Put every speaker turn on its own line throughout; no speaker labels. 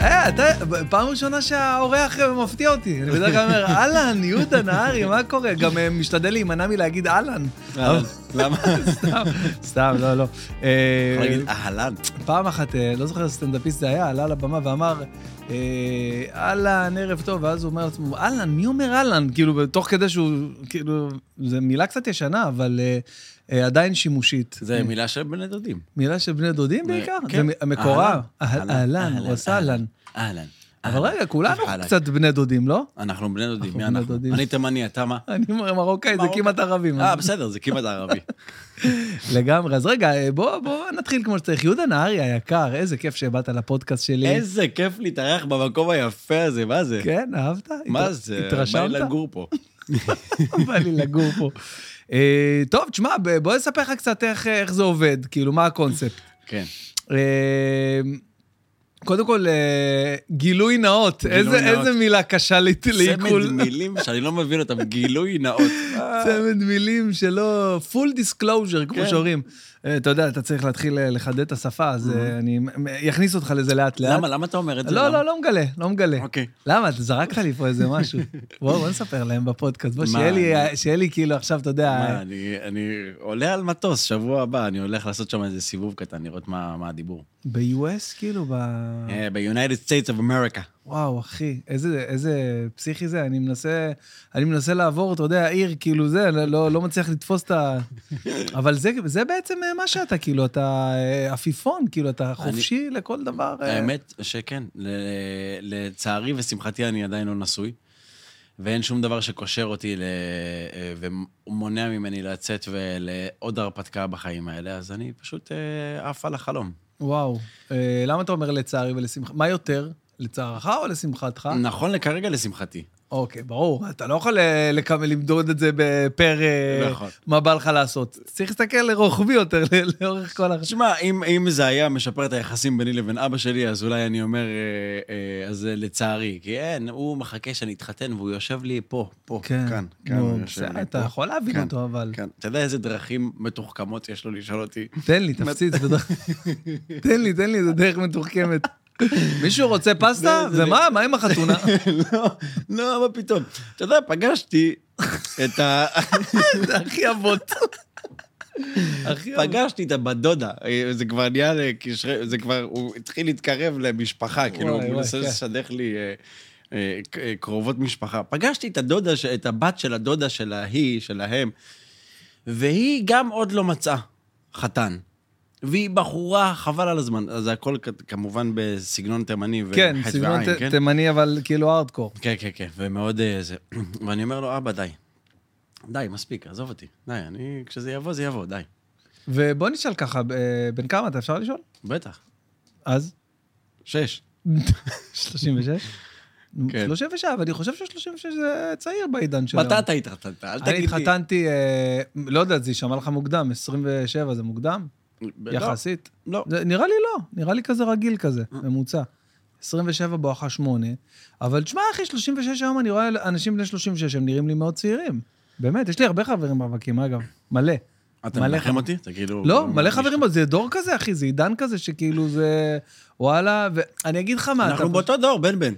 אה, אתה, פעם ראשונה שהאורח אה, מפתיע אותי. אני בדרך כלל אומר, אהלן, יהודה נהרי, מה קורה? גם אה, משתדל להימנע מלהגיד אהלן.
אהלן. למה?
סתם, סתם, לא, לא. אה,
יכול להגיד אהלן.
פעם אחת, אה, לא זוכר איזה סטנדאפיסט זה היה, עלה לבמה ואמר, אה, אהלן, ערב טוב, ואז הוא אומר לעצמו, אהלן, מי אומר אהלן? כאילו, תוך כדי שהוא, כאילו, זו מילה קצת ישנה, אבל אה, אה, עדיין שימושית.
זה מילה של בני דודים.
מילה של בני דודים
זה-
בעיקר?
כן.
זה מ- מקורה?
אהלן,
אה- אהלן,
אהלן,
הוא עשה אהלן.
אהלן.
אבל רגע, כולנו
אהלן.
קצת בני דודים, לא?
אנחנו בני דודים,
אנחנו
מי
בני
אנחנו?
דודים.
אני תימני, אתה מה?
אני מ- מרוקאי, זה
מרוקאי.
כמעט ערבים.
אה, בסדר, זה כמעט ערבי.
לגמרי. אז רגע, אה, בוא בוא נתחיל כמו שצריך. יהודה נהרי היקר, איזה כיף שבאת לפודקאסט שלי.
איזה כיף להתארח במקום היפה הזה, מה זה?
כן, אהבת?
מה
הת-
זה? בא
התרשמת?
לי לגור פה.
בא לי לגור פה. אה, טוב, תשמע, ב- בוא אספר לך קצת איך- איך זה עובד, כאילו, מה הקונספט.
כן.
אה, קודם כל, אה, גילוי נאות.
גילוי
איזה-
נאות.
איזה מילה קשה לי- לעיכול.
צמד מילים שאני לא מבין אותם, גילוי נאות.
צמד מילים שלא... full disclosure, כמו
כן.
שאומרים. אה, אתה יודע, אתה צריך להתחיל אה, לחדד את השפה, אז אה, אני מ- מ- אכניס אותך לזה לאט-לאט.
למה, למה אתה אומר את זה?
לא,
למה?
לא, לא מגלה, לא מגלה.
אוקיי.
למה? אתה זרקת לי פה איזה משהו. בוא, בוא נספר להם בפודקאסט. בוא,
מה,
שיהיה לי-
אני-
שיהיה לי כאילו עכשיו, אתה יודע...
מה, אני- אני עולה על מטוס, שבוע הבא, אני הולך לעשות שם איזה סיבוב קטן, לראות מה מה הדיבור. אה,
ב-US, כאילו, ב...
ב-United States of America.
וואו, אחי, איזה, איזה פסיכי זה, אני מנסה, אני מנסה לעבור, אתה יודע, עיר, כאילו זה, לא- לא, לא מצליח לתפוס את ה... אבל זה, זה בעצם אה, מה שאתה, כאילו, אתה אה, עפיפון, כאילו, אתה חופשי לכל דבר. אה.
האמת שכן, ל- לצערי ושמחתי אני עדיין לא נשוי, ואין שום דבר שקושר אותי ל... אה, ומונע ממני לצאת ולעוד הרפתקה בחיים האלה, אז אני פשוט אה, עף על החלום.
וואו, אה, למה אתה אומר לצערי ולשמחה? מה יותר, לצערך או לשמחתך?
נכון לכרגע לשמחתי.
אוקיי, ברור, אתה לא יכול אה, לקו- למדוד את זה בפר אה,
נכון.
מה בא לך לעשות. צריך להסתכל לרוחבי יותר, ל- לאורך כל הח...
תשמע, אם, אם זה היה משפר את היחסים ביני לבין אבא שלי, אז אולי אני אומר, אה, אה, אז אה, לצערי, כי אין, הוא מחכה שאני אתחתן והוא יושב לי פה, פה, כאן, כאן
כן, נו,
הוא יושב
בסדר,
לי
אתה
פה.
יכול להבין
כאן,
אותו, אבל...
כן. אתה יודע איזה דרכים מתוחכמות יש לו לשאול אותי?
תן לי, תפציץ. בדרך- תן לי, תן לי, זה דרך מתוחכמת. מישהו רוצה פסטה?
זה- זה-
ומה, מה עם החתונה?
לא, לא, מה פתאום. אתה יודע, פגשתי את ה...
זה הכי אבות. הכי אבות.
פגשתי את הבת דודה. אה, זה כבר נהיה לקשרי... זה כבר... הוא התחיל להתקרב למשפחה, כאילו,
וואי,
הוא מנסה
וואי, כן.
לשדך לי אה, אה, ק- אה, קרובות משפחה. פגשתי את הדודה, ש- את הבת של הדודה של ההיא, של ההם, והיא גם עוד לא מצאה חתן. והיא בחורה, חבל על הזמן. אז זה הכל כ- כמובן בסגנון תימני וחטא
כן,
ועין, כן?
סגנון ת- תימני, אבל כאילו הארדקור.
כן, כן, כן, ומאוד אה, זה. ואני אומר לו, אבא, די. די, מספיק, עזוב אותי. די, אני, כשזה יבוא, זה יבוא, די.
ובוא נשאל ככה, אה, בן כמה אתה אפשר לשאול?
בטח.
אז?
שש.
36?
כן.
37, אני חושב ש-36 זה צעיר בעידן של
מתי אתה התחתנת? אל
אני
תגיד לי.
התחתנתי, אה, לא יודע, זה יישמע לך מוקדם, 27 זה מוקדם?
לא,
יחסית.
לא.
זה, נראה לי לא, נראה לי כזה רגיל כזה, ממוצע. 27 בואכה 8, אבל תשמע, אחי, 36 היום אני רואה אנשים בני 36, הם נראים לי מאוד צעירים. באמת, יש לי הרבה חברים רווקים, אגב, מלא.
אתה
מלא
מנחם אותי? אתה כאילו...
לא, מלא חברים, אבל זה דור כזה, אחי, זה עידן כזה, שכאילו זה... וואלה, ואני אגיד לך מה, אתה לא,
אנחנו
פשוט-
באותו דור, בן בן.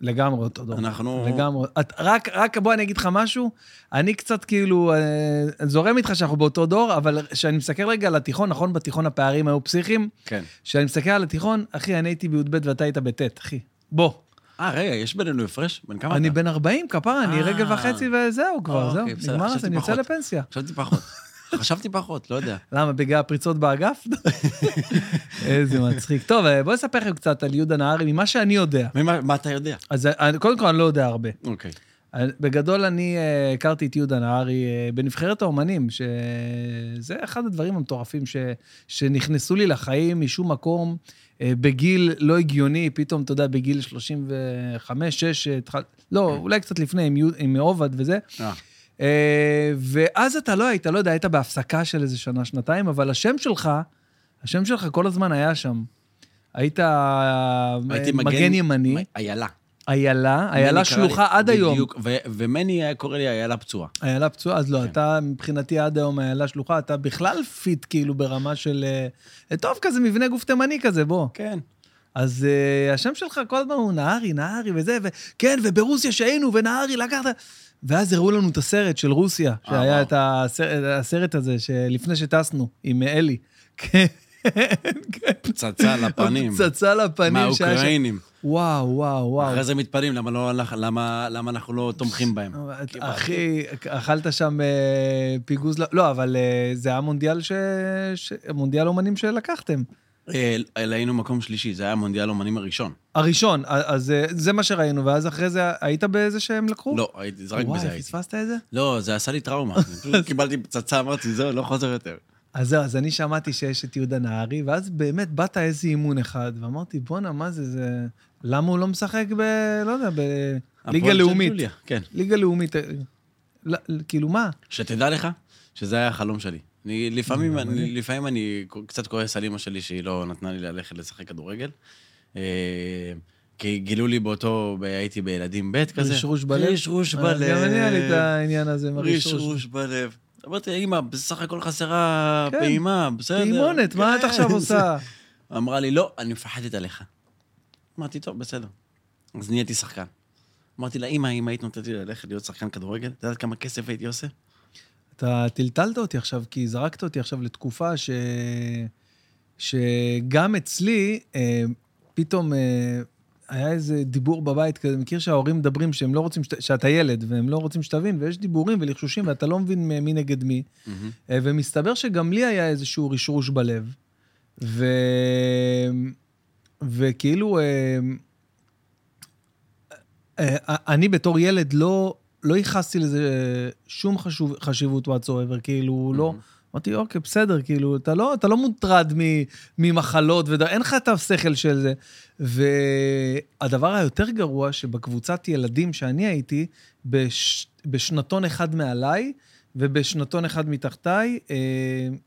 לגמרי אותו דור.
אנחנו-
לגמרי. את, רק, רק בוא אני אגיד לך משהו, אני קצת כאילו אה, זורם איתך שאנחנו באותו דור, אבל כשאני מסתכל רגע על התיכון, נכון, בתיכון הפערים היו פסיכיים,
כן.
כשאני מסתכל על התיכון, אחי, אני הייתי בי"ב ואתה היית בט', אחי. בוא.
אה, רגע, יש בינינו הפרש? בן כמה אתה?
אני בן 40, כפרה, אני
אה.
רגע וחצי וזהו כבר,
אה,
זהו.
אוקיי, בסדר,
נגמר, אז
חשבתי
אני יוצא
פחות.
לפנסיה.
חשבתי פחות. חשבתי פחות, לא יודע.
למה, בגלל הפריצות באגף? איזה מצחיק. טוב, אה, בוא אספר לכם קצת על יהודה נהרי, ממה שאני יודע.
ממה- מה אתה יודע?
אז אה, קודם כל, אני לא יודע הרבה.
אוקיי.
בגדול, אני אה, הכרתי את יהודה נהרי אה, בנבחרת האומנים, שזה אחד הדברים המטורפים ש... שנכנסו לי לחיים משום מקום, אה, בגיל לא הגיוני, פתאום, אתה יודע, בגיל 35-6, התחל... לא,
כן.
אולי קצת לפני, עם, יו- עם עובד וזה.
אה,
אה, ואז אתה לא היית, לא יודע, היית בהפסקה של איזה שנה, שנתיים, אבל השם שלך, השם שלך כל הזמן היה שם. היית אה,
הייתי
מגן ימני,
מ- איילה.
איילה,
מני
איילה
קרא
שלוחה
לי-
עד היום.
בדיוק, ו- ומני היה קורא לי איילה פצועה.
איילה פצועה, אז
כן.
לא, אתה מבחינתי עד היום איילה שלוחה, אה, אתה בכלל פיט כאילו ברמה של... אה, טוב, כזה מבנה גוף תימני כזה, בוא.
כן.
אז אה, השם שלך כל הזמן הוא נהרי, נהרי וזה, וכן, וברוסיה שהיינו, ונהרי לקחת... ואז הראו לנו את הסרט של רוסיה,
אה,
שהיה
וואו.
את הסרט, הסרט הזה, שלפני שטסנו, עם אלי. כן, כן.
פצצה לפנים.
פצצה לפנים שהיה שם.
מהאוקראינים.
וואו, וואו, וואו.
אחרי זה מתפלאים, למה לא הלך- למה למה אנחנו לא תומכים בהם.
אבל אחי, אכלת שם אה, פיגוז... ל- לא, אבל אה, זה היה מונדיאל ש... ש- מונדיאל אומנים שלקחתם.
אה, אל- היינו מקום שלישי, זה היה מונדיאל אומנים הראשון.
הראשון, א- אז אה, זה מה שראינו, ואז אחרי זה היית באיזה שהם לקחו?
לא, הייתי- זה רק בזה
וואי,
הייתי.
פספסת את זה?
לא, זה עשה לי טראומה. פשוט קיבלתי פצצה, אמרתי, זהו, לא חוזר יותר.
אז זהו, אז אני שמעתי שיש את יהודה נהרי, ואז באמת באת איזה אימון אחד, ואמרתי, בואנה, מה זה, זה... למה הוא לא משחק ב... לא יודע, בליגה
הפועל של
לאומית.
ג'וליה, כן.
ליגה לאומית. אה, לא, כאילו, מה?
שתדע לך שזה היה החלום שלי. אני, לפעמים, אני, לפעמים אני קצת כועס על אימא שלי שהיא לא נתנה לי ללכת לשחק כדורגל. אה, כי גילו לי באותו, ב- הייתי בילדים ב' כזה.
רשרוש בלב?
רשרוש
אה,
בלב.
גם אני היה לי את העניין הזה עם הרשרוש.
רשרוש בלב. אמרתי, אימא, בסך הכל חסרה
כן.
פעימה, בסדר.
טעימונת, מה את
כן.
עכשיו עושה?
אמרה לי, לא, אני מפחדת עליך. אמרתי, טוב, בסדר. אז נהייתי שחקן. אמרתי לה, אמא, אם היית נותנת לי ללכת להיות שחקן כדורגל, את יודעת כמה כסף הייתי עושה?
Mm-hmm. אתה טלטלת אותי עכשיו, כי זרקת אותי עכשיו לתקופה ש... שגם אצלי, אה, פתאום אה, היה איזה דיבור בבית כזה, מכיר שההורים מדברים שהם לא רוצים, שת... שאתה ילד, והם לא רוצים שתבין, ויש דיבורים ולחשושים, ואתה לא מבין מ- מי נגד מי. אה, ומסתבר שגם לי היה איזשהו רשרוש בלב. ו... וכאילו, אה, אה, אה, אני בתור ילד לא, לא ייחסתי לזה אה, שום חשוב, חשיבות whatsoever, כאילו, לא... אמרתי, אוקיי, בסדר, כאילו, אתה לא, אתה לא מוטרד מ, ממחלות, וד... אין לך את השכל של זה. והדבר היותר גרוע, שבקבוצת ילדים שאני הייתי, בש... בשנתון אחד מעליי, ובשנתון אחד מתחתיי, אה,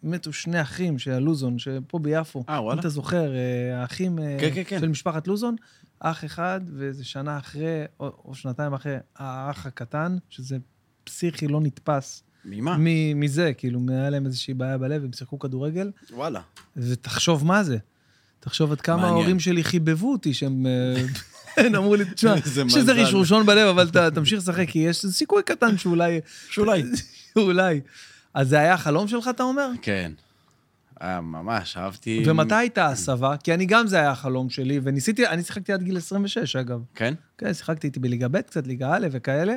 מתו שני אחים של הלוזון, שפה ביפו.
אה,
אם
וואלה.
אתה זוכר, אה, האחים אה,
כן, כן, כן.
של משפחת לוזון, אח אחד, ואיזה שנה אחרי, או, או שנתיים אחרי, האח הקטן, שזה פסיכי לא נתפס
ממה?
מ- מזה, כאילו, היה להם איזושהי בעיה בלב, הם שיחקו כדורגל,
וואלה.
ותחשוב מה זה. תחשוב עד כמה
מעניין.
ההורים שלי חיבבו אותי, שהם אה, הם אמרו לי, תשמע,
איזה
יש איזה
מזל."
רשרושון בלב, אבל ת- תמשיך לשחק, כי יש סיכוי קטן שאולי...
שאולי.
אולי. אז זה היה החלום שלך, אתה אומר?
כן. אה, ממש, אהבתי...
ומתי הייתה הסבה? כי אני גם זה היה החלום שלי, וניסיתי, אני שיחקתי עד גיל 26, אגב.
כן?
כן, שיחקתי איתי בליגה ב', קצת ליגה א' וכאלה,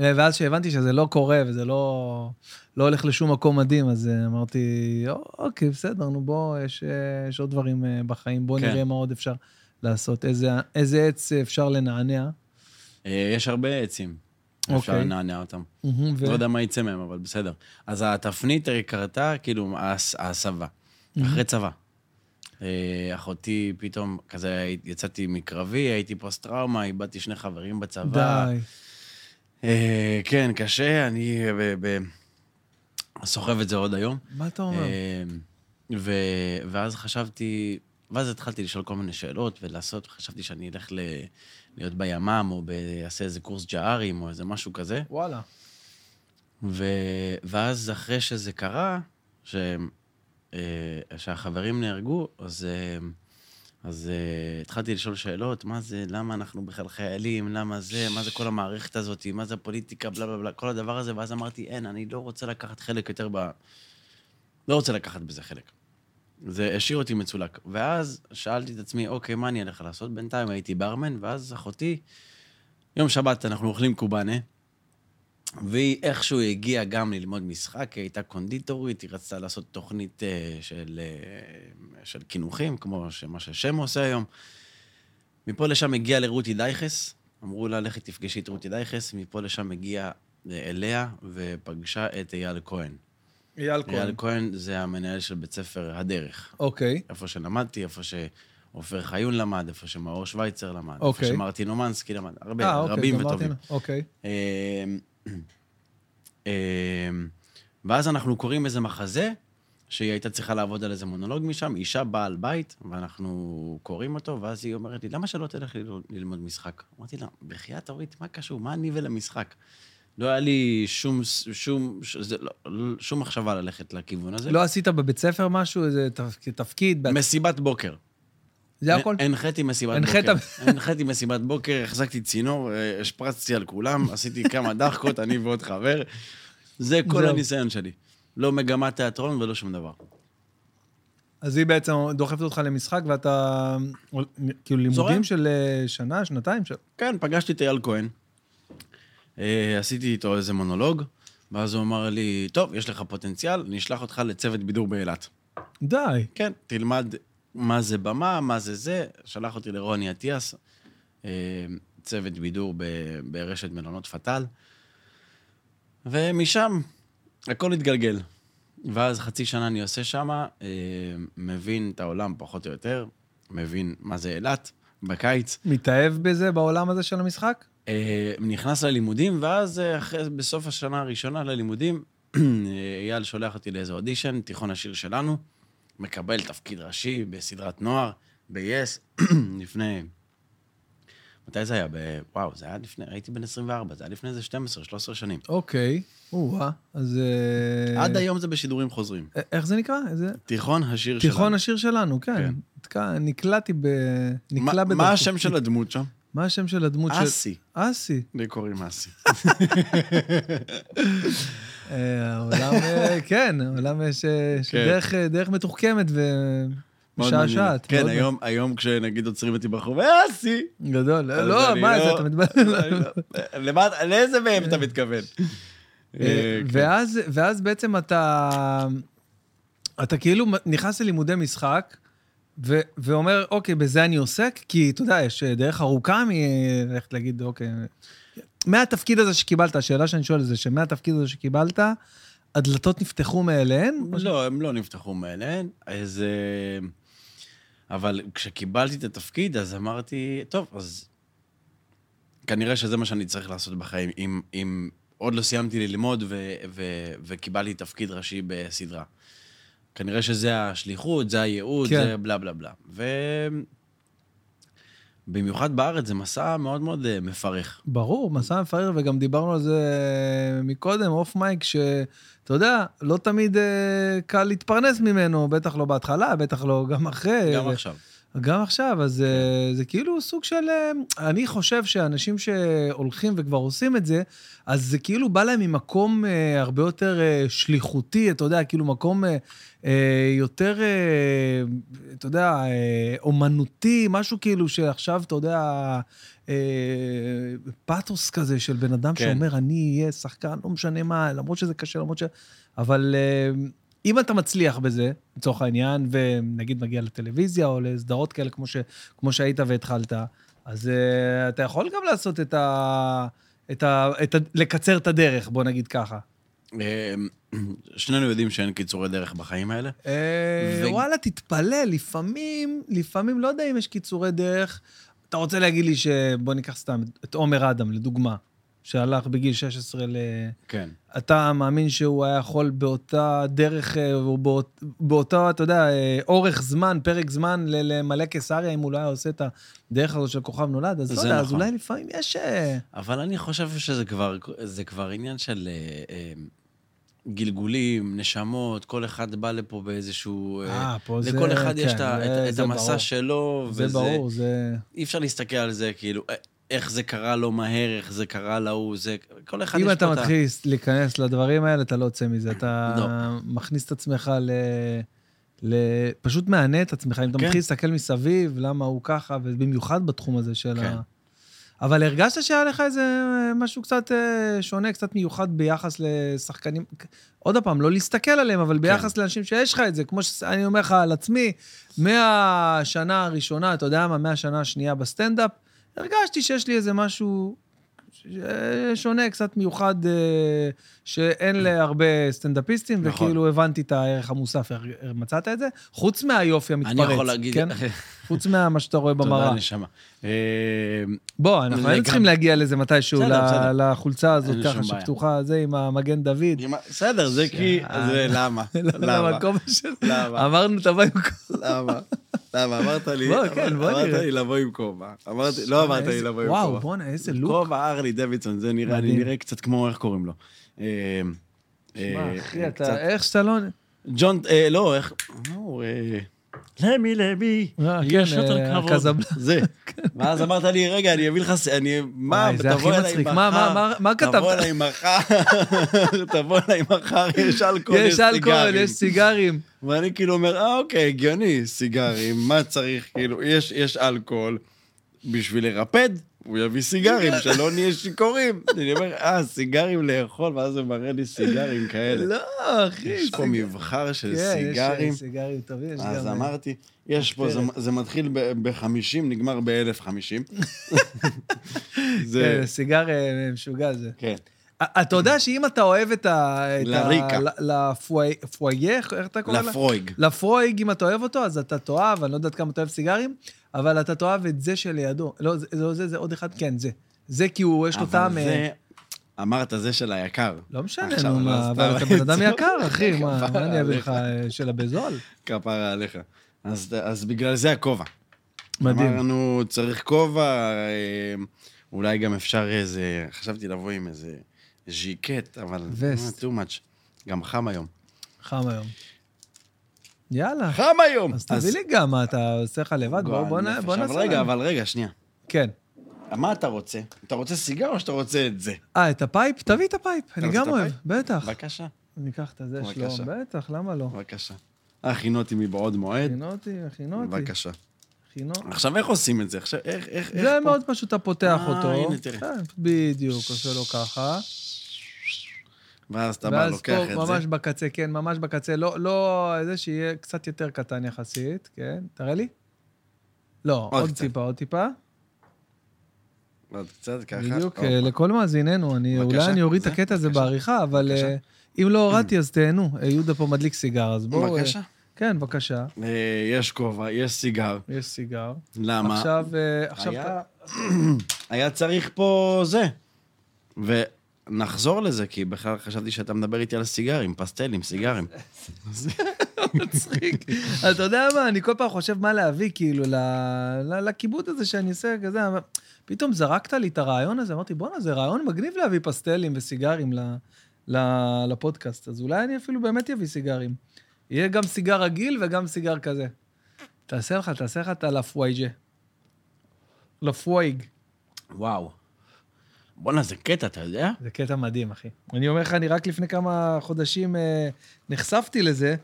אה, ואז שהבנתי שזה לא קורה וזה לא, לא הולך לשום מקום מדהים, אז אה, אמרתי, "א- אוקיי, בסדר, נו בוא, יש, אה, יש עוד דברים אה, בחיים, בוא
כן.
כן. נראה מה עוד אפשר לעשות, איזה, איזה עץ אה, אפשר לנענע.
אה, יש הרבה עצים. אפשר
אוקיי.
לנענע אותם.
מהמם, ו-
לא יודע מה יצא מהם, אבל בסדר. אז התפנית קרתה, כאילו, ההס- ההסבה. אחרי צבא. אה, אחותי פתאום, כזה יצאתי מקרבי, הייתי פוסט-טראומה, איבדתי שני חברים בצבא.
די.
אה, כן, קשה, אני אה, ב- ב- סוחב את זה עוד היום.
מה אתה אומר?
אמ, ו... ואז חשבתי, ואז התחלתי לשאול כל מיני שאלות ולעשות, חשבתי שאני אלך ל... להיות בימ"מ, או ב... אעשה איזה קורס ג'ארים, או איזה משהו כזה.
וואלה.
ו... ואז אחרי שזה קרה, ש... אה, שהחברים נהרגו, אז, אה, אז אה, התחלתי לשאול שאלות, מה זה, למה אנחנו בכלל חיילים, למה זה, מה זה כל המערכת הזאת, מה זה הפוליטיקה, בלה בלה בלה, כל הדבר הזה, ואז אמרתי, אין, אני לא רוצה לקחת חלק יותר ב... לא רוצה לקחת בזה חלק. זה השאיר אותי מצולק. ואז שאלתי את עצמי, אוקיי, מה אני אלך לעשות? בינתיים הייתי ברמן, ואז אחותי, יום שבת אנחנו אוכלים קובאנה, והיא איכשהו הגיעה גם ללמוד משחק, היא הייתה קונדיטורית, היא רצתה לעשות תוכנית אה, של, אה, של קינוחים, כמו ש- מה ששם עושה היום. מפה לשם הגיעה לרותי דייכס, אמרו לה, לכי תפגשי את רותי דייכס, מפה לשם הגיעה אה, אליה ופגשה את אייל כהן.
אייל
אייל כהן זה המנהל של בית ספר הדרך.
אוקיי.
איפה שלמדתי, איפה שעופר חיון למד, איפה שמאור שווייצר למד, איפה
אוקיי.
שמרטין אומנסקי למד,
אה,
הרבה,
אוקיי,
רבים
גמרתי
וטובים.
לה. אוקיי.
אמ, אמ, ואז אנחנו קוראים איזה מחזה, שהיא הייתה צריכה לעבוד על איזה מונולוג משם, אישה בעל בית, ואנחנו קוראים אותו, ואז היא אומרת לי, למה שלא תלך ל- ללמוד משחק? אמרתי לה, בחייאת אורית, מה קשור? מה אני ולמשחק? לא היה לי שום, ס- שום, ש- זה לא- לא- שום מחשבה ללכת לכיוון הזה.
לא עשית בבית ספר משהו, איזה תפ- תפקיד? בעצ-
מסיבת בוקר.
זה הכל.
הנחיתי מסיבת
הנחית-
בוקר. הנחיתי מסיבת בוקר, החזקתי צינור, אה, השפרצתי על כולם, עשיתי כמה דחקות, אני ועוד חבר. זה כל
זהו.
הניסיון שלי. לא מגמת תיאטרון ולא שום דבר.
אז היא בעצם דוחפת אותך למשחק, ואתה... כאילו, לימודים
זורם.
של אה, שנה, שנתיים? של-
כן, פגשתי את אייל כהן. אה, עשיתי איתו איזה מונולוג, ואז הוא אמר לי, טוב, יש לך פוטנציאל, אני אשלח אותך לצוות בידור באילת.
די.
כן, תלמד מה זה במה, מה זה זה. שלח אותי לרוני אטיאס, אה, צוות בידור ב- ברשת מלונות פתאל. ומשם הכל התגלגל. ואז חצי שנה אני עושה שמה, אה, מבין את העולם פחות או יותר, מבין מה זה אילת בקיץ.
מתאהב בזה, בעולם הזה של המשחק?
אה, נכנס ללימודים, ואז אה, אחרי, בסוף השנה הראשונה ללימודים, אה, אייל שולח אותי לאיזה אודישן, תיכון השיר שלנו, מקבל תפקיד ראשי בסדרת נוער, ב-yes, לפני... מתי זה היה? ב... וואו, זה היה לפני, הייתי בן 24, זה היה לפני איזה 12-13 שנים.
אוקיי. או-אה, אז... אה,
עד היום זה בשידורים חוזרים.
א- איך זה נקרא? איזה...
תיכון השיר שלנו.
תיכון השיר שלנו, כן.
כן.
נתקע- נקלעתי ב... נקלע
מה-
בדרכו.
מה השם של הדמות שם?
מה השם של הדמות של...
אסי.
אסי.
לי קוראים אסי.
אה, העולם, אה, כן, העולם יש אה, יש
כן.
דרך, אה, דרך מתוחכמת
מאוד מעניין.
ומשעשעת.
כן,
מאוד
היום- היום כשנגיד עוצרים אותי ברחוב, "אה, אסי!
גדול.
אז
לא,
אני
מה זה,
לא-
אתה מתבלבל.
אני לא- למה- לאיזה מהם אתה מתכוון? אה, כן.
ואז, ואז בעצם אתה, אתה כאילו נכנס ללימודי משחק, ו, ואומר, אוקיי, בזה אני עוסק, כי אתה יודע, יש דרך ארוכה מ... איך להגיד, אוקיי. מהתפקיד הזה שקיבלת, השאלה שאני שואל זה, שמהתפקיד הזה שקיבלת, הדלתות נפתחו מאליהן?
לא, הם לא נפתחו מעליהן, אז... אה, אבל כשקיבלתי את התפקיד, אז אמרתי, טוב, אז כנראה שזה מה שאני צריך לעשות בחיים. אם, אם עוד לא סיימתי ללמוד ו, ו, וקיבלתי תפקיד ראשי בסדרה. כנראה שזה השליחות, זה הייעוד,
כן.
כן. זה בלה בלה בלה. ובמיוחד בארץ זה מסע מאוד מאוד אה, מפרך.
ברור, מסע מפאר, וגם דיברנו על זה מקודם, אוף מייק, שאתה יודע, לא תמיד אה, קל להתפרנס ממנו, בטח לא בהתחלה, בטח לא גם אחרי.
גם
ו-
עכשיו.
גם עכשיו, אז אה, זה כאילו סוג של... אה, אני חושב שאנשים שהולכים וכבר עושים את זה, אז זה כאילו בא להם ממקום אה, הרבה יותר אה, שליחותי, אתה יודע, כאילו מקום אה, אה, יותר, אה, אתה יודע, אה, אומנותי, משהו כאילו שעכשיו, אתה יודע, אה, פאתוס כזה של בן אדם
כן.
שאומר, אני אהיה שחקן, לא משנה מה, למרות שזה קשה, למרות ש... אבל אה, אם אתה מצליח בזה, לצורך העניין, ונגיד מגיע לטלוויזיה או לסדרות כאלה כמו, ש, כמו שהיית והתחלת, אז uh, אתה יכול גם לעשות את ה... את ה, את ה... לקצר את הדרך, בוא נגיד ככה.
אה, שנינו יודעים שאין קיצורי דרך בחיים האלה.
אה,
ו-
וואלה, תתפלא, לפעמים, לפעמים, לא יודע אם יש קיצורי דרך. אתה רוצה להגיד לי שבוא ניקח סתם את עומר אדם, לדוגמה, שהלך בגיל 16 ל...
כן.
אתה מאמין שהוא היה יכול באותה דרך, אה, או באות- באותו, אתה יודע, אה, אורך זמן, פרק זמן, ל- למלא קיסריה, אם הוא לא היה עושה את הדרך הזו של כוכב נולד? אז לא
זה
יודע, אז
נכון.
אולי לפעמים יש... אה,
אבל אני חושב שזה כבר, זה כבר עניין של אה, אה, גלגולים, נשמות, כל אחד בא לפה באיזשהו... אה,
אה, פה זה...
לכל אחד יש
כן,
את ה-
זה-
את- את
זה
המסע
ברור.
שלו,
זה
וזה...
ברור, זה...
אי אפשר להסתכל על זה, כאילו, אה, איך זה קרה לו מהר, איך זה קרה להוא, זה... כל אחד
אם
יש
אתה
פה את ה-
מתחיל להיכנס לדברים האלה, אתה לא יוצא מזה. אתה מכניס את עצמך ל... ל... פשוט מענה את עצמך, אם אתה
כן.
מתחיל להסתכל מסביב, למה הוא ככה, ובמיוחד בתחום הזה של
כן.
ה... אבל הרגשת שהיה לך איזה משהו קצת אה, שונה, קצת מיוחד ביחס לשחקנים. עוד פעם, לא להסתכל עליהם,
כן.
אבל ביחס לאנשים שיש לך את זה, כמו שאני אומר לך על עצמי, מהשנה הראשונה, אתה יודע מה, מהשנה השנייה בסטנדאפ, הרגשתי שיש לי איזה משהו ש- שונה, קצת מיוחד, אה, שאין להרבה סטנדאפיסטים,
נכון.
וכאילו הבנתי את הערך המוסף. הר- מצאת את זה? חוץ מהיופי המתפרץ,
אני יכול להגיד...
כן? חוץ ממה שאתה רואה
תודה,
במראה.
נשמה. אה,
בוא, אנחנו
זה
היינו
גם-
צריכים להגיע לזה מתישהו,
בסדר,
ל-
בסדר.
לחולצה הזאת
אין לי
ככה
שום בעיה.
שפתוחה, זה עם המגן דוד.
עם ה- בסדר, זה כי...
שעה.
זה למה?
לא
למה?
למקום של...
למה?
אמרנו, תבוא עם...
למה? למה? אמרת לי,
בוא, כן, בוא
אמרת
נראה.
לי לבוא עם כובע. אמרתי, לא אמרת לי
איזה-
לבוא עם כובע.
וואו, בואנה, איזה לוק.
כובע ארלי דוידסון, זה נראה לי,
מדהים.
נראה קצת כמו, איך קוראים לו? אה,
שמע,
אה,
אחי,
קצת-
אתה, איך שאתה לא...
ג'ון, אה, לא, איך... נו, אה, למי למי,
אה,
יש
כן,
יותר
אה,
כבוד.
הקזבלן. כן.
זה. ואז אמרת לי, רגע, אני אביא לך, ס- אני, מה,
וואי, זה הכי
תבוא אליי
מצחיק.
מחר.
מה- מה- מה- מה כתבת?
תבוא אליי מחר, תבוא אליי מחר, יש אלכוהול, יש
יש אלכוהול,
סיגרים.
יש סיגרים.
ואני כאילו אומר, אה, אוקיי, הגיוני, סיגרים, מה צריך, כאילו, יש, יש אלכוהול בשביל לרפד, הוא יביא סיגרים, שלא נהיה שיכורים. אני אומר, אה, סיגרים לאכול, ואז הוא מראה לי סיגרים כאלה.
לא, אחי.
יש פה
סיג-
מבחר של
כן, יש, אה,
סיגרים.
סיגרים טובים, יש
אז
גם- אה,
אמרתי, יש פה, זה- זה מתחיל ב-50, נגמר ב-1050. זה,
כן, סיגר אה, משוגע זה.
כן.
א- אתה יודע שאם אתה אוהב את ה... את ה-
לריקה.
ל- לפוי- פויה, איך איך אתה קורא לה?
לפרויג.
לפרויג, אם אתה אוהב אותו, אז אתה תאהב, אני לא יודעת כמה אתה אוהב סיגרים, אבל אתה תאהב את זה שלידו. לא, זה- זה, זה, זה עוד אחד, כן, זה. זה כי הוא, יש לו
אבל
טעם... אה,
זה, אמרת, זה של היקר.
לא משנה,
עכשיו,
נו,
לא,
מה,
אז אתה
אבל אתה
לא
בן אדם
יצור.
יקר, אחי, מה,
כפרה
מה אני אביא לך
עליך.
אה, של הבזול?
כפרה עליך. אז, אז בגלל זה הכובע.
מדהים.
אמרנו, צריך כובע, אה, אולי גם אפשר איזה... חשבתי לבוא עם איזה ז'יקט, אבל...
וסט.
אה, too much. גם חם היום.
חם היום. יאללה,
חם היום!
אז תביא לי גם, מה, אתה עושה לך לבד? בוא- בוא נ-
גועל נפש.
בוא
אבל
נעשה
רגע,
לנו.
אבל רגע, שנייה.
כן.
מה אתה רוצה? אתה רוצה סיגר או שאתה רוצה את זה?
אה, את הפייפ? תביא את הפייפ, אני
רוצה את
גם אוהב,
הפייפ?
בטח.
בבקשה,
ניקח את הזה שלו,
בבקשה.
בטח, למה לא?
בבקשה. אה, חינותי מבעוד מועד.
הכינותי, הכינותי,
בבקשה.
הכינותי.
עכשיו, איך עושים את זה? עכשיו, איך, איך, איך
זה
פה?
מאוד פשוט, אתה פותח
אה,
אותו.
הנה, תראה.
אה, בדיוק, עושה לו ככה.
ואז אתה בא, לוקח את
ואז פה,
זה.
ממש בקצה, כן, ממש בקצה. לא, לא, זה שיהיה קצת יותר קטן יחסית, כן? תראה לי. לא, עוד
קצת.
טיפה, עוד טיפה.
עוד קצת ככה. אוקיי.
בדיוק,
הופה.
אה, לכל מאזיננו, אני,
בבקשה,
אולי אני אוריד את
זה,
הקטע הזה
בבקשה.
בעריכה, אבל
בבקשה.
אה, אם לא הורדתי, אז תהנו. אה, יהודה פה מדליק סיגר, אז בואו... אה,
בבקשה.
כן, בבקשה.
אה, יש כובע, יש סיגר.
יש סיגר.
למה?
עכשיו, אה, עכשיו...
היה- היה צריך פה זה. ונחזור לזה, כי בכלל חשבתי שאתה מדבר איתי על סיגרים, פסטלים, סיגרים.
מצחיק. אתה יודע מה, אני כל פעם חושב מה להביא, כאילו, ל- ל- לכיבוד הזה שאני עושה, כזה, אבל פתאום זרקת לי את הרעיון הזה, אמרתי, בואנה, זה רעיון מגניב להביא פסטלים וסיגרים ל- ל- לפודקאסט, אז אולי אני אפילו באמת אביא סיגרים. יהיה גם סיגר רגיל וגם סיגר כזה. תעשה לך, תעשה לך את הלפווייג'ה. לפוויג.
וואו. בואנה, זה קטע, אתה יודע?
זה קטע מדהים, אחי. אני אומר לך, אני רק לפני כמה חודשים אה, נחשפתי לזה.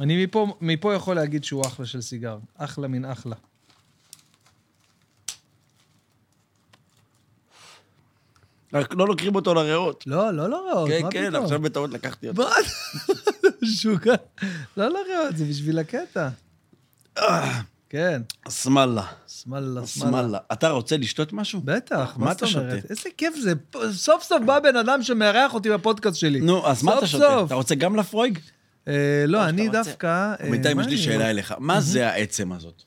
אני מפה, מפה יכול להגיד שהוא אחלה של סיגר. אחלה מן אחלה.
רק לא לוקחים אותו לריאות.
לא, לא לריאות,
כן,
מה
כן,
פתאום?
עכשיו בטעות לקחתי אותו.
מה אתה משוגע? לא לריאות, זה בשביל הקטע. כן,
שמאללה.
שמאללה, שמאללה.
שמאללה. אתה רוצה לשתות משהו?
בטח,
מה
מה
אתה
זאת אומרת?
שותה?
איזה כיף זה. פה- סוף סוף בא בן אדם שמארח אותי בפודקאסט שלי.
נו, אז מה
סוף
אתה שותה?
סוף.
אתה רוצה גם לפרויג?
אה,
מה
לא,
שאתה
אני
רוצה.
דווקא... אה,
בינתיים
מה
יש לי
אני- אה,
שאלה אליך. מה זה העצם הזאת?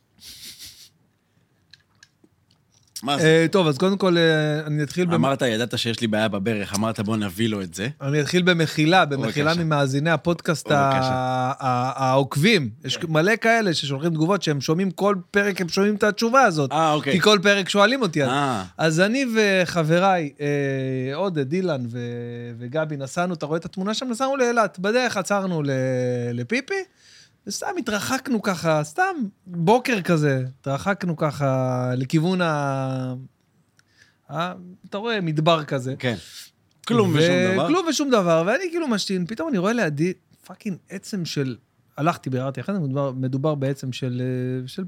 מה זה?
אה, טוב, אז קודם כל, אה, אני אתחיל במ-
אמרת, ידעת שיש לי בעיה בברך, אמרת בוא נביא לו את זה.
אני אתחיל במחילה, במחילה
בבקשה.
ממאזיני הפודקאסט ה-
בבקשה.
ה- ה- העוקבים. יש
כן.
מלא כאלה ששולחים תגובות שהם שומעים כל פרק, הם שומעים את התשובה הזאת.
אה, אוקיי.
כי כל פרק שואלים אותי. אז-
אה,
אז אני וחבריי, אה, עודד, אילן ו- וגבי, נסענו, אתה רואה את התמונה שם? נסענו לאילת. בדרך עצרנו ל- לפיפי, וסתם התרחקנו ככה, סתם בוקר כזה, התרחקנו ככה לכיוון ה... ה- אתה רואה, מדבר כזה.
כן. כלום ושום דבר.
כלום ושום דבר, ואני כאילו משתין, פתאום אני רואה לידי פאקינג עצם של... הלכתי, ביררתי, אחרי זה מדובר, מדובר בעצם של, אה, של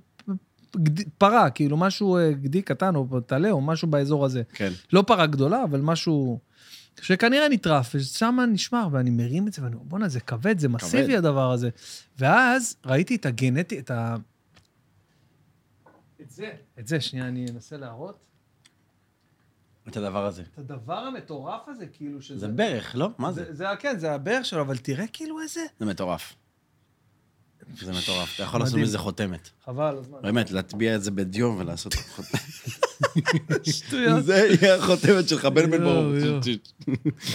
גדי, פרה, כאילו משהו אה, גדי קטן או טלה או משהו באזור הזה.
כן.
לא פרה גדולה, אבל משהו שכנראה נטרף, ושם נשמר, ואני מרים את זה, ואני אומר, בואנה, זה כבד, זה מסיבי
כבד.
הדבר הזה. ואז ראיתי את הגנטי, את ה... את זה. את זה, שנייה, אני אנסה להראות.
את הדבר הזה.
את הדבר המטורף הזה, כאילו שזה...
זה ברך, לא? מה זה?
זה, זה, ה- כן, זה הבאר שלו, אבל תראה כאילו איזה...
זה מטורף. זה מטורף. אתה יכול לעשות
מדהים.
מזה חותמת.
חבל על הזמן.
באמת, להטביע את זה בדיו ולעשות חותמת.
שטויות.
זה יהיה החותמת שלך, בן בן
יואו,
ברור.
יואו.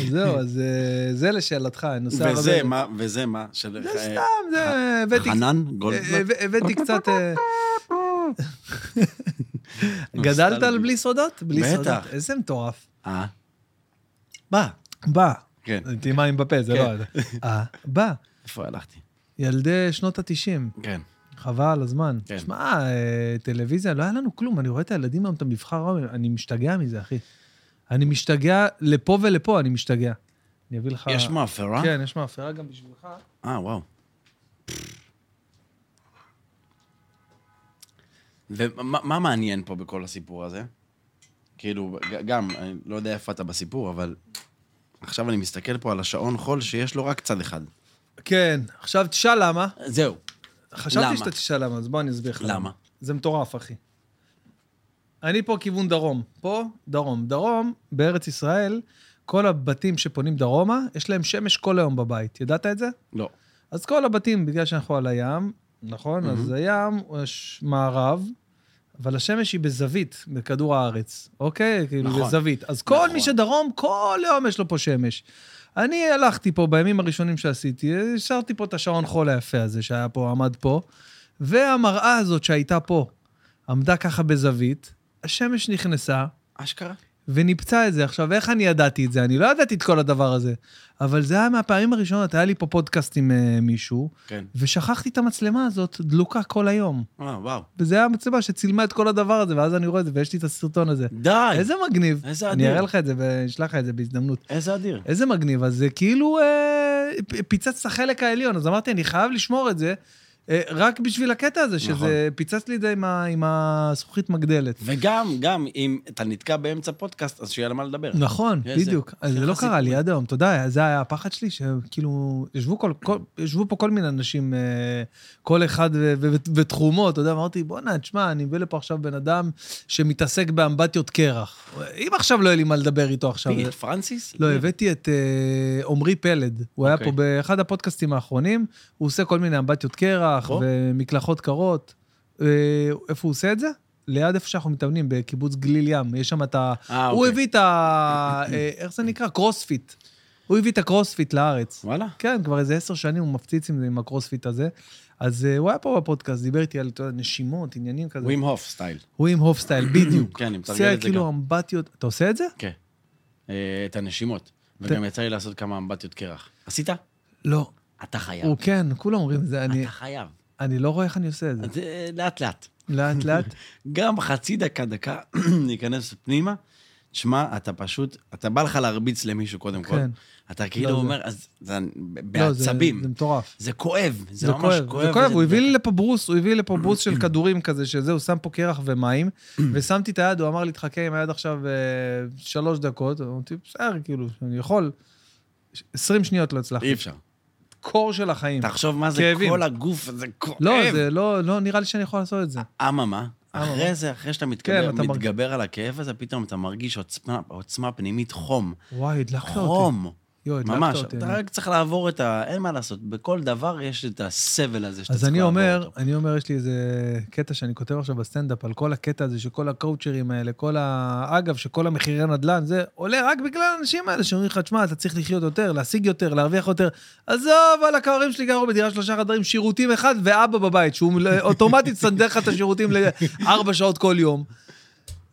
אז זהו, אז אה, זה לשאלתך, נושא הרבה...
וזה מה, וזה מה, של...
זה
אה,
סתם, זה... הבאתי-
חנן
אה,
גולדברג?
אה, הבאתי קצת... אה, גדלת
נוסטלגי.
על בלי סודות? בלי
בטח.
סודות. איזה מטורף.
אה? בא.
בא.
כן.
הייתי מים בפה, זה
כן.
לא... אה, בא.
איפה הלכתי?
ילדי שנות התשעים.
כן.
חבל, הזמן.
כן.
שמע, אה, טלוויזיה, לא היה לנו כלום. אני רואה את הילדים היום, את המבחר, העולם, אני משתגע מזה, אחי. אני משתגע לפה ולפה, אני משתגע. אני אביא לך...
יש מאפרה?
כן, יש מאפרה גם בשבילך.
אה, וואו. ומה מה מעניין פה בכל הסיפור הזה? כאילו, ג- גם, אני לא יודע איפה אתה בסיפור, אבל עכשיו אני מסתכל פה על השעון חול שיש לו רק צד אחד.
כן, עכשיו תשאל למה.
זהו. למה?
חשבתי שאתה תשאל למה, אז בוא אני אסביר לך.
למה?
זה מטורף, אחי. אני פה כיוון דרום. פה, דרום. דרום, בארץ ישראל, כל הבתים שפונים דרומה, יש להם שמש כל היום בבית. ידעת את זה?
לא.
אז כל הבתים, בגלל שאנחנו על הים, נכון? אז הים, יש מערב, אבל השמש היא בזווית בכדור הארץ, אוקיי? כאילו,
נכון.
בזווית. אז כל
נכון.
מי שדרום, כל יום יש לו פה שמש. אני הלכתי פה בימים הראשונים שעשיתי, השארתי פה את השעון חול היפה הזה שהיה פה, עמד פה, והמראה הזאת שהייתה פה עמדה ככה בזווית, השמש נכנסה,
אשכרה?
וניפצה את זה. עכשיו, איך אני ידעתי את זה? אני לא ידעתי את כל הדבר הזה. אבל זה היה מהפעמים הראשונות, היה לי פה פודקאסט עם אה, מישהו,
כן.
ושכחתי את המצלמה הזאת דלוקה כל היום.
אה, וואו.
וזו הייתה המצלמה שצילמה את כל הדבר הזה, ואז אני רואה את זה, ויש לי את הסרטון הזה.
די!
איזה מגניב.
איזה
אני
אדיר.
אראה לך את זה ואשלח לך את זה בהזדמנות.
איזה אדיר.
איזה מגניב, אז זה כאילו אה, פ- פיצץ את החלק העליון, אז אמרתי, אני חייב לשמור את זה. אה, רק בשביל הקטע הזה, שזה
נכון.
פיצץ לי את זה עם ה- עם הזכוכית מגדלת.
וגם, גם אם אתה נתקע באמצע פודקאסט, אז שיהיה על מה לדבר.
נכון,
איזה-
בדיוק. אז זה
איך
לא קרה לי
הסיפורים?
עד היום, אתה יודע, זה היה הפחד שלי, שכאילו, ישבו, כל, כל, ישבו פה כל מיני אנשים, אה, כל אחד ו- ו- ו- ותחומו, אתה יודע, אמרתי, בואנה, תשמע, אני מביא לפה עכשיו בן אדם שמתעסק באמבטיות קרח. אם עכשיו לא יהיה לי מה לדבר איתו עכשיו...
מי, את פרנסיס?
לא, הבאתי את אה, עמרי פלד. הוא היה
אוקיי.
פה באחד הפודקאסטים האחרונים, הוא עושה כל מיני אמבטיות קרח
פה?
ומקלחות קרות. אה, איפה הוא עושה את זה? ליד איפה שאנחנו מתאמנים, בקיבוץ גליל ים. יש שם את ה...
אה,
הוא
אוקיי.
הביא את ה... אה, איך זה נקרא? קרוספיט. הוא הביא את הקרוספיט לארץ.
וואלה.
כן, כבר איזה עשר שנים הוא מפציץ עם זה, עם הקרוספיט הזה. אז אה, הוא היה פה בפודקאסט, דיבר איתי על אתה יודע, נשימות, עניינים כזה.
ווים הוף סטייל.
הוא עם הוף סטייל, בדיוק.
כן, אני מתרגל
עושה
את זה
לא. כאילו
גם.
אמבטיות... אתה עושה את זה?
כן. אה, את הנשימות. וגם יצא לי לעשות כמה אמבטיות קרח. עשית?
לא.
אתה חייב.
הוא כן, כולם אומרים את זה. אני...
אתה חייב.
אני לא רואה איך אני עושה את זה.
אז, אה, לאט לאט.
לאט לאט.
גם חצי דקה, דקה, ניכנס פנימה. תשמע, אתה פשוט, אתה בא לך להרביץ למישהו קודם כל.
כן.
אתה כאילו
לא, זה-
אומר, אז זה
לא, זה-
בעצבים.
זה מטורף.
זה כואב, זה
זה
ממש
כואב,
כואב.
זה כואב,
וזה-
הוא הביא לי לפה ברוס, הוא הביא לי לפה ברוס של כדורים כזה, שזה, הוא שם פה קרח ומים, ושמתי את היד, הוא אמר לי, תחכה עם היד עכשיו אה, שלוש דקות, אמרתי, בסדר, כאילו, אני יכול. עשרים שניות לא הצלחתי.
אי אפשר.
קור של החיים.
תחשוב מה זה
כאבים.
כל הגוף, זה כואב.
לא, זה לא, לא נראה לי שאני יכול לעשות את זה.
אה, אממה,
אממה.
אחרי זה, אחרי שאתה
כן,
מתגבר,
אתה מרגיש-
מתגבר על הכאב הזה, פתאום אתה מרגיש עוצמה, עוצמה פנימית חום.
וואי, הדלקת אותי.
חום.
יואי, הדלקת
ממש.
אותי.
אתה רק צריך לעבור את ה... אין מה לעשות, בכל דבר יש את הסבל הזה שאתה
אז
צריך
אני
לעבור
אומר,
אותו.
אני אומר, יש לי איזה קטע שאני כותב עכשיו בסטנדאפ, על כל הקטע הזה שכל הקואוצ'רים האלה, כל ה... אגב, שכל המחירי נדל"ן, זה עולה רק בגלל האנשים האלה שאומרים לך, תשמע, אתה צריך לחיות יותר, להשיג יותר, להרוויח יותר. עזוב, על הקברים שלי גרו בדירה שלושה חדרים, שירותים אחד ואבא בבית, שהוא אוטומטית סנדר לך את השירותים לארבע שעות כל יום.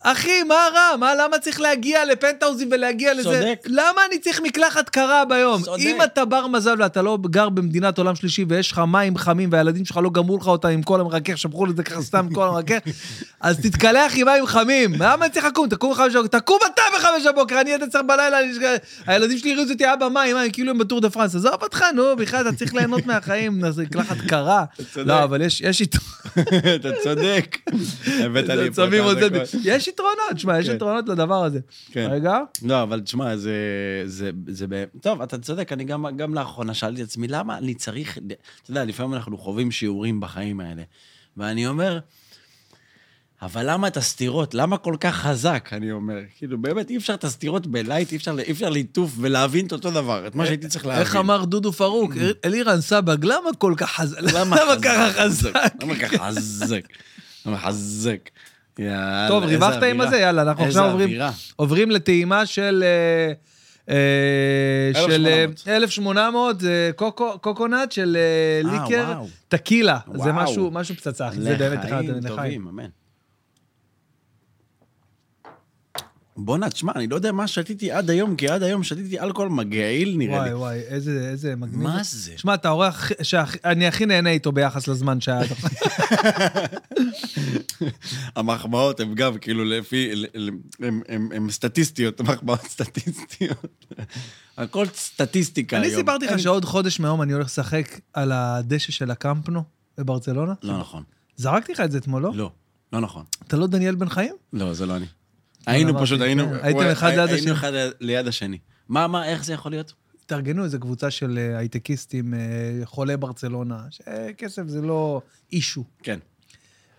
אחי, מה רע? מה, למה צריך להגיע לפנטהאוזים ולהגיע לזה?
צודק.
למה אני צריך מקלחת קרה ביום?
צודק.
אם אתה בר מזל ואתה לא גר במדינת עולם שלישי ויש לך מים חמים והילדים שלך לא גמרו לך אותם עם כל המרכך, שפכו לזה ככה סתם כל המרכך, אז תתקלח עם מים חמים. למה אני צריך לקום? תקום בחמש בבוקר, תקום אתה בחמש בבוקר, אני עד עשר בלילה, אני... הילדים שלי הריצו אותי, אבא, מים, מים, כאילו הם בטור דה פרנס. עזוב אותך, נו, בכלל, אתה צריך ליהנות מהחיים, אז מקלחת קרה.
צודק.
לא, אבל יש יש יתרונות.
אתה צודק. הבאת לי פה
שמים
את
עוד זה-
הדקות.
יש יתרונות, שמע, יש
אה, כן.
יתרונות לדבר הזה.
כן.
רגע.
לא, אבל תשמע, זה... זה, זה ב... טוב, אתה צודק, אני גם, גם לאחרונה שאלתי את עצמי, למה אני צריך... ל- אתה יודע, לפעמים אנחנו חווים שיעורים בחיים האלה. ואני אומר, אבל למה את הסתירות? למה כל כך חזק? אני אומר, כאילו, באמת, אי אפשר את הסתירות בלייט, אי אפשר, אי אפשר ליטוף ולהבין את אותו דבר, את מה שהייתי צריך להבין.
אה,
Mm.
איך אמר דודו פרוק, אלירן סבג, למה כל כך חזק? למה ככה חזק?
למה ככה חזק? למה חזק? יאללה,
טוב,
איזה
ריווחת עם
אווירה.
הזה? יאללה, אנחנו
איזה
עכשיו עוברים-
אווירה.
עוברים לטעימה של... אה, אה, של אה,
1800.
1800, זה אה, קוקו- קוקונט של אה,
אה,
ליקר,
וואו.
טקילה. זה
וואו.
משהו משהו פצצה, אחי, זה באמת אחד
לחיים
לחיים.
טובים, אמן. בואנה, תשמע, אני לא יודע מה שתיתי עד היום, כי עד היום שתיתי אלכוהול מגעיל, נראה לי.
וואי, וואי, איזה, איזה מגניב.
מה זה?
שמע, אתה האורח שאני הכי נהנה איתו ביחס לזמן שהיה עד עכשיו.
המחמאות הן גם כאילו לפי, הן סטטיסטיות, מחמאות סטטיסטיות. הכל סטטיסטיקה היום.
אני סיפרתי לך שעוד חודש מהיום אני הולך לשחק על הדשא של הקמפנו בברצלונה?
לא נכון.
זרקתי לך את זה אתמול, לא?
לא, לא נכון.
אתה לא דניאל בן חיים?
לא, זה לא אני. היינו
אמרתי,
פשוט,
כן.
היינו...
הייתם
וואי,
אחד ליד השני.
היינו אחד ליד השני. מה, מה, איך זה יכול להיות?
התארגנו איזו קבוצה של אה, הייטקיסטים, אה, חולי ברצלונה, שכסף זה לא אישו.
כן.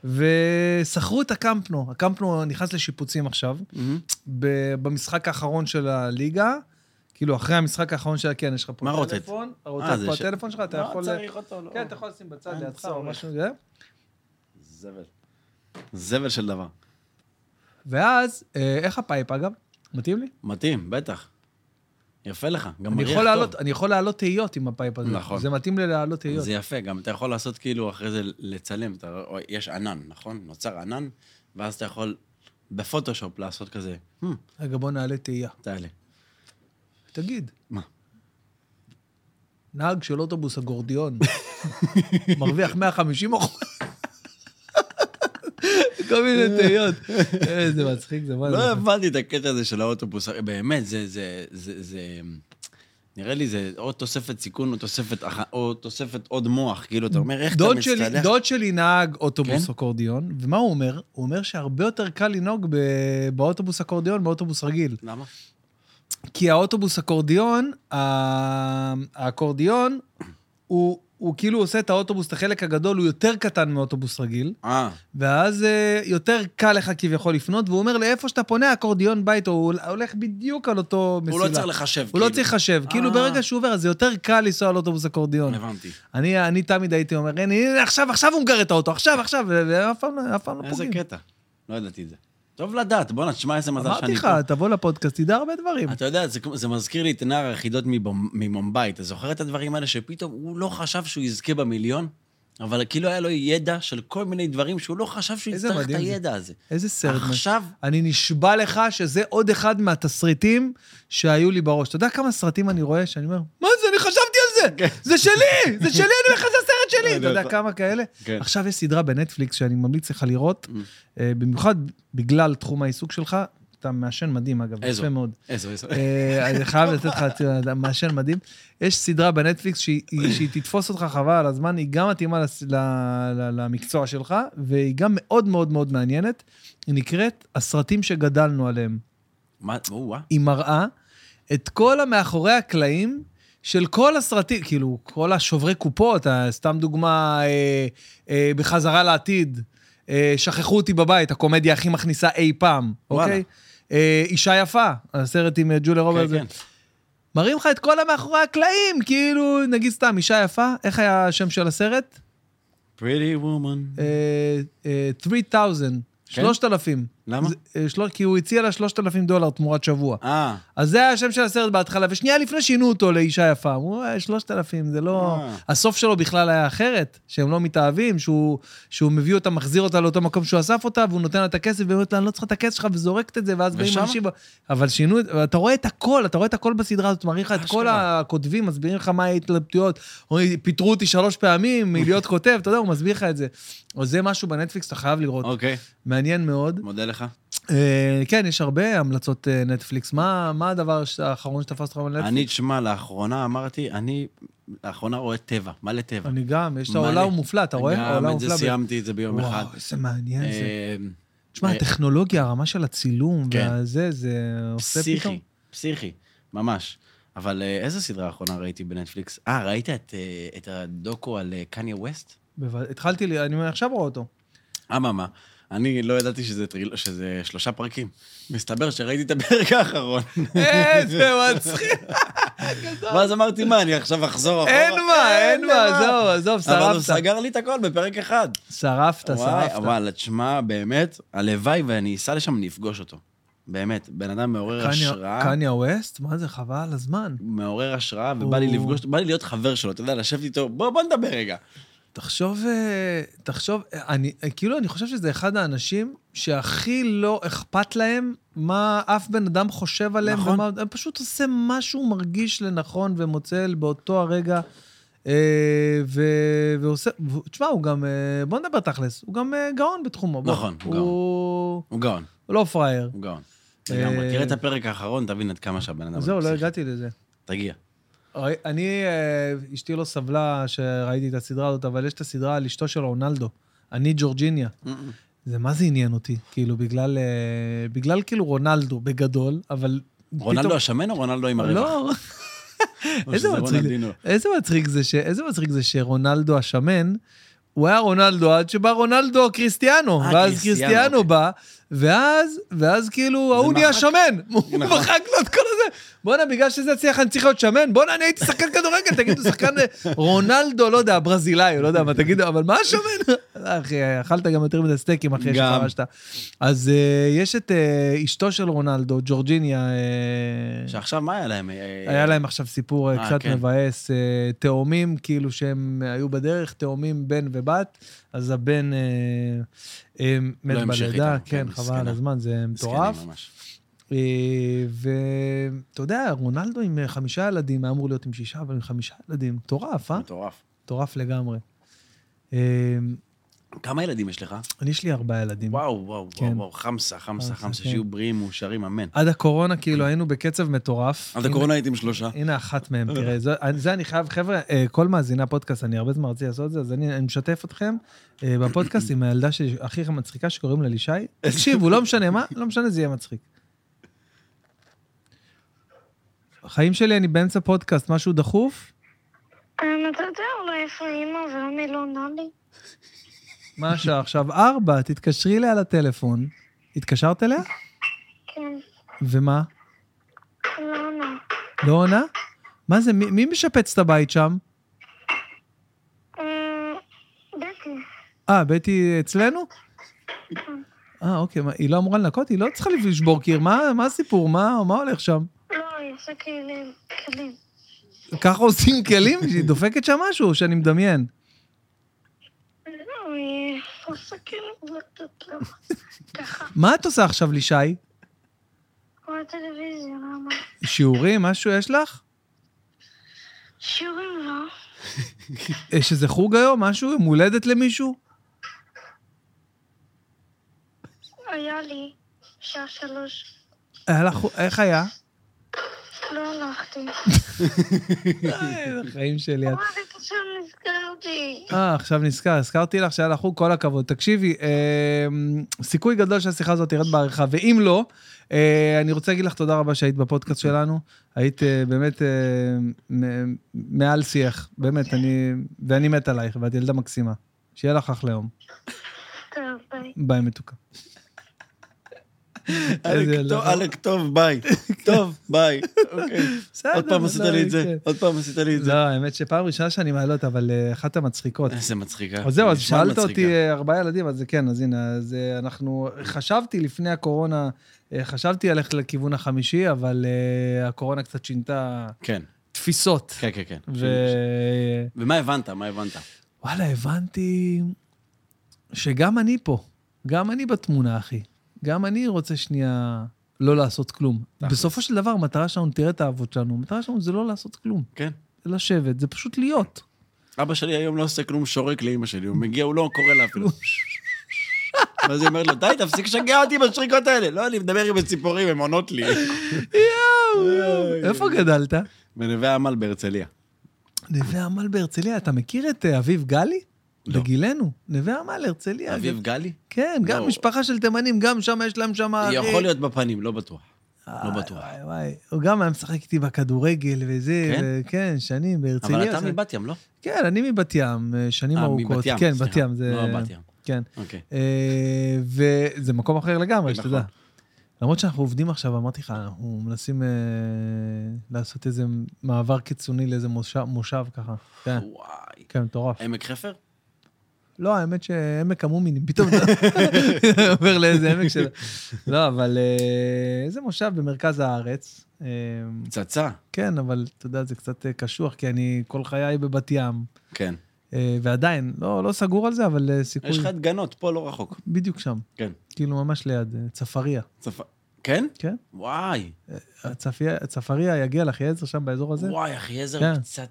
ושכרו את הקמפנו. הקמפנו נכנס לשיפוצים עכשיו. ב- במשחק האחרון של הליגה, כאילו, אחרי המשחק האחרון שלה, כן, יש לך פה
מה רוטט?
טלפון,
אה,
הרוטט
זה
פה
ש-
הטלפון שלך, אתה
לא
יכול...
צריך אותו, לא.
כן, אתה יכול לשים בצד
אין
לידך או
צורך.
משהו כזה.
זבל. זבל של דבר.
ואז, אה, איך הפייפ, אגב? מתאים לי?
מתאים, בטח. יפה לך, גם
אני
מריח
יכול
טוב.
להעלות- אני יכול להעלות תהיות עם הפייפ הזה.
נכון.
זה מתאים לי להעלות תהיות.
זה יפה, גם אתה יכול לעשות כאילו אחרי זה לצלם, אתה, או, יש ענן, נכון? נוצר ענן, ואז אתה יכול בפוטושופ לעשות כזה, "Hmm,
רגע, בוא נעלה תהייה.
תעלה.
תגיד.
מה?
נהג של אוטובוס הגורדיון, מרוויח 150 אחוז. כל מיני תהיות. איזה מצחיק זה, מה זה?
לא הבנתי את הקטע הזה של האוטובוס, באמת, זה, זה, זה, זה, נראה לי זה או תוספת סיכון או תוספת, אח- או תוספת עוד מוח, כאילו, אתה אומר, איך אתה
דוד שלי,
מצטלח?
דוד שלי נהג אוטובוס
כן?
אקורדיון, ומה הוא אומר? הוא אומר שהרבה יותר קל לנהוג ב... באוטובוס אקורדיון מאוטובוס רגיל.
למה?
כי האוטובוס אקורדיון, ה- האקורדיון, הוא, הוא כאילו עושה את האוטובוס, את החלק הגדול, הוא יותר קטן מאוטובוס רגיל,
אה,
ואז אה, יותר קל לך כביכול לפנות, והוא אומר, לאיפה שאתה פונה, האקורדיון בא איתו, הוא הולך בדיוק על אותו מסילה.
הוא לא צריך לחשב,
הוא לא
כאילו.
צריך לחשב. כאילו,
אה.
ברגע שהוא עובר, אז זה יותר קל לנסוע על אוטובוס אקורדיון.
הבנתי.
אני, אני תמיד הייתי אומר, הנה, הנה, עכשיו, עכשיו הוא מגרד את האוטו, עכשיו, עכשיו, ו- ואף פעם לא- אף פעם לא
איזה
פוגעים.
קטע. לא ידעתי את זה. טוב לדעת, בואנה, תשמע איזה מזל
אמרתי
שאני
לך,
פה.
תבוא לפודקאסט, תדע הרבה דברים.
אתה יודע, זה, כמו- זה מזכיר לי את נער החידות מבומ- ממומבאי. אתה זוכר את הדברים האלה שפתאום הוא לא חשב שהוא יזכה במיליון, אבל כאילו היה לו ידע של כל מיני דברים שהוא לא חשב שהוא
איזה
יצטרך את
מדהים זה.
הידע הזה.
איזה סרט. מה-
עכשיו,
אני נשבע לך שזה עוד אחד מהתסריטים שהיו לי בראש. אתה יודע כמה סרטים אני רואה שאני אומר, מה זה, אני חשבתי על זה! זה שלי! זה שלי, אני הולך לזה הסרט שלי! אתה יודע כמה כאלה?
כן.
עכשיו יש סדרה בנטפליקס שאני ממליץ לך לראות, אה, במיוחד בגלל תחום העיסוק שלך. אתה מעשן מדהים, אגב,
איזו?
יפה מאוד.
איזה, איזה...
אה, אני חייב לתת לך, אתה יודע, מעשן מדהים. יש סדרה בנטפליקס שהיא שהיא תתפוס אותך חבל על הזמן, היא גם מתאימה לס- ל- ל- למקצוע שלך, והיא גם מאוד מאוד מאוד מעניינת. היא נקראת הסרטים שגדלנו עליהם.
מה, או, וואה.
היא מראה את כל המאחורי הקלעים של כל הסרטים, כאילו, כל השוברי קופות, אה, סתם דוגמה, אה, אה, בחזרה לעתיד, אה, שכחו אותי בבית, הקומדיה הכי מכניסה אי פעם,
וואלה.
אוקיי? אה, אישה יפה, הסרט עם אה, ג'וליה רוברט.
כן, כן.
מראים לך את כל המאחורי הקלעים, כאילו, נגיד סתם, אישה יפה, איך היה השם של הסרט?
Pretty woman.
אה, אה, 3,000,
כן?
3,000.
למה?
זה, אה, שלוש- כי הוא הציע לה 3,000 דולר תמורת שבוע.
אה,
אז זה היה השם של הסרט בהתחלה, ושנייה לפני שינו אותו לאישה יפה. אמרו, "אה, 3,000, זה לא...
אה.
הסוף שלו בכלל היה אחרת, שהם לא מתאהבים, שהוא, שהוא מביא אותה, מחזיר אותה לאותו מקום שהוא אסף אותה, והוא נותן לה את הכסף, והיא אומרת לה, אני לא צריכה את הכסף שלך, וזורקת את זה, ואז באים
ושמה?
אנשים... ב- אבל שינו את... אתה רואה את הכל, אתה רואה את הכל בסדרה הזאת, מראה לך את כל
אשכרה.
הכותבים, מסבירים לך מה ההתלבטויות. אומרים, פיטרו אותי שלוש פעמים מלהיות כותב, אתה יודע, הוא מסביר לך את זה. אז זה משהו בנטפליקס, אתה חייב לראות.
אוקיי,
מעניין מאוד.
מודה לך.
אה, כן, יש הרבה המלצות אה, נטפליקס. מה מה הדבר ש- האחרון שתפס אותך בנטפליקס?
אני, תשמע, לאחרונה אמרתי, אני לאחרונה רואה טבע, מלא טבע.
אני גם, יש את
מלא.
העולם המופלא, אתה רואה? העולם
גם את זה
המופלא ב-
סיימתי את זה ביום אחד.
וואו, איזה מעניין זה.
אה,
תשמע,
אה,
הטכנולוגיה, הרמה של הצילום
כן.
והזה, זה עושה פתאום...
פסיכי, פסיכי, ממש. אבל אה, איזה סדרה האחרונה ראיתי בנטפליקס? אה, ראית את, אה, את הדוקו על אה, קניה ווסט?
בוודאי. התחלתי, ל- אני עכשיו רואה אותו.
אממה, אני לא ידעתי שזה, טריל... שזה שלושה פרקים. מסתבר שראיתי את הפרק האחרון.
איזה מצחיק.
ואז אמרתי, מה, אני עכשיו אחזור אחורה? כן,
אין מה, אין מה, עזוב, עזוב,
אבל הוא
שרפת.
סגר לי את הכל בפרק אחד.
שרפת,
וואי,
שרפת.
וואלה, תשמע, באמת, הלוואי ואני אסע לשם, אני אפגוש אותו. באמת, בן אדם מעורר
קניה-
השראה.
קניה ווסט? מה זה, חבל על הזמן.
מעורר השראה, ובא לי
הוא-
לפגוש, בא לי להיות חבר שלו, אתה יודע, לשבת איתו, בוא, בוא נדבר רגע.
תחשוב, אה, תחשוב, אה, אני, אה, כאילו, אני חושב שזה אחד האנשים שהכי לא אכפת להם מה אף בן אדם חושב עליהם.
נכון.
ומה, הם פשוט עושה מה שהוא מרגיש לנכון ומוצא באותו הרגע. אה, ו, ועושה, ו- תשמע, הוא גם, אה, בוא נדבר תכלס, הוא גם אה, גאון בתחומו. בוא.
נכון, הוא
הוא
הוא גאון,
הוא לא פראייר.
הוא גאון.
אה,
לגמרי. תראה את הפרק האחרון, תבין עד כמה שהבן אדם...
זהו, לא
פסיכי.
הגעתי לזה.
תגיע.
ראי- אני, אה, אשתי לא סבלה שראיתי את הסדרה הזאת, אבל יש את הסדרה על אשתו של רונלדו. אני ג'ורג'יניה. זה מה זה עניין אותי? כאילו, בגלל, אה, בגלל כאילו רונלדו בגדול, אבל...
רונלדו
פתאום-
השמן או רונלדו עם הרווח?
לא,
או
איזה
שזה
מצחיק,
רונלדינו?
איזה מצחיק זה ש... איזה מצחיק זה שרונלדו השמן, הוא היה רונלדו עד שבא רונלדו קריסטיאנו,
אה,
ואז
קריסטיאנו,
קריסטיאנו
אוקיי.
בא, ואז, ואז כאילו ההוא נהיה
מחק.
שמן, הוא
נכון.
מחק לו את כל הזה. בואנה, בגלל שזה הצליח אני צריך להיות שמן? בואנה, אני הייתי שחקן כדורגל, תגידו, שחקן אה, רונלדו, לא יודע, ברזילאי, לא יודע מה, תגידו, אבל מה שמן? אחי, אכלת גם יותר מדי סטייקים אחרי
גם.
שפרשת. אז אה, יש את אה, אשתו של רונלדו, ג'ורג'יניה. אה,
שעכשיו מה היה להם? אה,
היה להם עכשיו סיפור אה,
אה,
קצת
כן.
מבאס, אה, תאומים, כאילו שהם היו בדרך, תאומים בן ובת, אז הבן אה, אה, מת
לא המשיך
בלידה,
איתם,
כן,
כן,
חבל על
מסכנה.
הזמן, זה
מסכנים
מטורף.
ממש.
אה, ואתה יודע, רונלדו עם אה, חמישה ילדים, היה אמור להיות עם שישה, אבל עם חמישה ילדים, מטורף, אה?
מטורף.
מטורף לגמרי. אה,
כמה ילדים יש לך?
אני, יש לי ארבעה ילדים.
וואו, וואו,
כן.
וואו, וואו, חמסה, חמסה,
חמסה,
חמסה,
כן.
שיהיו בריאים, מאושרים, אמן.
עד הקורונה, כאילו, היינו בקצב מטורף.
עד
הנה-
הקורונה הייתם שלושה.
הנה אחת מהם, תראה, זה, זה אני חייב, חבר'ה, אה, כל מאזיני הפודקאסט, אני הרבה זמן רציתי לעשות את זה, אז אני, אני משתף אתכם אה, בפודקאסט עם הילדה שלי, הכי מצחיקה שקוראים לה לישי. תקשיבו, לא משנה מה, לא משנה, זה יהיה מצחיק. החיים שלי, אני באמצע פודקאסט, משהו דחוף?
אמ, אתה יודע, אולי איפה אימא ועמי לא עונה לי?
מה השעה עכשיו? ארבע, תתקשרי אליה לטלפון. התקשרת אליה?
כן,
ומה?
לא עונה.
לא עונה? מה זה, מי, מי משפץ את הבית שם?
אמ, בטי,
אה, בטי אצלנו? אה, אוקיי, מה, היא לא אמורה לנקות? היא לא צריכה לשבור קיר, מה, מה הסיפור? מה, מה הולך שם?
לא, היא עושה כלים, כלים.
ככה עושים כלים? שהיא דופקת שם משהו שאני מדמיין.
לא, היא עושה כלים, לא יודעת למה. ככה,
מה את עושה עכשיו, לישי?
רואה טלוויזיה, למה?
שיעורים, משהו יש לך?
שיעורים לא.
יש איזה אה, חוג היום? משהו? יום הולדת למישהו?
היה לי שעה שלוש,
היה לך, חו- אה, איך היה?
לא הלכתי.
אה, החיים שלי. את-
וואי, פשוט נזכרתי.
אה, עכשיו נזכר, הזכרתי לך שהיה לך חוג, כל הכבוד. תקשיבי, אה, סיכוי גדול שהשיחה הזאת תרד בעריכה, ואם לא, אה, אני רוצה להגיד לך תודה רבה שהיית בפודקאסט שלנו. היית אה, באמת אה, מ- מעל שיח, באמת, אני, ואני מת עלייך, ואת ילדה מקסימה. שיהיה לך אחלה יום.
טוב, ביי.
ביי, מתוקה. איזה
עלק,
ילדה.
טוב, עלק, טוב, ביי. טוב, ביי. אוקיי.
בסדר,
עוד פעם
לא,
עשית לי את זה,
כן.
עוד פעם עשית לי את זה.
לא, האמת שפעם ראשונה שאני מעלה אותה, אבל אה, אחת המצחיקות.
איזה מצחיקה.
אז זהו, אז
כן, נשמע כן.
שאלת
מצחיקה.
אותי אה, ארבעה ילדים, אז זה כן, אז הנה, אז אה, אנחנו, חשבתי לפני הקורונה, אה, חשבתי ללכת לכיוון החמישי, אבל אה, הקורונה קצת שינתה
כן,
תפיסות.
כן, כן, כן.
ווואלה,
ומה הבנת? מה הבנת?
הבנתי שגם אני פה, גם אני בתמונה, אחי. גם אני רוצה שנייה לא לעשות כלום.
תכלס.
בסופו של דבר, המטרה שלנו, תראה את האבות שלנו, המטרה שלנו זה לא לעשות כלום.
כן.
זה לשבת, זה פשוט להיות.
אבא שלי היום לא עושה כלום, שורק לאימא שלי. הוא מגיע, הוא לא קורא לה אפילו. ואז היא אומרת לו, די, תפסיק לשגע אותי בשריקות האלה. לא, אני מדבר עם הציפורים, הן עונות לי.
יואו, יואו. איפה גדלת?
בנווה עמל בהרצליה.
נווה עמל בהרצליה, אתה מכיר את אה, אביב גלי?
לא.
בגילנו, נווה עמל, הרצליה.
אביב
גם-
גלי?
כן, גם
לא.
משפחה של תימנים, גם שם יש להם שם... אחי.
יכול להיות בפנים, לא בטוח.
אה,
לא בטוח.
וואי, וואי. הוא גם היה משחק איתי בכדורגל וזה,
כן?
ו- כן, שנים בהרצליה.
אבל אתה
שם-
מבת ים, לא?
כן, אני מבת ים, אה, שנים
אה,
ארוכות.
מבת ים,
כן, בת
סליחה.
ים, זה...
לא בת ים.
כן.
אוקיי.
אה, וזה מקום אחר לגמרי,
נכון.
שתדע. למרות שאנחנו עובדים עכשיו, אמרתי לך, אנחנו מנסים אה, לעשות איזה מעבר קיצוני לאיזה מושב- מושב ככה. כן,
וואי.
כן, מטורף.
עמק חפר?
לא, האמת שעמק המומינים, פתאום אתה עובר לאיזה עמק של... לא, אבל אה, איזה מושב במרכז הארץ. אה,
פצצה.
כן, אבל אתה יודע, זה קצת אה, קשוח, כי אני כל חיי בבת ים.
כן.
אה, אה, ועדיין, לא, לא סגור על זה, אבל אה, סיכוי...
יש לך את גנות, פה לא רחוק.
בדיוק שם.
כן.
כאילו, ממש ליד, אה, צפריה.
צפ... כן?
כן?
וואי,
הצפיה- הצפריה יגיע לאחי עזר שם באזור הזה?
וואי, אחי עזר
כן.
פצצה.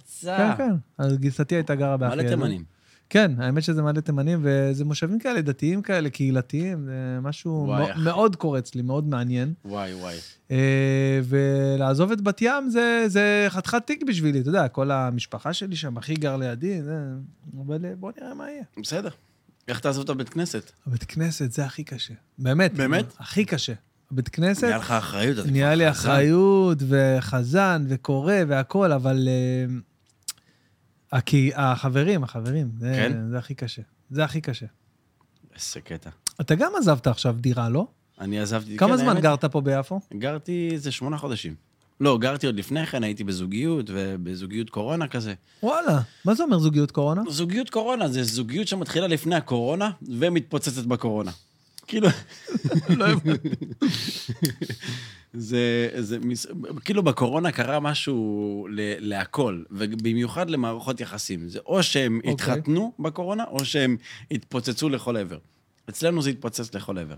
כן, כן. אז גיסתי הייתה גרה באחי
מלא
עזר.
תימנים.
כן, האמת שזה מלא תימנים, וזה מושבים כאלה דתיים כאלה, קהילתיים, זה משהו
וואי,
מאו-
אחי.
מאוד קורץ לי, מאוד מעניין.
וואי, וואי.
אה, ולעזוב את בת ים זה, זה חתיכת תיק בשבילי, אתה יודע, כל המשפחה שלי שם, אחי גר לידי, זה... אבל אה, בוא נראה מה יהיה.
בסדר. איך תעזוב את הבית כנסת?
הבית כנסת זה הכי קשה. באמת.
באמת?
הכי קשה. הבית כנסת...
נהיה לך אחריות. אתה
נהיה לי
כבר חזן.
אחריות, וחזן, וקורא, והכול, אבל... אה, הכי, החברים, החברים, זה,
כן?
זה הכי קשה. זה הכי קשה.
איזה קטע.
אתה גם עזבת עכשיו דירה, לא?
אני עזבתי...
כמה
כן,
זמן
האמת,
גרת פה ביפו?
גרתי איזה שמונה חודשים. לא, גרתי עוד לפני כן, הייתי בזוגיות, ובזוגיות קורונה כזה.
וואלה, מה זה אומר זוגיות קורונה?
זוגיות קורונה זה זוגיות שמתחילה לפני הקורונה ומתפוצצת בקורונה. כאילו... לא הבנתי. זה, זה, מס- כאילו בקורונה קרה משהו ל, להכל, ובמיוחד למערכות יחסים. זה או שהם okay.
אוקיי.
התחתנו בקורונה, או שהם התפוצצו לכל עבר. אצלנו זה התפוצץ לכל עבר.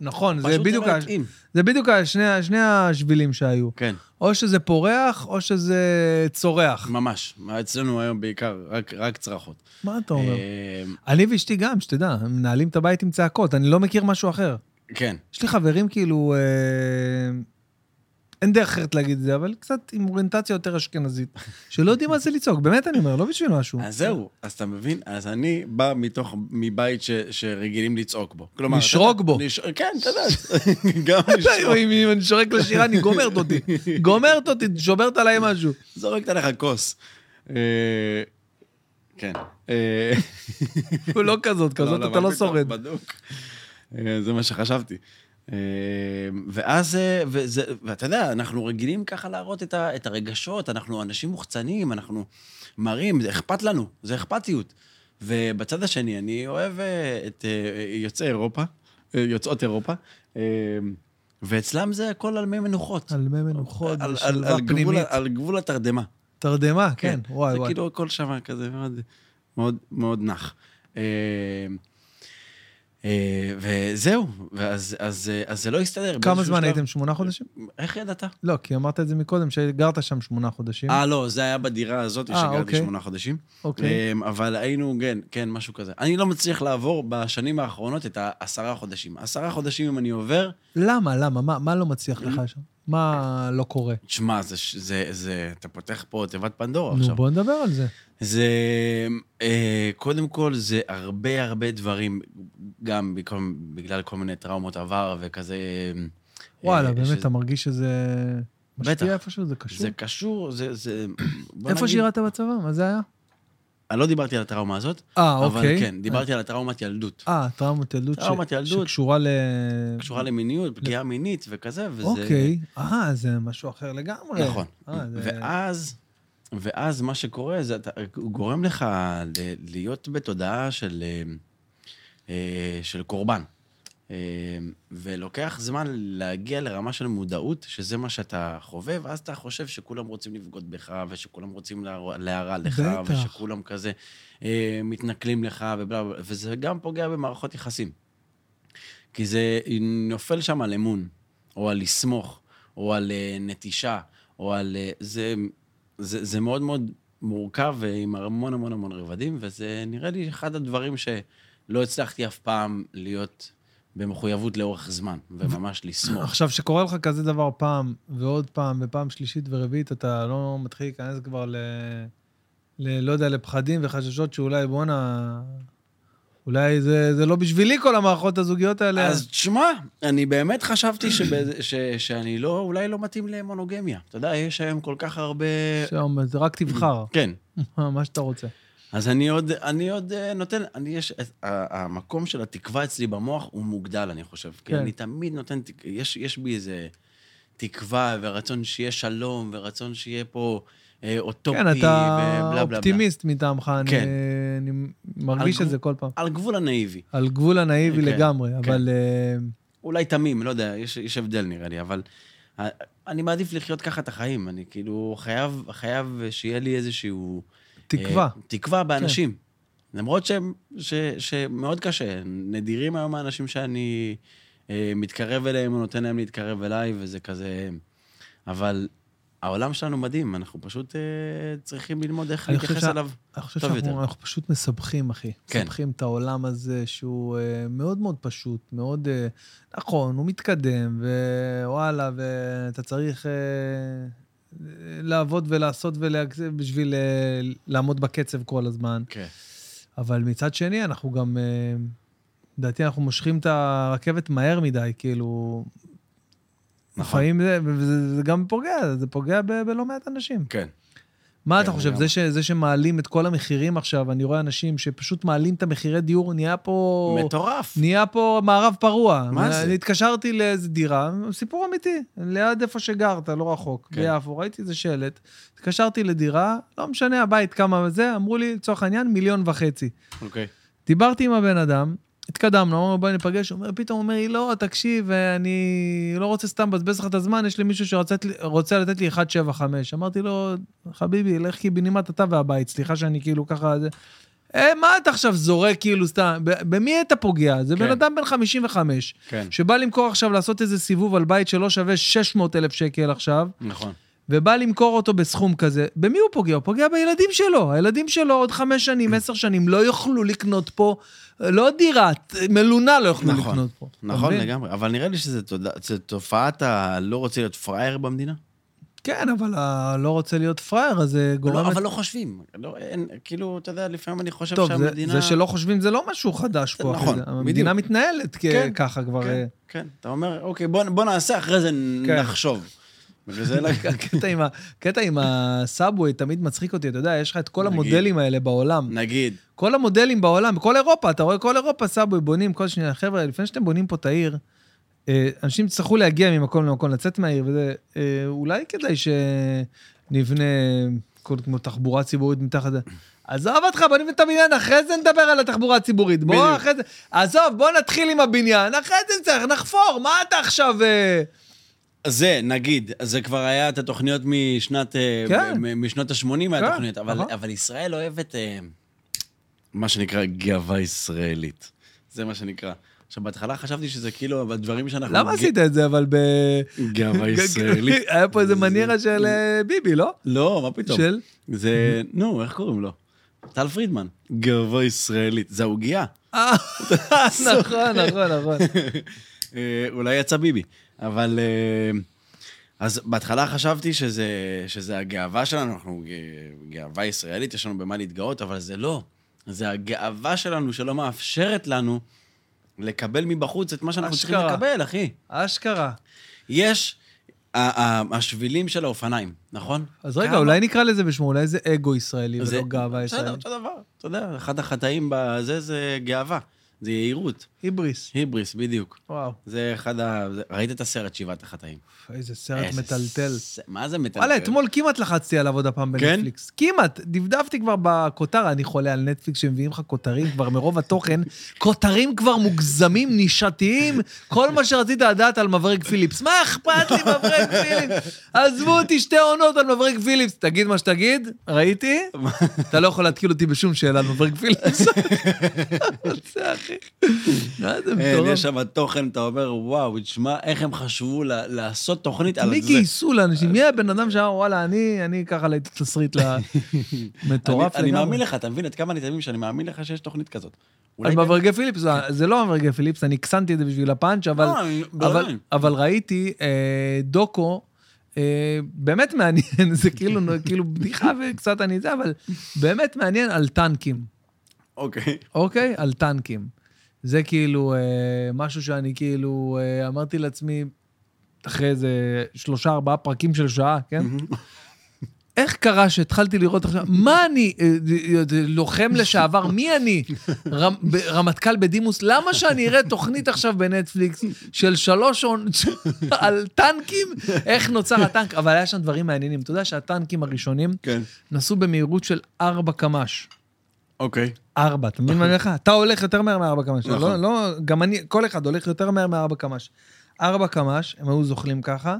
נכון, זה
פשוט
בדיוק,
לא
ה-
התאים.
זה בדיוק ה- שני, שני השבילים שהיו.
כן,
או שזה פורח, או שזה צורח.
ממש. אצלנו היום בעיקר רק, רק צרחות.
מה אתה אומר?
אה,
אני ואשתי גם, שתדע, הם מנהלים את הבית עם צעקות, אני לא מכיר משהו אחר.
כן,
יש לי חברים כאילו, אה, אין דרך אחרת להגיד את זה, אבל קצת עם אוריינטציה יותר אשכנזית, שלא יודעים מה זה לצעוק, באמת אני אומר, לא בשביל משהו.
אז זהו, אז אתה מבין? אז אני בא מתוך, מבית ש, שרגילים לצעוק בו. כלומר...
לשרוק
אתה-
בו.
לש... כן, אתה יודע, גם לשרוק.
אם אם אני שורק לשירה, אני גומרת אותי. גומרת אותי, שוברת עליי משהו.
זורקת עליך כוס. אה, כן. אה,
הוא לא כזאת, כזאת
אבל
אתה לא
פתאום,
שורד.
בדוק. אה, זה מה שחשבתי. אה, ואז, אה, וזה, ואתה יודע, אנחנו רגילים ככה להראות את, ה, את הרגשות, אנחנו אנשים מוחצנים, אנחנו מראים, זה אכפת לנו, זה אכפתיות. ובצד השני, אני אוהב אה, את אה, אה, יוצאי אירופה, אה, יוצאות אירופה, אה, ואצלם זה הכל על מי מנוחות.
על מי מנוחות,
על- על-
שלווה
על גבול-
פנימית.
על גבול התרדמה.
תרדמה, כן, וואי
זה
וואי.
כאילו הכל שם כזה מאוד, מאוד, מאוד נח. אה, אה, וזהו, ואז, אז, אה, אז זה לא הסתדר.
כמה
באיזשהו
זמן
שלב-
הייתם? שמונה חודשים?
איך ידעת?
לא, כי אמרת את זה מקודם, שגרת שם שמונה חודשים.
אה, לא, זה היה בדירה הזאת
אה,
שגרתי
אוקיי.
שמונה חודשים.
אוקיי.
אמ, אבל היינו, כן, כן, משהו כזה. אני לא מצליח לעבור בשנים האחרונות את העשרה חודשים. עשרה חודשים, אם אני עובר,
למה, למה? מה- מה לא מצליח לך שם? מה לא קורה?
תשמע, זה, זה, זה, אתה פותח פה תיבת פנדורה
נו,
לא, עכשיו.
בוא נדבר על זה.
זה, אה, קודם כל, זה הרבה הרבה דברים, גם בכל, בגלל כל מיני טראומות עבר וכזה... אה,
וואלה,
אה,
באמת,
שזה-
אתה מרגיש שזה
בטח.
משפיע איפשהו? זה קשור?
זה קשור, זה... זה בוא
איפה
נגיד-
שירתת בצבא? מה זה היה?
אני לא דיברתי על הטראומה הזאת,
אה,
אבל
אוקיי.
כן, דיברתי על הטראומת ילדות.
אה, טראומת ילדות. ש-
טראומת ילדות.
שקשורה ל...
קשורה למיניות, פגיעה מינית וכזה, וזה...
אוקיי. אה, זה משהו אחר לגמרי.
נכון.
אה, זה-
ואז, ואז מה שקורה, זה אתה, הוא גורם לך ל, להיות בתודעה של, אה, אה, של קורבן. אה, ולוקח זמן להגיע לרמה של מודעות, שזה מה שאתה חווה, ואז אתה חושב שכולם רוצים לבגוד בך, ושכולם רוצים להר- להרע לך,
בטח.
ושכולם כזה אה, מתנכלים לך, ובלה, בלה, וזה גם פוגע במערכות יחסים. כי זה נופל שם על אמון, או על לסמוך, או על אה, נטישה, או על... אה, זה, זה, זה מאוד מאוד מורכב ועם המון המון המון רבדים, וזה נראה לי אחד הדברים שלא הצלחתי אף פעם להיות במחויבות לאורך זמן, וממש לסמוך.
עכשיו, כשקורה לך כזה דבר פעם, ועוד פעם, ופעם שלישית ורביעית, אתה לא מתחיל להיכנס כבר ל... ל... לא יודע, לפחדים וחששות שאולי, בואנה... אולי זה, זה לא בשבילי כל המערכות הזוגיות האלה.
אז תשמע, אני באמת חשבתי שבאיזה- ש, שאני לא, אולי לא מתאים למונוגמיה. אתה יודע, יש היום כל כך הרבה...
שם, אז רק תבחר,
כן.
מה שאתה רוצה.
אז אני עוד, אני עוד אה, נותן, אני יש, את- ה- המקום של התקווה אצלי במוח הוא מוגדל, אני חושב. כן. כי
כן.
אני תמיד נותן, תק- יש, יש בי איזה תקווה ורצון שיהיה שלום, ורצון שיהיה פה אה, אוטופי,
כן, אתה
אה, ובלה בלה
אופטימיסט מטעמך, אני-
כן.
אני מרגיש
על
את זה כל פעם.
בלה. על גבול הנאיבי.
על גבול הנאיבי
כן,
לגמרי,
כן.
אבל אה,
אולי תמים, לא יודע, יש, יש הבדל נראה לי, אבל אה, אני מעדיף לחיות ככה את החיים. אני כאילו חייב, חייב שיהיה לי איזשהו
תקווה. כן.
אה, תקווה באנשים. למרות שהם, ש, שמאוד קשה, נדירים היום האנשים שאני אה, מתקרב אליהם, או נותן להם להתקרב אליי, וזה כזה... אבל העולם שלנו מדהים, אנחנו פשוט אה, צריכים ללמוד איך
אני חושב
להתייחס
שה-
אליו.
אני חושב
טוב יותר.
שאנחנו אנחנו פשוט מסבכים, אחי.
כן.
מסבכים את העולם הזה, שהוא אה, מאוד מאוד פשוט, מאוד... אה, נכון, הוא מתקדם, ווואלה, ואתה צריך אה, לעבוד ולעשות ולהגזים בשביל אה, לעמוד בקצב כל הזמן.
כן.
אבל מצד שני, אנחנו גם... אה, לדעתי, אנחנו מושכים את הרכבת מהר מדי, כאילו...
נכון.
לפעמים זה, וזה זה גם פוגע, זה פוגע ב- בלא מעט אנשים.
כן.
מה אתה
כן,
חושב?
לגמרי.
זה, ש, זה שמעלים את כל המחירים עכשיו, אני רואה אנשים שפשוט מעלים את המחירי דיור, נהיה פה...
מטורף.
נהיה פה מערב פרוע.
מה זה?
אני התקשרתי לאיזו דירה, סיפור אמיתי, ליד איפה שגרת, לא רחוק,
כן.
ביפו, ראיתי איזה שלט. התקשרתי לדירה, לא משנה הבית כמה זה, אמרו לי, לצורך העניין, מיליון וחצי.
אוקיי.
דיברתי עם הבן אדם, התקדמנו, אמרנו, בוא ניפגש, הוא אומר, פתאום אומר לי, לא, תקשיב, אני לא רוצה סתם לבזבז לך את הזמן, יש לי מישהו שרוצה רוצה לתת לי 1.75. אמרתי לו, חביבי, לך קיבינימט אתה והבית, סליחה שאני כאילו ככה... זה... אה, מה אתה עכשיו זורק כאילו סתם? ב- במי אתה פוגע? זה
כן.
בן אדם בן 55,
כן.
שבא למכור עכשיו, לעשות איזה סיבוב על בית שלא שווה 600 אלף שקל עכשיו,
נכון.
ובא למכור אותו בסכום כזה, במי הוא פוגע? הוא פוגע בילדים שלו. הילדים שלו עוד חמש שנים, עשר שנים, לא יוכלו לקנות פה, לא דירה, מלונה לא יוכלו
נכון,
לקנות פה. אתה
נכון
מבין?
לגמרי, אבל נראה לי שזה תודה- זה תופעת הלא רוצה להיות פראייר במדינה.
כן, אבל הלא רוצה להיות פראייר, אז זה גורם...
לא, אבל לא חושבים. לא, אין, כאילו, אתה יודע, לפעמים אני חושב
טוב, זה,
שהמדינה...
זה שלא חושבים זה לא משהו חדש פה. אחי,
נכון,
זה- המדינה
בדיוק.
מתנהלת כ-
כן,
ככה כבר.
כן,
אה,
כן, אתה אומר, אוקיי, בוא, בוא נעשה, אחרי זה
כן.
נחשוב. בגלל זה... לא-
הקטע עם, ה- הקטע עם הסאבווי תמיד מצחיק אותי, אתה יודע, יש לך את כל
נגיד.
המודלים האלה בעולם.
נגיד,
כל המודלים בעולם, בכל אירופה, אתה רואה כל אירופה, סאבווי, בונים כל שנייה. חבר'ה, לפני שאתם בונים פה את העיר, אה, אנשים יצטרכו להגיע ממקום למקום, לצאת מהעיר, וזה, אה, אולי כדאי שנבנה כל כמו תחבורה ציבורית מתחת זה. עזוב אותך, בוא נבנה את הבניין, אחרי זה נדבר על התחבורה הציבורית. בוא,
בדיוק.
אחרי זה... עזוב, בוא נתחיל עם הבניין, אחרי זה נצטרך, נחפור, מה אתה עכשיו... אה,
זה, נגיד, זה כבר היה את התוכניות משנת... אה,
כן.
מ- משנות ה-80 היה
כן,
התוכניות, אבל,
נכון.
אבל ישראל אוהבת אה, מה שנקרא גאווה ישראלית. זה מה שנקרא. עכשיו, בהתחלה חשבתי שזה כאילו הדברים שאנחנו...
למה
גא-
עשית את זה, אבל ב...
גאווה ישראלית.
היה פה איזה
זה-
מניירה של אה, ביבי, לא?
לא, מה פתאום.
של?
זה, נו, איך קוראים לו? טל פרידמן. גאווה ישראלית. זה העוגיה.
אה, נכון, נכון, נכון.
אה, אולי יצא ביבי. אבל... אה, אז בהתחלה חשבתי שזה, שזה הגאווה שלנו, אנחנו ג- גאווה ישראלית, יש לנו במה להתגאות, אבל זה לא. זה הגאווה שלנו שלא מאפשרת לנו לקבל מבחוץ את מה שאנחנו צריכים
אשכרה.
לקבל, אחי.
אשכרה.
יש ה- ה- השבילים של האופניים, נכון?
אז רגע,
כמה-
אולי נקרא לזה בשמו, אולי זה אגו ישראלי
זה-
ולא גאווה
בסדר,
ישראלית.
אותו דבר. אתה יודע, אחד החטאים בזה זה גאווה. זה יהירות.
היבריס.
היבריס, בדיוק.
וואו,
זה אחד ה... זה- ראית את הסרט שבעת החטאים.
איזה סרט
איזה
מטלטל.
ס- מה זה מטלטל?
וואלה, אתמול כמעט לחצתי עליו עוד הפעם
כן?
בנטפליקס. כמעט, דפדפתי כבר בכותר, אני חולה על נטפליקס שמביאים לך כותרים כבר מרוב התוכן. כותרים כבר מוגזמים, נישתיים, כל מה שרצית לדעת על מבריק פיליפס. מה אכפת לי מבריק פיליפס? עזבו אותי שתי עונות על מבריק פיליפס. תגיד מה שתגיד, ראיתי, אתה לא יכול להתקיל אותי בשום שאלה על מבריק פיליפס. זה אחי. מה זה
אין,
מטורף.
יש שם תוכן, אתה אומר, וואו, תשמע, איך הם חשבו ל- לעשות תוכנית על
מי
זה. אה,
גייסו לאנשים? מי הבן אדם שאמר, וואלה, אני, אני ככה הייתי תסריט ל... מטורף
אני- אני
לגמרי.
מאמין לך, אתה מבין עד כמה אני תמים שאני מאמין לך שיש תוכנית כזאת.
על
אולי... כן.
מברגי פיליפס, זה- זה לא מברגי פיליפס, אני הקסמתי את זה בשביל הפאנץ', אבל,
לא, אני-
אבל,
בעיניי.
אבל ראיתי אה, דוקו, אה, באמת מעניין, זה כאילו, כאילו בדיחה וקצת אני זה, אבל באמת מעניין על טנקים,
אוקיי.
אוקיי? על טנקים. זה כאילו אה, משהו שאני כאילו אה, אמרתי לעצמי, אחרי איזה שלושה, ארבעה פרקים של שעה, כן? איך קרה שהתחלתי לראות עכשיו, מה אני, אה, אה, אה, לוחם לשעבר, מי אני? רמ- ב- רמטכ"ל בדימוס, למה שאני אראה תוכנית עכשיו בנטפליקס של שלוש עונות על טנקים? איך נוצר הטנק? אבל היה שם דברים מעניינים. אתה יודע שהטנקים הראשונים
כן.
נסעו במהירות של 4 קמ"ש.
אוקיי.
ארבע, אתה מבין מה אני אומר לך? אתה הולך יותר מהר מארבע קמ"ש.
נכון.
לא, לא, גם אני, כל אחד הולך יותר מהר מארבע קמ"ש. ארבע קמ"ש, הם היו זוחלים ככה,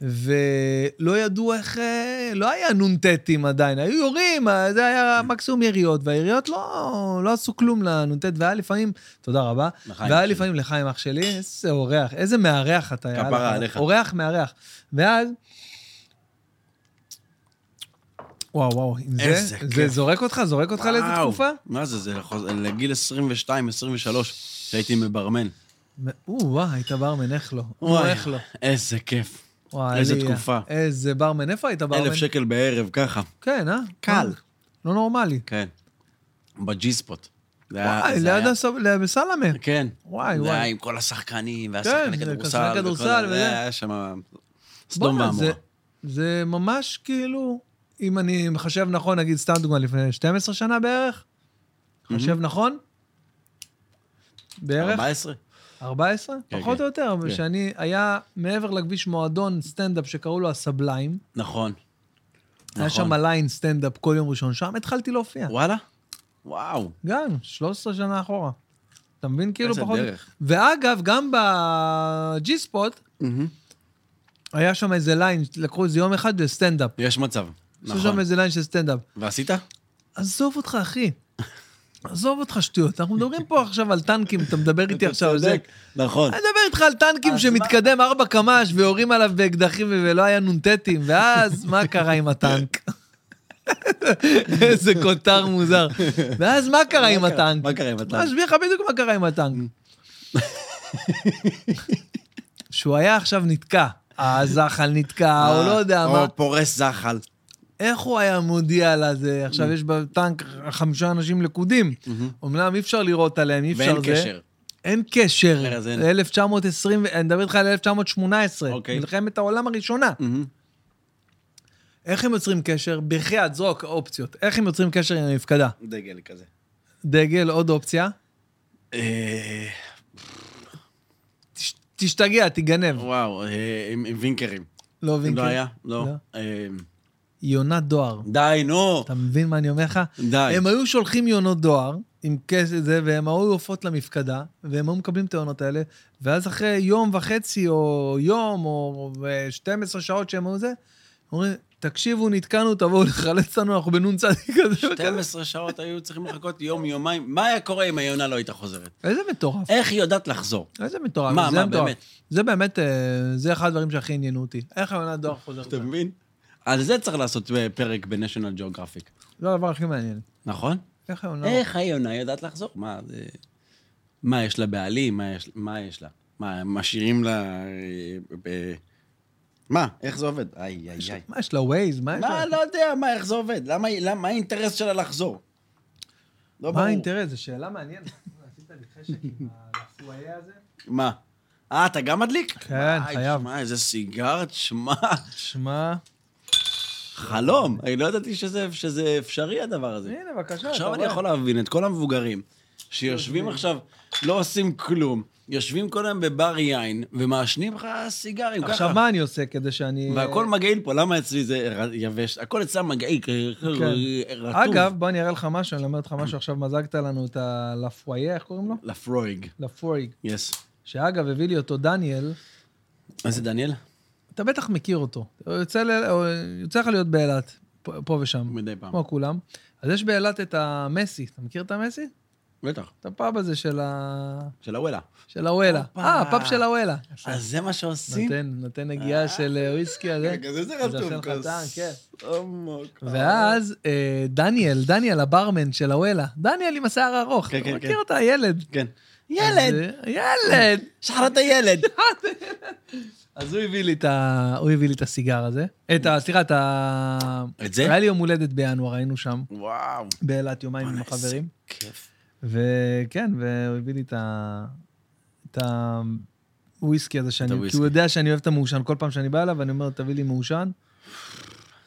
ולא ידעו איך... אה, לא היה נ"טים עדיין, היו יורים, אה, זה היה מקסימום יריות, והיריות לא, לא עשו כלום לנ"ט, והיה לפעמים, תודה רבה,
לחיים
והיה
שלי.
לפעמים לחיים אח שלי, איזה אורח, איזה מארח אתה, היה
כפרה
לך.
עליך.
אורח מארח. ואז... וואו, וואו, עם זה,
איזה
זה
כיף.
זורק אותך, זורק אותך לאיזה
וואו,
תקופה?
מה זה, זה לחוז- לגיל 22, 23, שהייתי מברמן.
או, וואו, היית ברמן, איך לא? או,
וואי,
איך לא?
איזה כיף.
וואי,
איזה
לי- אה,
תקופה.
איזה ברמן, איפה היית ברמן?
אלף שקל בערב, ככה.
כן, אה?
קל.
לא נורמלי.
כן. בג'י ספוט. אה, זה היה-
וואי,
זה
ליד
היה-
הסב- ליד בסלמה.
כן.
וואי,
זה
אה, וואי. כן,
היה עם כל השחקנים,
זה
והשחקני
שחקני
כדורסל.
כדורסל
וכל ה-
וזה.
זה היה שם סדום
בואנה,
ועמורה.
זה- זה ממש כאילו, אם אני מחשב נכון, נגיד, סתם דוגמה, לפני 12 שנה בערך, חשב נכון? בערך
14?
14?
כן,
פחות
כן.
או יותר,
כן.
שאני, היה מעבר לכביש מועדון סטנדאפ שקראו לו הסבליים.
נכון.
היה
נכון.
שם ליין סטנדאפ כל יום ראשון, שם התחלתי להופיע.
וואלה? וואו.
גם, 13 שנה אחורה. אתה מבין? כאילו
איזה
פחות...
דרך.
ואגב, גם בג'י ספוט, היה שם איזה ליין, לקחו איזה יום אחד לסטנדאפ.
יש מצב.
עשו שם
נכון.
איזה ליין של סטנדאפ.
ועשית?
עזוב אותך, אחי. עזוב אותך, שטויות. אנחנו מדברים פה עכשיו על טנקים, אתה מדבר איתי
אתה
עכשיו על זה.
צודק, נכון.
אני מדבר איתך על טנקים
אז
שמתקדם ארבע קמ"ש ויורים עליו באקדחים ולא היה נ"טים, ואז מה קרה עם הטנק? איזה כותר מוזר. ואז מה קרה עם
מה קרה?
הטנק?
מה קרה עם הטנק?
לא, אני אסביר לך בדיוק מה קרה עם הטנק. שהוא היה עכשיו נתקע. הזחל
אה,
נתקע, או לא יודע מה.
או פורס זחל.
איך הוא היה מודיע על הזה? עכשיו יש בטנק חמישה אנשים לכודים. אמנם אי אפשר לירות עליהם, אי אפשר זה.
ואין קשר.
אין קשר.
ארז, אין.
זה 1920, אני מדבר איתך על 1918,
אוקיי.
מלחמת העולם הראשונה.
מהמם.
איך הם יוצרים קשר? בחייאת, זרוק אופציות. איך הם יוצרים קשר עם המפקדה?
דגל כזה.
דגל, עוד אופציה.
אה,
תש- תשתגע, תיגנב.
וואו, אה, עם עם וינקרים.
לא מבין.
לא
כן.
היה? לא.
לא.
אה,
יונת דואר.
די, נו.
אתה מבין מה אני אומר לך?
די.
הם היו שולחים יונות דואר עם כסף זה, והם היו עופות למפקדה, והם היו מקבלים את היונות האלה, ואז אחרי יום וחצי, או יום, או אה, 12 שעות שהם היו זה, אומרים, תקשיבו, נתקענו, תבואו לחלץ אותנו, אנחנו בנ"צ כזה וכזה.
12 שעות היו צריכים לחכות יום, יומיים. מה היה קורה אם היונה לא הייתה חוזרת?
איזה מטורף.
איך היא יודעת לחזור?
איזה מטורף.
מה,
זה
מה,
מטורף.
באמת?
זה באמת, אה, זה אחד הדברים שהכי עניינו אותי. איך היונת דואר לא חוזרת?
אתה מבין? על זה צריך לעשות אה, פרק בניישונל ג'אוגרפיק,
זה לא, הדבר הכי מעניין.
נכון?
איך היונת...
איך היונה יודעת לחזור? מה, זה... מה יש לה בעלים? מה יש, מה יש לה? מה, משאירים לה... אה, ב... מה, איך זה עובד? איי, איי, איי.
מה יש לה ווייז? מה יש לה?
מה, לא יודע, מה, איך זה עובד? למה, היא- למה, מה האינטרס שלה לחזור? לא
מה
ברור.
האינטרס? זו שאלה מעניינת. עשית לי חשק עם הפואיה הזה?
מה? אה, אתה גם מדליק?
כן,
וואי,
חייב.
שמע, איזה סיגר, תשמע,
שמע,
חלום. אני לא ידעתי שזה, שזה אפשרי, הדבר הזה.
הנה, בבקשה, אתה
עכשיו אני
רואה.
יכול להבין את כל המבוגרים שיושבים עכשיו, לא עושים כלום, יושבים כל היום בבר יין ומעשנים לך סיגרים ככה.
עכשיו, מה אני עושה כדי שאני... אה,
והכל מגעיל פה, למה אצלי זה ר- יבש? הכל אצלם מגעיל, כ- רטוב.
כן. אגב, בוא אני אראה לך משהו, אני אלמד אותך משהו, עכשיו מזגת לנו את הלפואיה, איך קוראים לו?
לפרויג.
לפויג.
יס.
שאגב, הביא לי אותו דניאל,
מה זה, דניאל? אתה
בטח מכיר אותו. הוא יוצא ל- הוא- יוצא לך להיות באילת, פה- פה ושם,
מדי פעם.
כמו כולם. אז יש באילת את המסי, אתה מכיר את המסי?
בטח.
את הפאב הזה של ה...
של הוולה.
של הוואלה.
הופה.
אה, הפאב של הוואלה.
אז זה מה שעושים?
נותן, נותן נגיעה של אה, וויסקי הזה.
רגע, כן, זה- זה
אז
רטוב,
עושה לך
כוס.
טעם, כן.
עמוק.
ואז אה, דניאל, דניאל הברמן של הוואלה, דניאל עם השיער הארוך,
כן,
אתה
כן,
מכיר
כן.
אותה, ילד.
כן.
אז,
ילד!
אה, ילד!
שחררת ילד!
אז הוא הביא לי את ה... הוא הביא לי את הסיגר הזה. את ה... סליחה, את ה...
את זה?
היה לי יום הולדת בינואר, היינו שם,
וואו.
באילת יומיים עם
וואלה, איזה
החברים.
כיף.
וכן, והוא הביא לי את ה... את הוויסקי הזה שאני... כי
הוויסקי.
הוא יודע שאני אוהב את המעושן. כל פעם שאני בא אליו, אני אומר, תביא לי מעושן.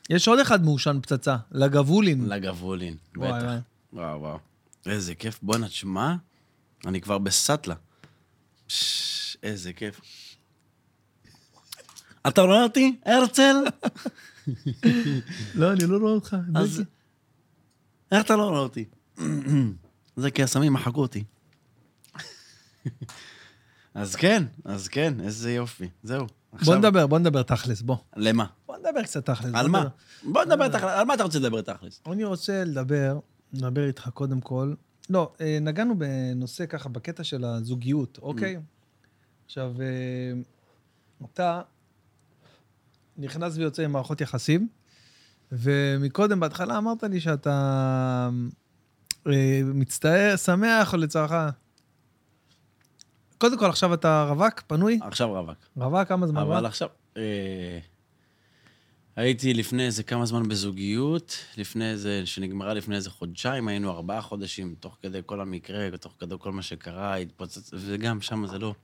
יש עוד אחד מעושן פצצה, לגבולין.
לגבולין,
וואי,
בטח.
וואי.
וואו, וואו. איזה כיף. בואנה, תשמע, אני כבר בסאטלה. ש- איזה כיף. אתה רואה אותי, הרצל?
לא, אני לא רואה אותך.
אז... איך אתה לא רואה אותי? זה כי הסמים מחקו אותי. אז כן, אז כן, איזה יופי. זהו.
בוא
עכשיו-
נדבר, בוא נדבר תכלס, בוא.
למה?
בוא נדבר קצת תכלס.
על
בוא
מה?
נדבר.
בוא נדבר תכלס, על מה אתה רוצה לדבר תכלס?
אני רוצה לדבר, לדבר איתך קודם כל. לא, אה, נגענו בנושא ככה, בקטע של הזוגיות,
Mm.
אוקיי? עכשיו, אה, אתה נכנס ויוצא עם מערכות יחסים, ומקודם, בהתחלה אמרת לי שאתה אה, מצטער, שמח או לצערך. קודם כל, עכשיו אתה רווק, פנוי?
עכשיו רווק.
רווק, כמה זמן
אה. אבל
רווק?
עכשיו... אה, הייתי לפני איזה כמה זמן בזוגיות, לפני איזה, שנגמרה לפני איזה חודשיים, היינו ארבעה חודשים, תוך כדי כל המקרה, תוך כדי כל מה שקרה, התפוצץ, וגם שם זה לא,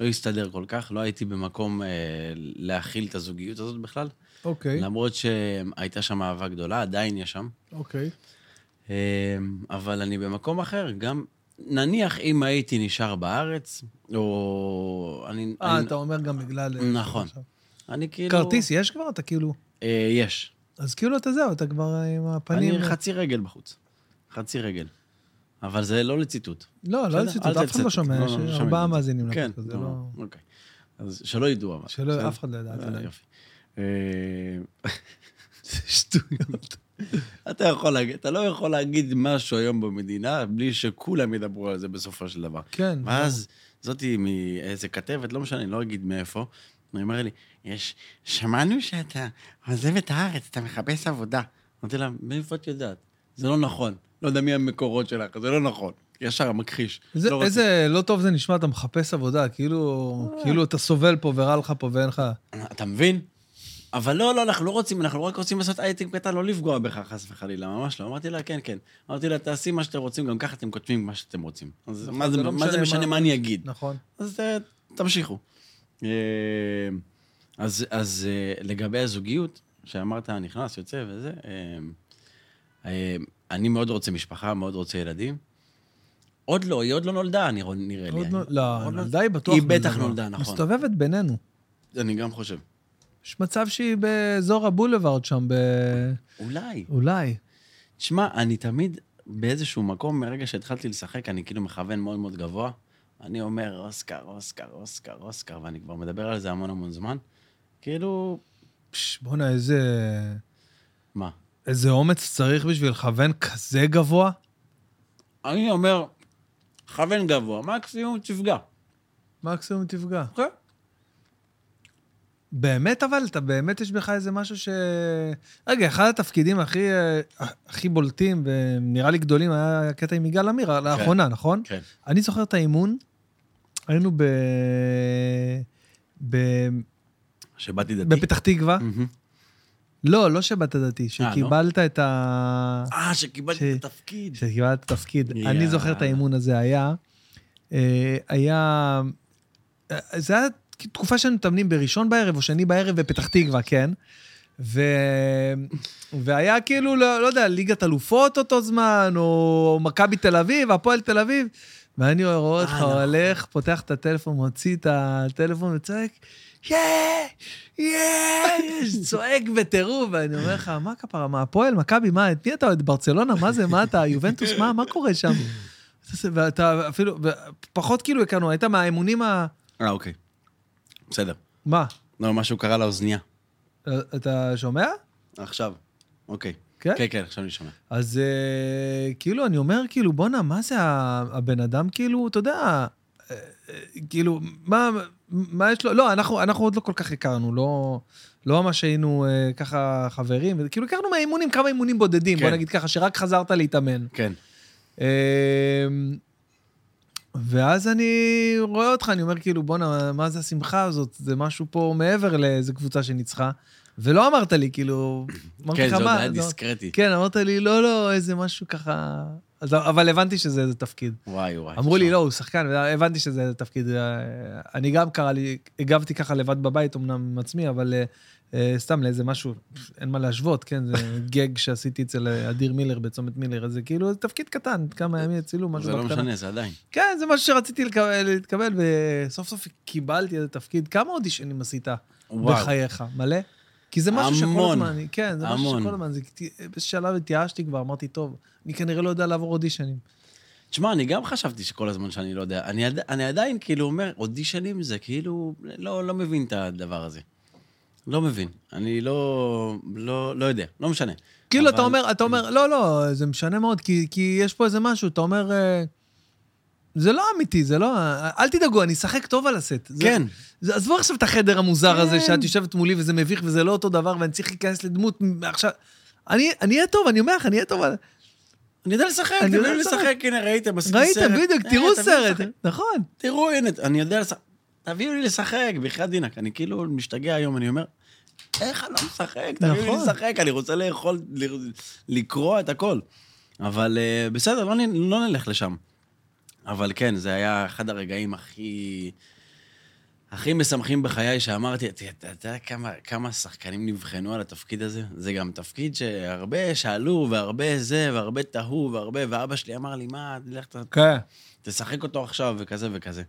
לא הסתדר כל כך, לא הייתי במקום אה, להכיל את הזוגיות הזאת בכלל,
אוקיי,
למרות שהייתה שם אהבה גדולה, עדיין יש שם.
אוקיי.
אמ, אבל אני במקום אחר, גם... נניח אם הייתי נשאר בארץ, או... אני...
אה,
אני-
אתה אומר גם בגלל... אה,
נכון.
עכשיו.
אני כאילו...
כרטיס יש כבר? אתה כאילו...
אה, יש.
אז כאילו אתה זהו, אתה כבר עם הפנים...
אני חצי רגל בחוץ. חצי רגל. אבל זה לא לציטוט.
לא, לא
בסדר?
לציטוט,
אל
אף אחד
תצטט,
לא שומע, יש
שומעים
ארבעה
את זה.
מאזינים
כן,
לפודקאסט, זה לא...
אוקיי. אז שלא ידעו אבל.
שלא,
בסדר?
אף אחד לא ידע, אל
אה,
תדאג.
יופי. אה, זה שטויות. אתה יכול להגיד, אתה לא יכול להגיד משהו היום במדינה בלי שכולם ידברו על זה בסופו של דבר.
כן.
ואז זאתי מאיזה כתבת, לא משנה, אני לא אגיד מאיפה, היא אומרת לי, יש, שמענו שאתה עוזב את הארץ, אתה מחפש עבודה. אמרתי לה, מאיפה את יודעת? זה לא נכון. לא יודע מי המקורות שלך, זה לא נכון. ישר, מכחיש.
איזה-
לא אה. רוצה.
איזה לא טוב זה נשמע, אתה מחפש עבודה, כאילו כאילו אתה סובל פה ורע לך פה ואין לך...
אתה מבין? אבל לא, לא, אנחנו לא רוצים, אנחנו רק רוצים לעשות אייטינג קטן, לא לפגוע בך, חס וחלילה, ממש לא. אמרתי לה, כן, כן. אמרתי לה, תעשי מה שאתם רוצים, גם ככה אתם כותבים מה שאתם רוצים. אז
נכון,
מה זה-
זה לא
מה זה
משנה מה-
משנה מה אני אגיד?
נכון.
אז אה, תמשיכו. אה, אז, אז אה, לגבי הזוגיות, שאמרת, נכנס, יוצא וזה, אה, אה, אני מאוד רוצה משפחה, מאוד רוצה ילדים. עוד לא, היא עוד לא נולדה, אני- נראה לי.
עוד לא-
אני-
לא,
עוד
נולדה היא בטוח
היא בטח נולדה, נכון.
מסתובבת בינינו.
אני גם חושב.
יש מצב שהיא באזור הבולווארד שם, ב...
אולי.
אולי.
תשמע, אני תמיד באיזשהו מקום, מרגע שהתחלתי לשחק, אני כאילו מכוון מאוד מאוד גבוה. אני אומר, אוסקר, אוסקר, אוסקר, אוסקר, ואני כבר מדבר על זה המון המון זמן. כאילו,
פש, בואנה, איזה...
מה?
איזה אומץ צריך בשביל לכוון כזה גבוה?
אני אומר, כוון גבוה, מקסימום תפגע.
מקסימום תפגע.
כן.
באמת אבל, אתה באמת יש בך איזה משהו ש... רגע, אחד התפקידים הכי, אה, הכי בולטים ונראה לי גדולים היה הקטע עם יגאל עמיר, לאחרונה, נכון?
כן.
אני זוכר את האימון, היינו ב... ב...
שבאתי דתי.
בפתח תקווה.
מהמם.
לא, לא שבת הדתי,
אה, לא?
שקיבלת את ה...
אה, שקיבלתי את
ש-
התפקיד.
שקיבלת תפקיד.
יאללה.
אני זוכר את האימון הזה, היה... אה, היה... אה, זה היה תקופה שהיינו מתאמנים בראשון בערב או שני בערב בפתח תקווה, כן? ו... והיה כאילו, לא, לא יודע, ליגת אלופות אותו זמן, או מכבי תל אביב, הפועל תל אביב. ואני רואה אותך
אה, נכון.
הולך, פותח את הטלפון, מוציא את הטלפון וצועק, יא! יא! צועק בטירוף, ואני אומר לך, מה כפרה, מה הפועל, מכבי, מה, את מי אתה אוהד? ברצלונה, מה זה, מה אתה, יובנטוס, מה, מה קורה שם? ואתה אפילו, פחות כאילו הכרנו, היית מהאמונים ה...
אה, אוקיי. בסדר.
מה,
לא, משהו קרה לאוזנייה.
אתה שומע?
עכשיו. אוקיי.
כן?
כן, כן, עכשיו אני שומע.
אז אה, כאילו, אני אומר, כאילו, בואנה, מה זה ה- הבן אדם, כאילו, אתה יודע, אה, אה, כאילו, מה, מה יש לו, לא, אנחנו, אנחנו עוד לא כל כך הכרנו, לא, לא ממש היינו אה, ככה חברים, וזה- כאילו, הכרנו מהאימונים, כמה אימונים בודדים,
כן.
בוא נגיד ככה, שרק חזרת להתאמן.
כן.
אה, אמ, ואז אני רואה אותך, אני אומר, כאילו, בואנה, מה זה השמחה הזאת? זה משהו פה מעבר לאיזה קבוצה שניצחה. ולא אמרת לי, כאילו, אמרתי
כן,
לך,
זה עוד
"מה?"
היה
אז אמרתי,
דיסקרטי.
כן, אמרת לי, לא, לא, איזה משהו ככה... אז, אבל הבנתי שזה איזה תפקיד.
וואי, וואי.
אמרו לי,
עכשיו.
לא, הוא שחקן, הבנתי שזה איזה תפקיד. אה, אני גם קרא לי, הגבתי ככה לבד בבית, אמנם עם עצמי, אבל אה, אה, סתם לאיזה משהו, פש, אין מה להשוות, כן? זה גג שעשיתי אצל אה, אדיר מילר בצומת מילר, אז זה כאילו זה תפקיד קטן, כמה ימים הצילו, משהו
זה לא משנה, זה עדיין.
כן, זה משהו שרציתי לקבל, להתקבל, וסוף סוף קיבלתי איזה תפקיד. כמה אודישנים עשית?
וואו.
בחייך, מלא? כי זה משהו שכל
המון.
הזמן, אני- כן, זה משהו
המון.
שכל הזמן, זה- באיזשהו שלב התייאשתי כבר, אמרתי, טוב, אני כנראה לא יודע לעבור אודישנים.
תשמע, אני גם חשבתי שכל הזמן שאני לא יודע. אני, עד, אני עדיין כאילו אומר, אודישנים זה כאילו, לא, לא מבין את הדבר הזה. לא מבין. אני לא, לא, לא יודע, לא משנה.
כאילו, אתה
אבל-
אומר, אתה אומר, לא, לא, זה משנה מאוד, כי, כי יש פה איזה משהו, אתה אומר, אה, זה לא אמיתי, זה לא... אל תדאגו, אני אשחק טוב על הסט. זה-
כן.
זה- עזבו עכשיו את החדר המוזר הזה,
כן.
שאת יושבת מולי וזה מביך וזה לא אותו דבר, ואני צריך להיכנס לדמות עכשיו... אני אני אהיה טוב, אני אומר לך, אני אהיה טוב על...
אני יודע לשחק,
אני
אני
יודע
יודע
לשחק.
לשחק, הנה, ראיתם, עשיתי סרט.
ראיתם, בדיוק,
אה,
תראו
תביאו
סרט.
לשחק.
נכון.
תראו, הנה, אני יודע לשחק. תביאו לי לשחק, בחייאת דינק. אני כאילו משתגע היום, אני אומר, איך אני לא משחק? תביאו לי
נכון.
לשחק, אני רוצה לאכול, ל- לקרוא את הכל. אבל אה, בסדר, לא נ- לא נלך לשם. אבל כן, זה היה אחד הרגעים הכי... הכי משמחים בחיי שאמרתי, אתה אתה יודע כמה, כמה שחקנים נבחנו על התפקיד הזה? זה גם תפקיד שהרבה שאלו, והרבה זה, והרבה תהו, והרבה, ואבא שלי אמר לי, מה, לך ת-
כן.
תשחק אותו עכשיו, וכזה וכזה.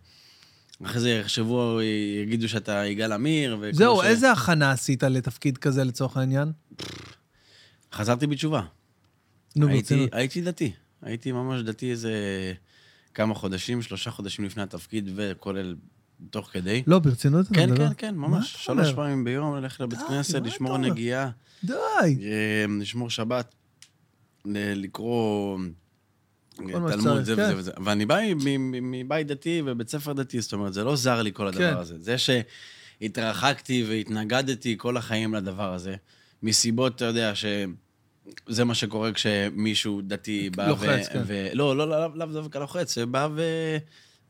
אחרי זה יחשבו, יגידו שאתה יגאל עמיר, וכמו
זהו, איזה הכנה עשית לתפקיד כזה לצורך העניין?
חזרתי בתשובה.
נו,
הייתי-
ברצינות.
הייתי דתי. הייתי ממש דתי איזה כמה חודשים, שלושה חודשים לפני התפקיד, וכולל תוך כדי.
לא, ברצינות אתה
כן,
מדבר?
כן, כן, ממש.
אתה
שלוש
אומר?
פעמים ביום ללכת לבית
די,
כנסת,
מה
לשמור
אתה אומר?
נגיעה,
די.
אה, לשמור שבת, ל- לקרוא אה,
כל מה
תלמוד,
שצריך,
זה
כן.
וזה וזה. ואני בא מ- מ- מבית דתי ובית ספר דתי, זאת אומרת, זה לא זר לי כל
כן.
הדבר הזה. זה שהתרחקתי והתנגדתי כל החיים לדבר הזה, מסיבות, אתה יודע, ש... זה מה שקורה כשמישהו דתי בא ו...
לוחץ, כן.
ו... לא, לא, לא, לאו- לאו דווקא לוחץ, בא ו...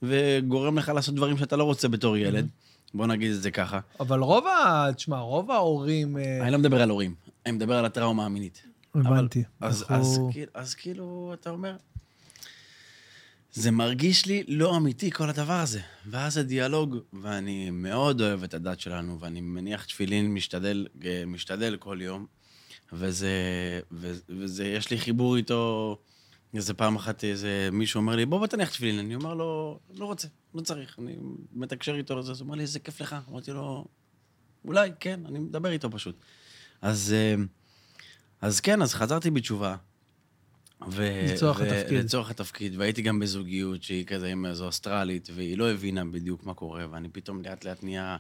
וגורם לך לעשות דברים שאתה לא רוצה בתור ילד.
Mm-hmm.
בוא נגיד את זה ככה.
אבל רוב ה... תשמע, רוב ההורים... אה,
אני לא מדבר על הורים, אני מדבר על הטראומה המינית.
הבנתי.
אבל- אז,
אנחנו-
אז, כאילו- אז כאילו, אתה אומר, זה מרגיש לי לא אמיתי, כל הדבר הזה. ואז הדיאלוג, ואני מאוד אוהב את הדת שלנו, ואני מניח תפילין, משתדל, אה, משתדל כל יום, וזה, ו- וזה, יש לי חיבור איתו, איזה פעם אחת איזה מישהו אומר לי, בוא, בוא תניח תפילין. אני אומר לו, לא רוצה, לא צריך. אני מתקשר איתו, אז הוא אומר לי, איזה כיף לך. אמרתי לו, אולי, כן, אני מדבר איתו פשוט. אז, אה, אז כן, אז חזרתי בתשובה. ו-
לצורך
ו-
התפקיד.
לצורך התפקיד, והייתי גם בזוגיות שהיא כזה עם איזו אוסטרלית, והיא לא הבינה בדיוק מה קורה, ואני פתאום לאט לאט נהיה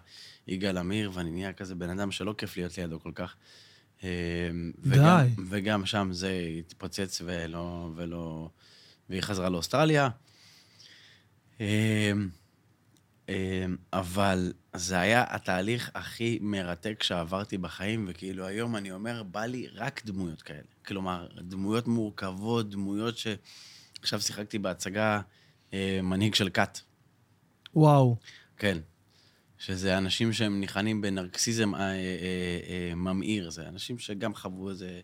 יגאל עמיר, ואני נהיה כזה בן אדם שלא כיף להיות לידו כל כך. אה, וגם,
די.
וגם שם זה התפוצץ ולא, ולא... והיא חזרה לאוסטרליה. אה, אה, אבל זה היה התהליך הכי מרתק שעברתי בחיים, וכאילו היום אני אומר, בא לי רק דמויות כאלה. כלומר, דמויות מורכבות, דמויות ש... עכשיו שיחקתי בהצגה אה, מנהיג של כת,
וואו.
כן. שזה אנשים שהם ניחנים בנרקסיזם אה, אה, אה, ממאיר. זה אנשים שגם חוו איזה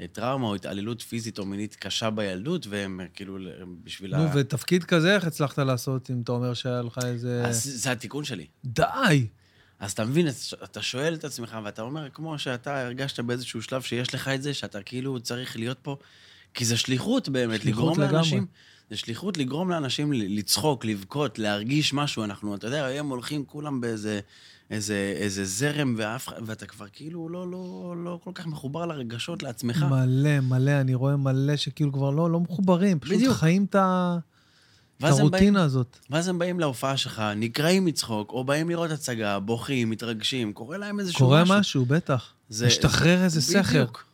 אה, טראומה או התעללות פיזית או מינית קשה בילדות, והם אה, כאילו ל- בשביל
נו, ותפקיד כזה, איך הצלחת לעשות, אם אתה אומר שהיה לך איזה...
אז זה התיקון שלי.
די!
אז אתה מבין, אז אתה שואל את עצמך, ואתה אומר, כמו שאתה הרגשת באיזשהו שלב שיש לך את זה, שאתה כאילו צריך להיות פה, כי זה שליחות באמת,
שליחות
לגרום
לגמרי.
לאנשים... זה שליחות לגרום לאנשים ל- לצחוק, לבכות, להרגיש משהו. אנחנו, אתה יודע, היום הולכים כולם באיזה איזה, איזה זרם, ואף, אחד- ואתה כבר כאילו לא, לא, לא כל כך מחובר לרגשות, לעצמך.
מלא, מלא, אני רואה מלא שכאילו כבר לא, לא מחוברים, פשוט
בדיוק.
חיים את ה- את
ואז הם באים-
הרוטינה הזאת.
ואז הם באים להופעה שלך, נקרעים מצחוק, או באים לראות הצגה, בוכים, מתרגשים, קורה להם איזשהו
קורה
משהו.
משהו, בטח.
זה-
משתחרר איזה אה, סכר.
בדיוק.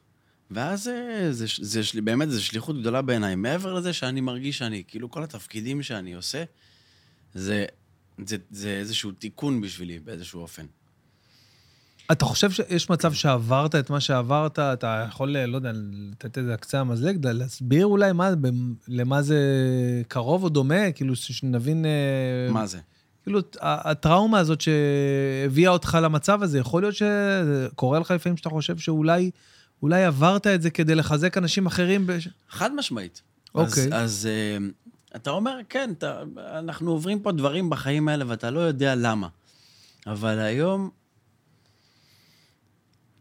ואז אה, זה, זה, זה, של- באמת, זו שליחות גדולה בעיניי. מעבר לזה שאני מרגיש שאני, כאילו כל התפקידים שאני עושה, זה, זה, זה איזשהו תיקון בשבילי באיזשהו אופן.
אתה חושב שיש מצב שעברת את מה שעברת, אתה יכול, לא יודע, לתת איזה קצה המזלג, להסביר אולי מה, במ- למה זה קרוב או דומה, כאילו ש- שנבין... אה,
מה זה?
כאילו, ה- הטראומה הזאת שהביאה אותך למצב הזה, יכול להיות שקורה לך לפעמים שאתה חושב שאולי אולי עברת את זה כדי לחזק אנשים אחרים. בש...
חד משמעית.
אוקיי.
אז, אז אה, אתה אומר, כן, אתה, אנחנו עוברים פה דברים בחיים האלה ואתה לא יודע למה. אבל היום...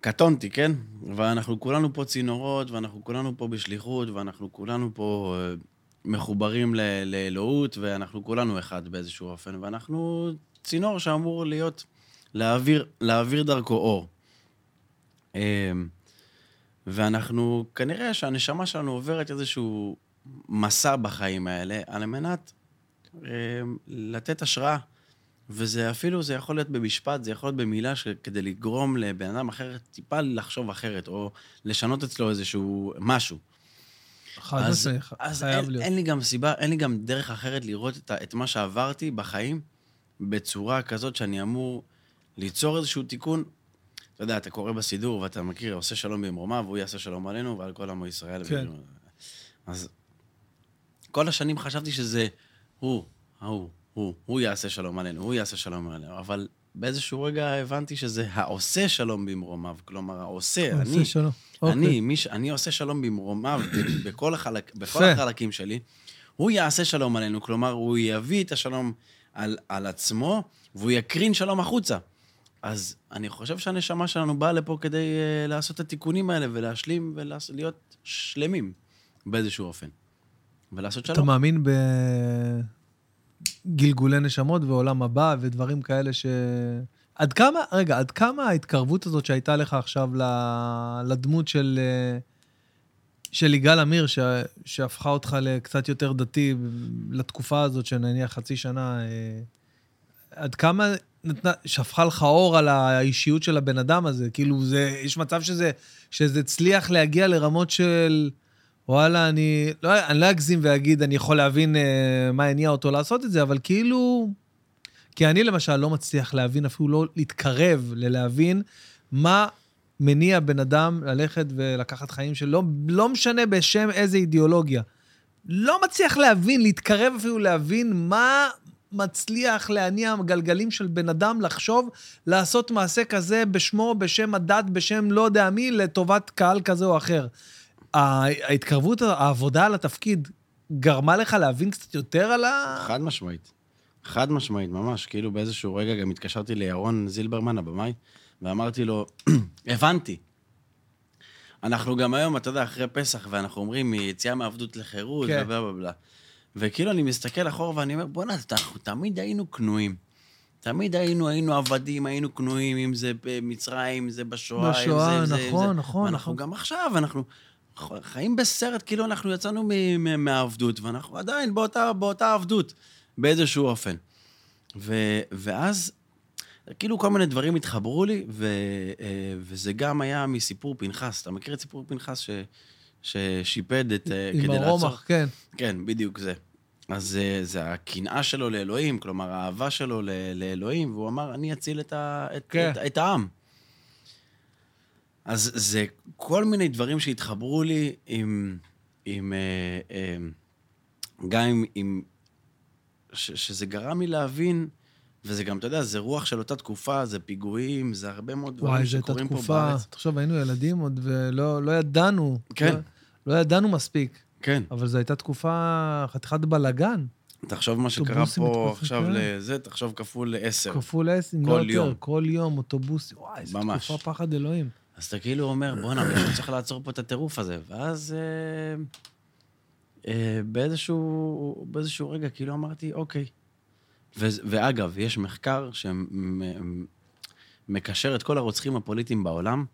קטונתי, כן? ואנחנו כולנו פה צינורות, ואנחנו כולנו פה בשליחות, ואנחנו כולנו פה אה, מחוברים ל- לאלוהות, ואנחנו כולנו אחד באיזשהו אופן, ואנחנו צינור שאמור להיות, להעביר, להעביר דרכו אור. אה, ואנחנו, כנראה שהנשמה שלנו עוברת איזשהו מסע בחיים האלה, על מנת אה, לתת השראה. וזה אפילו, זה יכול להיות במשפט, זה יכול להיות במילה, ש- כדי לגרום לבן אדם אחר טיפה לחשוב אחרת, או לשנות אצלו איזשהו משהו.
חד
אז-
משמעית,
אז
חייב
אין,
להיות.
אין לי גם סיבה, אין לי גם דרך אחרת לראות את, ה- את מה שעברתי בחיים בצורה כזאת שאני אמור ליצור איזשהו תיקון. אתה יודע, אתה קורא בסידור ואתה מכיר, עושה שלום במרומיו, והוא יעשה שלום עלינו ועל כל עמו ישראל.
כן.
אז כל השנים חשבתי שזה הוא, ההוא, הוא, הוא יעשה שלום עלינו, הוא יעשה שלום עלינו, אבל באיזשהו רגע הבנתי שזה העושה שלום במרומיו, כלומר, העושה,
עושה
אני,
שלום.
אני,
אוקיי.
מי ש... אני עושה שלום במרומיו בכל, החלק... בכל
יפה.
החלקים שלי. הוא יעשה שלום עלינו, כלומר, הוא יביא את השלום על, על עצמו, והוא יקרין שלום החוצה. אז אני חושב שהנשמה שלנו באה לפה כדי uh, לעשות את התיקונים האלה ולהשלים ולהיות שלמים באיזשהו אופן. ולעשות
אתה
שלום.
מאמין בגלגולי נשמות ועולם הבא ודברים כאלה ש... עד כמה, רגע, עד כמה ההתקרבות הזאת שהייתה לך עכשיו ל- לדמות של, אה, של יגאל עמיר, ש... שהפכה אותך לקצת יותר דתי לתקופה הזאת, שנניח חצי שנה, אה, עד כמה נתנה, שפכה לך אור על האישיות של הבן אדם הזה? כאילו, זה, יש מצב שזה, שזה הצליח להגיע לרמות של... וואלה, אני לא, אני לא אגזים ואגיד, אני יכול להבין אה, מה הניע אותו לעשות את זה, אבל כאילו... כי אני למשל לא מצליח להבין, אפילו לא להתקרב ללהבין מה מניע בן אדם ללכת ולקחת חיים שלא לא משנה בשם איזה אידיאולוגיה. לא מצליח להבין, להתקרב אפילו להבין מה מצליח להניע גלגלים של בן אדם לחשוב לעשות מעשה כזה בשמו, בשם הדת, בשם לא יודע מי, לטובת קהל כזה או אחר. ה- ההתקרבות, העבודה על התפקיד, גרמה לך להבין קצת יותר על ה...
חד משמעית. חד משמעית, ממש. כאילו באיזשהו רגע גם התקשרתי לירון זילברמן, הבמאי, ואמרתי לו, הבנתי. אנחנו גם היום, אתה יודע, אחרי פסח, ואנחנו אומרים, מיציאה מעבדות לחירות,
כן.
כן. ובלה בלה בלה. וכאילו, אני מסתכל אחורה ואני אומר, בואנה, אנחנו תמיד היינו כנועים. תמיד היינו, היינו עבדים, היינו כנועים, אם זה במצרים, אם זה בשואה,
בשואה,
אם זה... אם זה,
נכון,
אם זה.
נכון,
אנחנו
נכון.
גם עכשיו, אנחנו חיים בסרט, כאילו אנחנו יצאנו מ- מ- מהעבדות, ואנחנו עדיין באותה, באותה עבדות, באיזשהו אופן. ו, ואז, כאילו כל מיני דברים התחברו לי, ו, אה, וזה גם היה מסיפור פנחס. אתה מכיר את סיפור פנחס ש, ששיפד את... אה,
עם
כדי לעצור-
הרומח, כן.
כן, בדיוק זה. אז אה, זה הקנאה שלו לאלוהים, כלומר, האהבה שלו ל- לאלוהים, והוא אמר, אני אציל את, ה- את,
כן.
את, את העם. אז זה כל מיני דברים שהתחברו לי עם... עם אה, אה, גם עם... עם ש, שזה גרם לי להבין, וזה גם, אתה יודע, זה רוח של אותה תקופה, זה פיגועים, זה הרבה מאוד
וואי,
דברים
זו הייתה
שקורים פה בארץ.
תקופה, תחשוב, היינו ילדים עוד ולא לא ידענו.
כן.
לא, לא ידענו מספיק,
כן.
אבל זו הייתה תקופה, חתיכת בלאגן,
תחשוב מה שקרה
אוטובוסים
פה
מתקופים,
עכשיו
כן.
לזה, תחשוב כפול עשר.
כפול עשר, אם
כל
לא יותר,
יום.
כל יום, אוטובוס, וואי, זו
ממש.
תקופה פחד אלוהים.
אז אתה כאילו אומר, בואנה, מישהו צריך לעצור פה את הטירוף הזה. ואז אה, אה, באיזשהו, באיזשהו רגע כאילו אמרתי, אוקיי. ו, ואגב, יש מחקר שמקשר את כל הרוצחים הפוליטיים בעולם,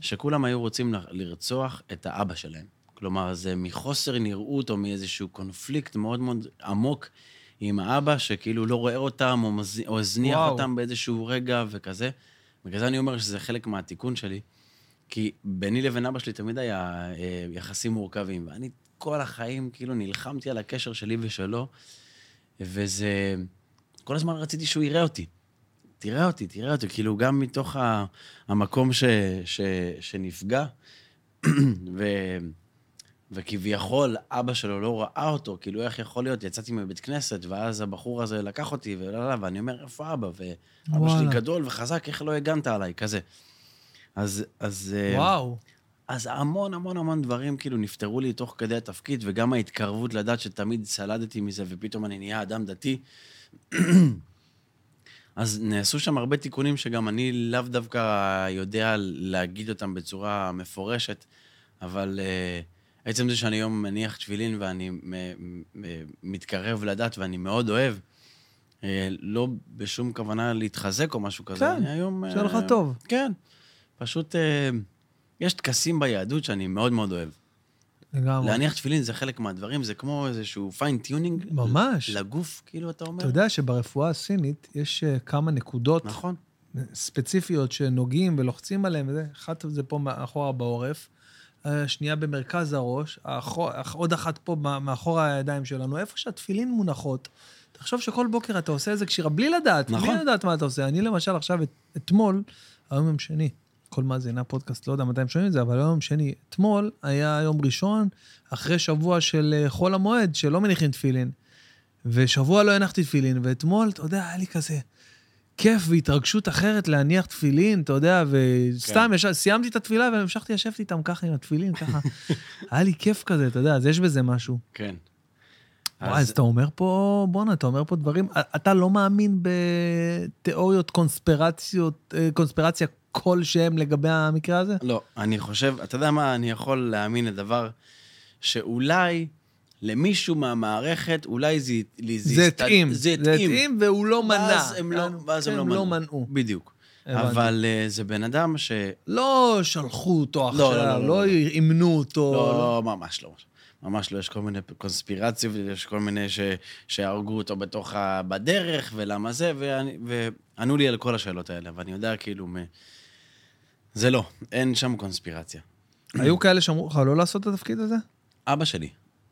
שכולם היו רוצים ל- לרצוח את האבא שלהם. כלומר, זה מחוסר נראות או מאיזשהו קונפליקט מאוד מאוד עמוק עם האבא, שכאילו לא רואה אותם או, מז... או הזניח
וואו.
וואו. אותם באיזשהו רגע וכזה. בגלל זה אני אומר שזה חלק מהתיקון שלי, כי ביני לבין אבא שלי תמיד היה אה, יחסים מורכבים, ואני כל החיים כאילו נלחמתי על הקשר שלי ושלו, וזה... כל הזמן רציתי שהוא יראה אותי. תראה אותי, תראה אותי. כאילו, גם מתוך ה, המקום ש, ש, שנפגע, ו, וכביכול אבא שלו לא ראה אותו, כאילו, איך יכול להיות? יצאתי מבית כנסת, ואז הבחור הזה לקח אותי, ולא, לא, ואני אומר, איפה אבא? ואבא שלי
וואלה.
גדול וחזק, איך לא הגנת עליי? כזה. אז, אז... אה,
וואו,
אז המון המון המון דברים כאילו נפתרו לי תוך כדי התפקיד, וגם ההתקרבות לדעת שתמיד סלדתי מזה, ופתאום אני נהיה אדם דתי. אז נעשו שם הרבה תיקונים שגם אני לאו דווקא יודע להגיד אותם בצורה מפורשת, אבל uh, עצם זה שאני היום מניח תפילין ואני מ- מ- מ- מתקרב לדת ואני מאוד אוהב, uh, לא בשום כוונה להתחזק או משהו כזה.
כן,
אני היום...
שיהיה לך
אה,
טוב.
כן. פשוט אה, יש טקסים ביהדות שאני מאוד מאוד אוהב.
לגמרי.
להניח תפילין זה חלק מהדברים, זה כמו איזשהו פיינטיונינג.
ממש.
לגוף, כאילו, אתה אומר.
אתה יודע שברפואה הסינית יש אה, כמה נקודות
נכון.
ספציפיות שנוגעים ולוחצים עליהן וזה, אחת זה פה מאחורה בעורף, השנייה במרכז הראש, האחו- עוד אחת פה מה- מאחור הידיים שלנו, איפה שהתפילין מונחות. תחשוב שכל בוקר אתה עושה איזה קשירה, בלי לדעת,
נכון.
בלי לדעת מה אתה עושה. אני למשל עכשיו, את- אתמול, היום יום שני, כל מאזיני הפודקאסט, לא יודע מתי הם שומעים את זה, אבל היום יום שני, אתמול היה יום ראשון, אחרי שבוע של אה, חול המועד, שלא מניחים תפילין. ושבוע לא הנחתי תפילין, ואתמול, אתה יודע, היה לי כזה כיף והתרגשות אחרת להניח תפילין, אתה יודע, וסתם כן. ישר, סיימתי את התפילה והמשכתי לשבת איתם ככה עם התפילין, ככה. היה לי כיף כזה, אתה יודע, אז יש בזה משהו.
כן.
וואי, אז אתה אומר פה, בואנה, אתה אומר פה דברים, אתה לא מאמין בתיאוריות קונספירציות, אה, קונספירציה כלשהם לגבי המקרה הזה?
לא, אני חושב, אתה יודע מה, אני יכול להאמין לדבר שאולי למישהו מהמערכת, אולי זה...
זה
הסת-
התאים.
זה התאים.
התאים והוא לא מנע.
ואז הם לא- ואז הם לא מנעו.
מנעו.
בדיוק.
הבנתי.
אבל אה, זה בן אדם ש...
לא שלחו אותו
לא, לא,
עכשיו,
לא,
לא
לא.
אימנו אותו.
לא, לא, ממש לא. ממש לא, יש כל מיני קונספירציות, יש כל מיני ש... שהרגו אותו בתוך ה... בדרך, ולמה זה, ואני... וענו לי על כל השאלות האלה, ואני יודע כאילו מ... זה לא, אין שם קונספירציה.
היו כאלה שאמרו לך לא לעשות את התפקיד הזה?
אבא שלי.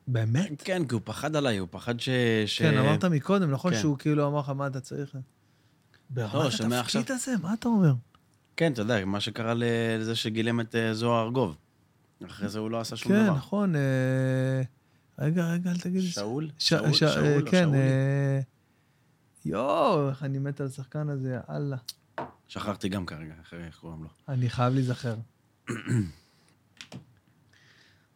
באמת?
כן, כי הוא פחד עליי, הוא פחד ש... ש...
כן, אמרת מקודם, נכון
כן.
שהוא כאילו אמר לך, מה אתה צריך?
לא,
ברמת
שומע עכשיו.
התפקיד הזה, מה אתה אומר?
כן, אתה יודע, מה שקרה ל- לזה שגילם את אה, זוהר ארגוב. אחרי זה הוא לא עשה שום
כן,
דבר.
נכון. אה, רגע, רגע, אל תגיד לי.
שאול?
ש-
שאול?
ש-
שאול?
אה,
לא,
כן.
שאולי.
אה, יואו, איך אני מת על השחקן הזה, אללה.
שכחתי גם כרגע, אחרי איך קוראים לו.
אני חייב להיזכר.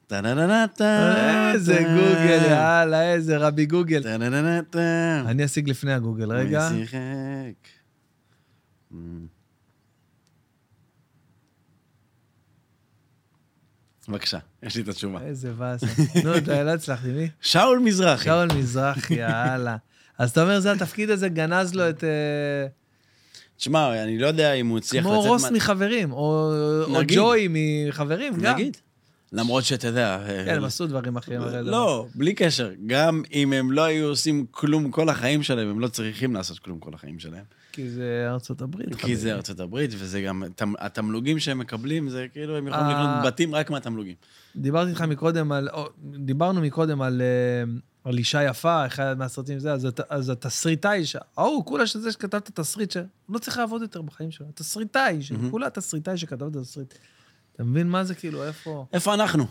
טה-נה-נה-נה-טה.
אה, איזה גוגל, אה,
אה.
יאללה, איזה רבי גוגל.
טה-נה-נה-נה-טה.
אני אשיג לפני הגוגל, רגע.
מי שיחק? Mm. בבקשה, יש לי את התשובה.
איזה באסה. נו, אתה לא הצלחתי, מי?
שאול מזרחי.
שאול מזרחי, יאללה. אז אתה אומר, זה התפקיד הזה, גנז לו את... אה,
תשמע, אני לא יודע אם הוא הצליח לצאת...
כמו רוס
מה-
מחברים, או או
נגיד.
ג'וי מחברים, גם.
נגיד. למרות שאתה יודע...
כן,
אה,
הם עשו דברים אחרים. אבל זה
לא, בלי קשר. גם אם הם לא היו עושים כלום כל החיים שלהם, הם לא צריכים לעשות כלום כל החיים שלהם.
כי זה ארצות הברית.
כי
חברים.
זה ארצות הברית, וזה גם... התמ- התמלוגים שהם מקבלים, זה כאילו, הם יכולים
אה.
לקנות בתים רק מהתמלוגים.
דיברתי איתך מקודם על... או, דיברנו מקודם על... אה, על אישה יפה, אחד מהסרטים זה, אז, הת- אז התסריטאי ש... ההוא, כולה שזה שכתב את התסריט, ש- הוא לא צריך לעבוד יותר בחיים שלו. התסריטאי, ש-
מהמם.
כולה התסריטאי שכתב את התסריט. אתה מבין מה זה כאילו, איפה...
איפה אנחנו?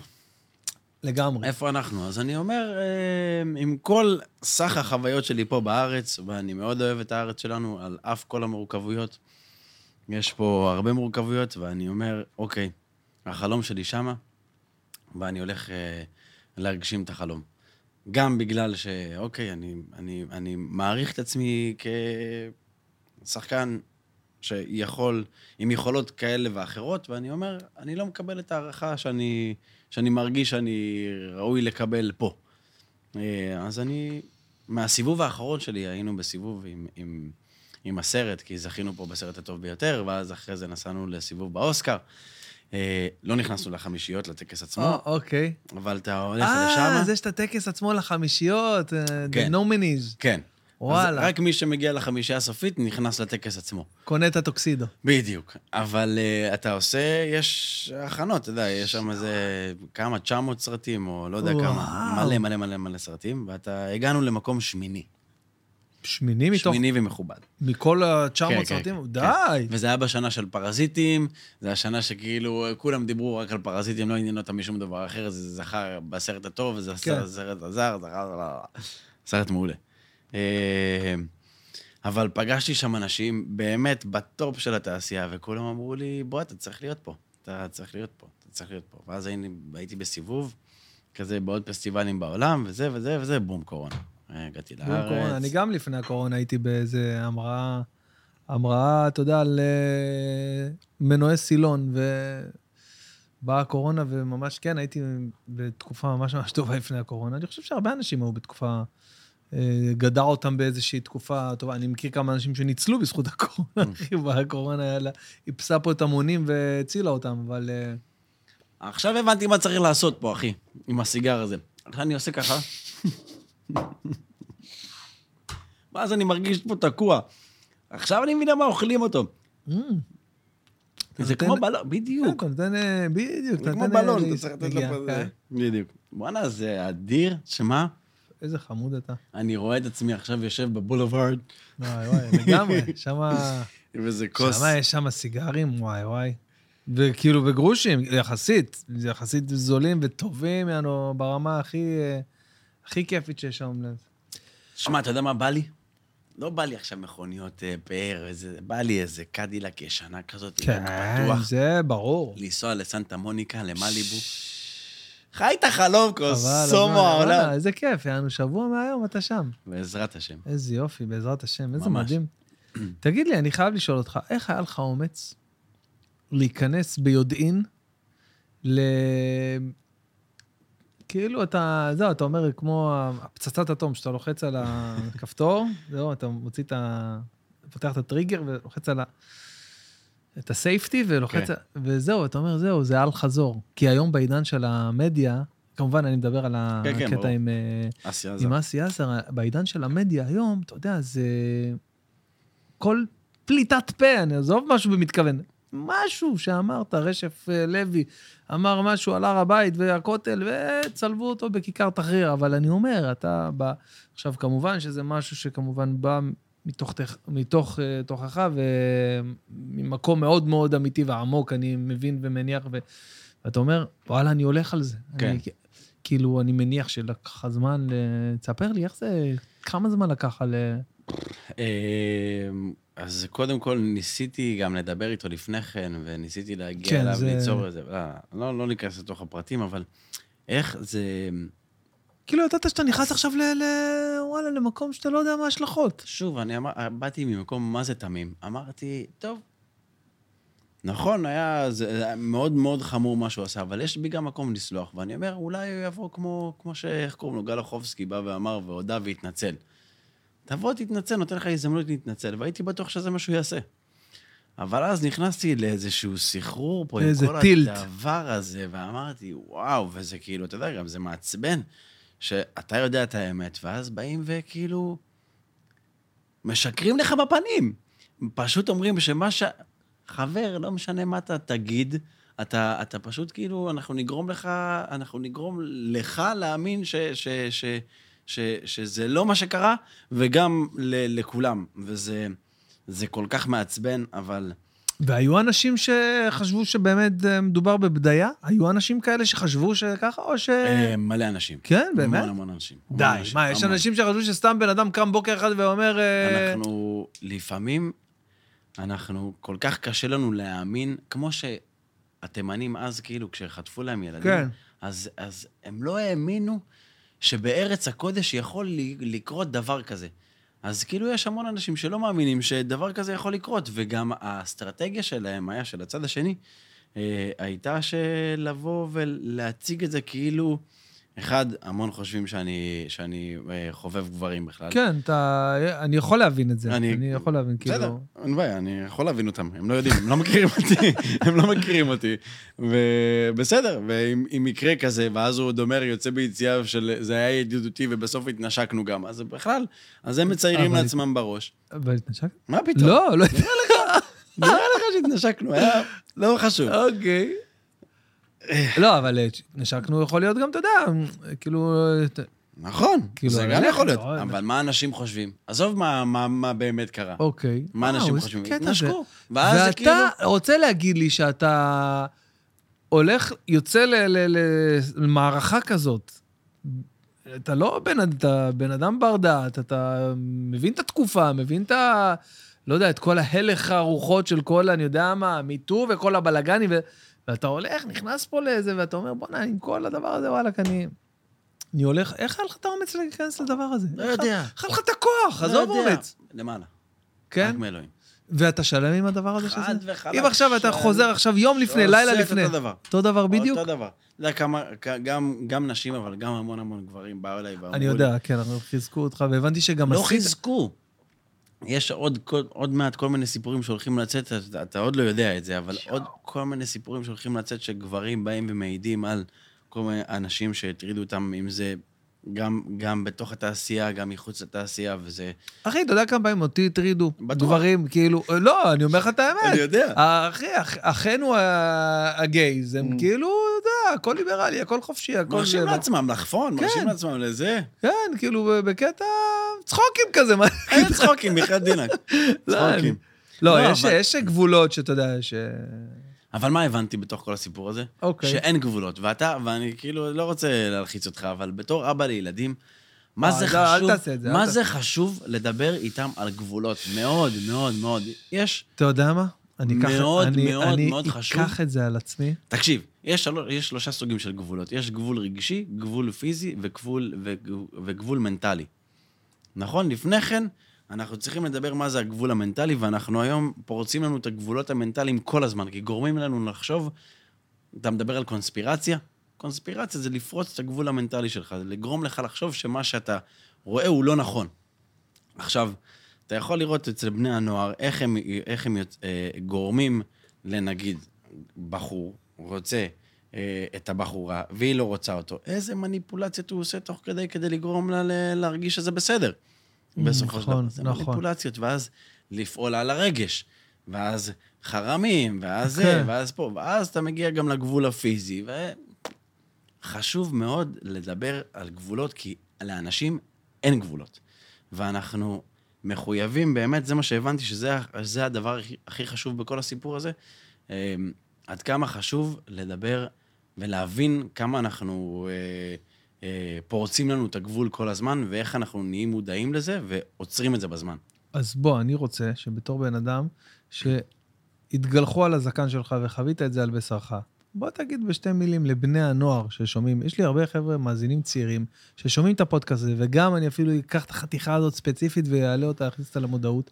לגמרי.
איפה אנחנו? אז אני אומר, אה, עם כל סך החוויות שלי פה בארץ, ואני מאוד אוהב את הארץ שלנו, על אף כל המורכבויות, יש פה הרבה מורכבויות, ואני אומר, אוקיי, החלום שלי שמה, ואני הולך אה, להגשים את החלום. גם בגלל שאוקיי, אני, אני, אני מעריך את עצמי כשחקן שיכול, עם יכולות כאלה ואחרות, ואני אומר, אני לא מקבל את ההערכה שאני, שאני מרגיש שאני ראוי לקבל פה. אה, אז אני, מהסיבוב האחרון שלי, היינו בסיבוב עם, עם, עם הסרט, כי זכינו פה בסרט הטוב ביותר, ואז אחרי זה נסענו לסיבוב באוסקר. אה, לא נכנסנו לחמישיות, לטקס עצמו,
או, אוקיי.
אבל אתה הולך לשם.
אה, אז יש את הטקס עצמו לחמישיות, אה, the
כן.
nominees.
כן.
וואלה.
אז רק מי שמגיע לחמישייה הסופית נכנס לטקס עצמו.
קונה את הטוקסידו.
בדיוק. אבל uh, אתה עושה, יש הכנות, אתה יודע, יש שם איזה כמה, 900 סרטים, או לא יודע
וואו.
כמה, מלא מלא מלא מלא סרטים, ואתה, הגענו למקום שמיני.
שמיני מתוך...
שמיני ומכובד.
מכל
כן,
ה-900
כן,
סרטים?
כן.
די.
וזה היה בשנה של פרזיטים, זה השנה שכאילו אה, כולם דיברו רק על פרזיטים, לא עניין אותם משום דבר אחר, זה זכר בסרט הטוב, זה
כן.
כן. סרט הזר, זכר... סרט מעולה. אה, אבל פגשתי שם אנשים באמת בטופ של התעשייה, וכולם אמרו לי, בוא, אתה צריך להיות פה, אתה צריך להיות פה, אתה צריך להיות פה. ואז הייתי, הייתי בסיבוב, כזה בעוד פסטיבלים בעולם, וזה וזה וזה, בום קורונה. אה, הגעתי לארץ.
בום קורונה. אני גם לפני הקורונה הייתי באיזה המראה, המראה, אתה יודע, על אה, מנועי סילון, ובאה הקורונה, וממש כן, הייתי בתקופה ממש ממש טובה לפני הקורונה. אני חושב שהרבה אנשים היו בתקופה... אה, גדע אותם באיזושהי תקופה טובה. אני מכיר כמה אנשים שניצלו בזכות הקורונה, אחי, והקורונה, יאללה, איפסה פה את המונים והצילה אותם, אבל... אה,
עכשיו הבנתי מה צריך לעשות פה, אחי, עם הסיגר הזה. עכשיו אני עושה ככה. ואז אני מרגיש פה תקוע. עכשיו אני מבין למה אוכלים אותו. זה
נותן-
כמו בלון, בדיוק.
אתה נותן, אה, בדיוק,
זה
אתה
כמו
נותן, אה,
בלון, אתה
להס-
צריך לתת לו
להגיע.
פה...
אה,
זה. בדיוק. וואלה, זה אדיר. שמע,
איזה חמוד אתה.
אני רואה את עצמי עכשיו יושב בבולווארד,
וואי וואי, לגמרי, שמה...
עם איזה כוס.
שמה יש שם סיגרים, וואי וואי. וכאילו, וגרושים, יחסית, זה יחסית זולים וטובים, יענו, ברמה הכי, אה, הכי כיפית שיש שם.
שמע, אתה יודע מה בא לי? לא בא לי עכשיו מכוניות אה, פאר, איזה- בא לי איזה קדילק ישנה כזאת, עם רק פתוח.
כן, זה ברור.
לנסוע לסנטה מוניקה, למליבו. חי את החלום,
חבל,
קוסומו
הזמן, וואלה,
העולם.
איזה כיף, יענו, שבוע מהיום אתה שם.
בעזרת השם.
איזה יופי, בעזרת השם, איזה
ממש.
מדהים. תגיד לי, אני חייב לשאול אותך, איך היה לך אומץ להיכנס ביודעין ל... כאילו אתה, זהו, אתה אומר, כמו הפצצת אטום, שאתה לוחץ על הכפתור, זהו, אתה מוציא את ה... פותח את הטריגר ולוחץ על ה... את הסייפטי ולוחץ...
כן.
על- וזהו, אתה אומר, זהו, זה אל חזור. כי היום בעידן של המדיה, כמובן, אני מדבר על
כן, כן,
הקטע
ברור.
עם... אה,
אסי עזר.
עם אסי עזר, בעידן של המדיה היום, אתה יודע, זה... כל פליטת פה, אני עזוב משהו במתכוון. משהו שאמרת, רשף אה, לוי אמר משהו על הר הבית והכותל, וצלבו אותו בכיכר תחריר. אבל אני אומר, אתה ב... עכשיו, כמובן שזה משהו שכמובן בא מתוך, תך- מתוך אה, תוכחה וממקום מאוד מאוד אמיתי ועמוק, אני מבין ומניח, ו... ואתה אומר, וואלה, אני הולך על זה.
כן.
אני, כאילו, אני מניח שלקח לך זמן, ל- תספר לי איך זה, כמה זמן לקח על...
אמ, אז קודם כל ניסיתי גם לדבר איתו לפני כן, וניסיתי להגיע
כן,
כן, אליו,
זה-
זה... ליצור איזה... לא, לא, לא ניכנס לתוך הפרטים, אבל איך זה...
כאילו, ידעת שאתה נכנס עכשיו ל... ל- וואלה, למקום שאתה לא יודע מה ההשלכות.
שוב, אני אמר, באתי ממקום מה זה תמים. אמרתי, טוב, נכון, היה, זה, זה היה מאוד מאוד חמור מה שהוא עשה, אבל יש בי גם מקום לסלוח, ואני אומר, אולי הוא יבוא כמו, כמו ש... איך קוראים לו? גל אוחובסקי בא ואמר והודה והתנצל. תבוא, תתנצל, נותן לך הזדמנות להתנצל, והייתי בטוח שזה מה שהוא יעשה. אבל אז נכנסתי לאיזשהו סחרור פה,
איזה
עם כל
טילט.
הדבר הזה, ואמרתי, וואו, וזה כאילו, אתה יודע, גם זה מעצבן, שאתה יודע את האמת, ואז באים וכאילו... משקרים לך בפנים. פשוט אומרים שמה ש... חבר, לא משנה מה אתה תגיד, אתה, אתה פשוט כאילו, אנחנו נגרום לך, אנחנו נגרום לך להאמין ש, ש, ש, ש, שזה לא מה שקרה, וגם ל, לכולם. וזה זה כל כך מעצבן, אבל...
והיו אנשים שחשבו שבאמת אה, מדובר בבדיה? היו אנשים כאלה שחשבו שככה, או ש...
אה, מלא אנשים.
כן, באמת?
המון המון אנשים. המון
די,
אנשים,
מה, יש
המון.
אנשים שחשבו שסתם בן אדם קם בוקר אחד ואומר... אה,
אנחנו לפעמים, אנחנו, כל כך קשה לנו להאמין, כמו שהתימנים אז, כאילו, כשחטפו להם ילדים,
כן.
אז, אז הם לא האמינו שבארץ הקודש יכול ל- לקרות דבר כזה. אז כאילו יש המון אנשים שלא מאמינים שדבר כזה יכול לקרות, וגם האסטרטגיה שלהם היה, של הצד השני, אה, הייתה שלבוא ולהציג את זה כאילו, אחד, המון חושבים שאני, שאני אה, חובב גברים בכלל.
כן, אתה... אני יכול להבין את זה.
אני-
אני יכול להבין,
בסדר,
כאילו...
אין בעיה, אני יכול להבין אותם, הם לא יודעים, הם לא מכירים אותי, הם לא מכירים אותי. ובסדר, ועם עם מקרה כזה, ואז הוא עוד אומר, יוצא ביציאה של, זה היה ידידותי, ובסוף התנשקנו גם, אז בכלל, אז הם מציירים
אבל-
לעצמם בראש.
אבל התנשקת?
מה פתאום?
לא, לא...
נראה לך שהתנשקנו, היה לא חשוב.
אוקיי. לא, אבל אה, נשקנו יכול להיות גם, אתה יודע, כאילו... אה, ת-
נכון,
כאילו,
זה
אני
גם
הולך,
יכול להיות,
לא,
אבל מה אנשים חושבים? עזוב מה- מה מה באמת קרה.
אוקיי.
מה
וואו,
אנשים
איזה
חושבים?
קטע זה.
התנשקו. ואז זה כאילו...
ואתה רוצה להגיד לי שאתה הולך, יוצא ל- ל- ל- למערכה כזאת. אתה לא בן, אד- אתה בן אדם בר דעת, אתה מבין את התקופה, מבין את ה... לא יודע, את כל ההלך הרוחות של כל, אני יודע מה, מיטו וכל הבלגנים, ו... ואתה הולך, נכנס פה לאיזה, ואתה אומר, בואנה, עם כל הדבר הזה, וואלכ, אני... אני הולך, איך היה לך את האומץ להיכנס לדבר הזה?
לא
איך-
יודע.
איך היה לך את הכוח,
לא
עזוב
יודע.
אומץ.
למעלה, רק
כן?
מאלוהים.
ואתה שלם עם הדבר הזה שזה?
חד וחלק.
אם עכשיו
שלם.
אתה חוזר עכשיו יום לפני, לילה
עושה את
לפני.
אותו דבר.
אותו דבר בדיוק?
אותו דבר. לא, אתה יודע כמה, כ- גם, גם נשים, אבל גם המון המון גברים באו אליי ואמרו
אני
לי,
יודע, כן, אבל חיזקו אותך, והבנתי שגם
לא
עשית...
חיזקו. יש עוד, כל- עוד מעט כל מיני סיפורים שהולכים לצאת, אתה, אתה עוד לא יודע את זה, אבל עוד כל מיני סיפורים שהולכים לצאת, שגברים באים ומעידים על כל מיני אנשים שהטרידו אותם, אם זה גם, גם בתוך התעשייה, גם מחוץ לתעשייה, וזה...
אחי, אתה יודע כמה פעמים אותי הטרידו?
בטוח.
גברים, כאילו... לא, אני אומר לך את האמת. אה,
יודע.
אחי, אח- אחינו ה- הגייז,
Mm.
הם כאילו, אתה יודע, הכל ליברלי, הכל חופשי, הכל...
מרשים
זה-
לעצמם לחפון, מרשים
אה, כן.
לעצמם לזה.
כן, כאילו, בקטע צחוקים כזה, מה...
אין צחוקים, בחייאת דינק.
לא,
צחוקים.
לא,
לא,
יש-
אבל-
יש גבולות שאתה יודע, ש...
אבל מה הבנתי בתוך כל הסיפור הזה?
אוקיי.
שאין גבולות. ואתה, ואני כאילו לא רוצה להלחיץ אותך, אבל בתור אבא לילדים, מה
אה,
זה
לא, אל
חשוב,
תעשה את זה, אל
מה
תעשה.
זה חשוב לדבר איתם על גבולות? מאוד, מאוד, מאוד. יש,
אתה יודע מה? אני אקח-
מאוד,
אני-
מאוד, מאוד חשוב.
אני אקח את זה על עצמי.
תקשיב, יש, שלוש, יש שלושה סוגים של גבולות. יש גבול רגשי, גבול פיזי וגבול, וגבול, וגבול מנטלי. נכון? לפני כן, אנחנו צריכים לדבר מה זה הגבול המנטלי, ואנחנו היום פורצים לנו את הגבולות המנטליים כל הזמן, כי גורמים לנו לחשוב, אתה מדבר על קונספירציה? קונספירציה זה לפרוץ את הגבול המנטלי שלך, זה לגרום לך לחשוב שמה שאתה רואה הוא לא נכון. עכשיו, אתה יכול לראות אצל בני הנוער איך הם, איך הם יוצ... אה, גורמים לנגיד בחור רוצה אה, את הבחורה והיא לא רוצה אותו. איזה מניפולציות הוא עושה תוך כדי כדי לגרום לה ל- להרגיש שזה בסדר. בסופו של
נכון,
דבר. זה
נכון.
מניפולציות, ואז לפעול על הרגש, ואז חרמים, ואז זה,
כן.
ואז פה, ואז אתה מגיע גם לגבול הפיזי, ו... חשוב מאוד לדבר על גבולות, כי לאנשים אין גבולות. ואנחנו מחויבים, באמת, זה מה שהבנתי, שזה ה- זה הדבר הכי- הכי חשוב בכל הסיפור הזה. אמ, עד כמה חשוב לדבר ולהבין כמה אנחנו אה, אה, פורצים לנו את הגבול כל הזמן, ואיך אנחנו נהיים מודעים לזה ועוצרים את זה בזמן.
אז בוא, אני רוצה שבתור בן אדם, שהתגלחו על הזקן שלך וחווית את זה על בשרך, בוא תגיד בשתי מילים לבני הנוער ששומעים, יש לי הרבה חבר'ה מאזינים צעירים ששומעים את הפודקאסט הזה, וגם אני אפילו אקח את החתיכה הזאת ספציפית ואעלה אותה, אכניס אותה למודעות.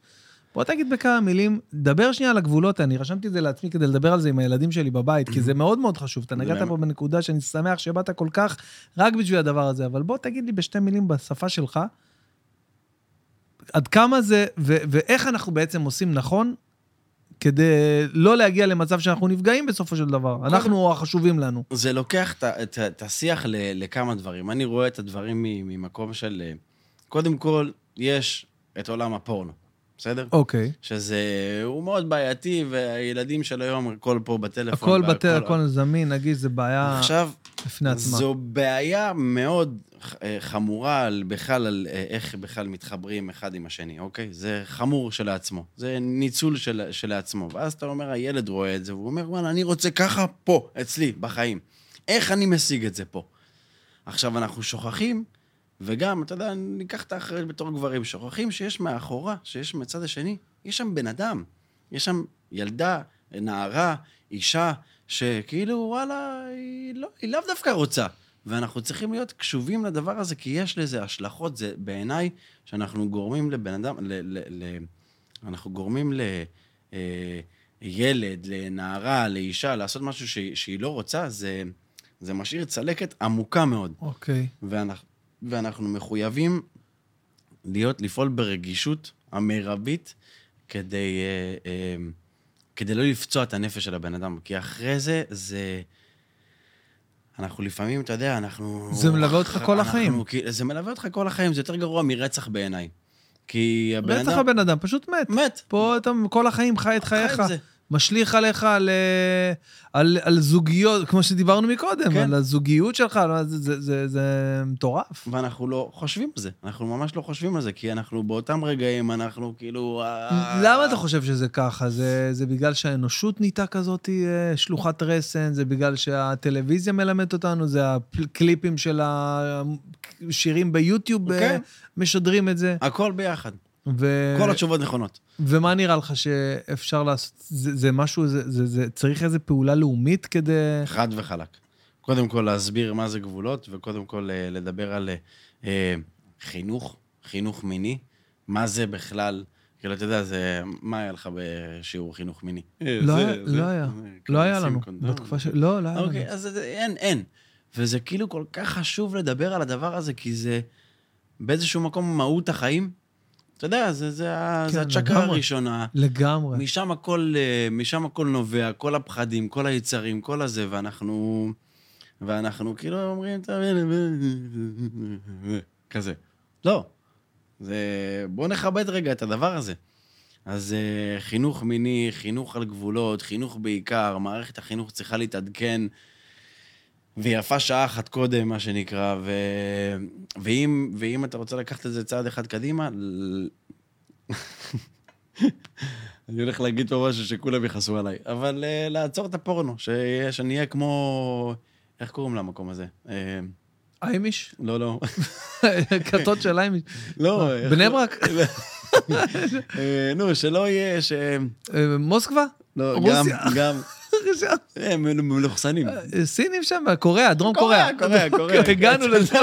בוא תגיד בכמה מילים, דבר שנייה על הגבולות, אני רשמתי את זה לעצמי כדי לדבר על זה עם הילדים שלי בבית, כי זה מאוד מאוד חשוב. אתה
זה
נגעת
באמת.
פה בנקודה שאני שמח שבאת כל כך רק בשביל הדבר הזה, אבל בוא תגיד לי בשתי מילים בשפה שלך, עד כמה זה, ו- ואיך אנחנו בעצם עושים נכון, כדי לא להגיע למצב שאנחנו נפגעים בסופו של דבר. אנחנו החשובים לנו.
זה לוקח את ה- את ה- את השיח ל- לכמה דברים. אני רואה את הדברים מ- ממקום של... אה, קודם כל, יש את עולם הפורנו, בסדר?
אוקיי.
שזה... הוא מאוד בעייתי, והילדים של היום, הכל פה בטלפון.
הכל
והכל-
בטלפון זמין, נגיד, זה בעיה
עכשיו,
בפני עצמה.
זו בעיה מאוד אה, חמורה על- בכלל על אה, איך בכלל מתחברים אחד עם השני, אוקיי? זה חמור שלעצמו. זה ניצול של, שלעצמו. ואז אתה אומר, הילד רואה את זה, והוא אומר, וואלה, אני רוצה ככה פה, אצלי, בחיים. איך אני משיג את זה פה? עכשיו, אנחנו שוכחים, וגם, אתה יודע, ניקח את האחריות בתור גברים, שוכחים שיש מאחורה, שיש מהצד השני, יש שם בן אדם. יש שם ילדה, נערה, אישה, שכאילו, וואלה, היא, לא, היא לאו דווקא רוצה. ואנחנו צריכים להיות קשובים לדבר הזה, כי יש לזה השלכות. זה בעיניי, שאנחנו גורמים לבן אדם, ל, ל, ל, אנחנו גורמים ל... אה, ילד, לנערה, לאישה, לעשות משהו ש, שהיא לא רוצה, זה, זה משאיר צלקת עמוקה מאוד.
אוקיי.
ואנחנו, ואנחנו מחויבים להיות, לפעול ברגישות המרבית כדי, אה, אה, כדי לא לפצוע את הנפש של הבן אדם. כי אחרי זה, זה... אנחנו לפעמים, אתה יודע, אנחנו...
זה מלווה אותך כל
אנחנו-
החיים.
כי- זה מלווה אותך כל החיים, זה יותר גרוע מרצח בעיניי. כי הבן אדם...
רצח הבן אדם פשוט מת.
מת.
פה אתה כל החיים חי את
חי עם
חייך.
זה.
משליך עליך על, אה, על, על זוגיות, כמו שדיברנו מקודם,
כן.
על הזוגיות שלך, לא, זה, זה, זה, זה מטורף.
ואנחנו לא חושבים על זה, אנחנו ממש לא חושבים על זה, כי אנחנו באותם רגעים, אנחנו כאילו... אה,
למה אתה חושב שזה ככה? זה, זה בגלל שהאנושות נהייתה כזאת אה, שלוחת רסן? זה בגלל שהטלוויזיה מלמדת אותנו? זה הקליפים של השירים ביוטיוב אה,
כן.
משדרים את זה?
הכל ביחד,
ו...
כל התשובות נכונות.
ומה נראה לך שאפשר לעשות? זה, זה משהו, זה, זה, זה צריך איזו פעולה לאומית כדי...
חד וחלק. קודם כל להסביר מה זה גבולות, וקודם כל אה, לדבר על אה, אה, חינוך, חינוך מיני, מה זה בכלל, כאילו, אתה יודע, זה, מה היה לך בשיעור חינוך מיני?
לא היה, לא היה, לא היה לנו. בתקופה ש... לא, לא היה לנו.
אה, אוקיי, אז זה- אין, אין. וזה כאילו כל כך חשוב לדבר על הדבר הזה, כי זה באיזשהו מקום מהות החיים, אתה יודע, זה, זה, ה-
כן,
זה הצ'קה
לגמרי.
הראשונה.
לגמרי.
משם הכל, אה, משם הכל נובע, כל הפחדים, כל היצרים, כל הזה, ואנחנו... ואנחנו כאילו אומרים, "טוב, הנה", כזה. לא. זה... בואו נכבד רגע את הדבר הזה. אז אה, חינוך מיני, חינוך על גבולות, חינוך בעיקר, מערכת החינוך צריכה להתעדכן, ויפה שעה אחת קודם, מה שנקרא, ו... ואם, ואם אתה רוצה לקחת את זה צעד אחד קדימה, ל- אני הולך להגיד פה משהו שכולם יכעסו עליי, אבל uh, לעצור את הפורנו, שיהיה- שאני אהיה כמו... איך קוראים למקום הזה? אה,
איימיש?
לא, לא.
כתות של איימיש.
לא, איך
בני
קורא-
ברק?
אה, נו, שלא יהיה, ש...
אה, מוסקבה?
לא, גם,
רוסיה.
גם... אה, מ- מלוכסנים.
אה, סינים שם, קוריאה, דרום קוריאה.
קוריאה, קוריאה. כן. לא,
הגענו לזה.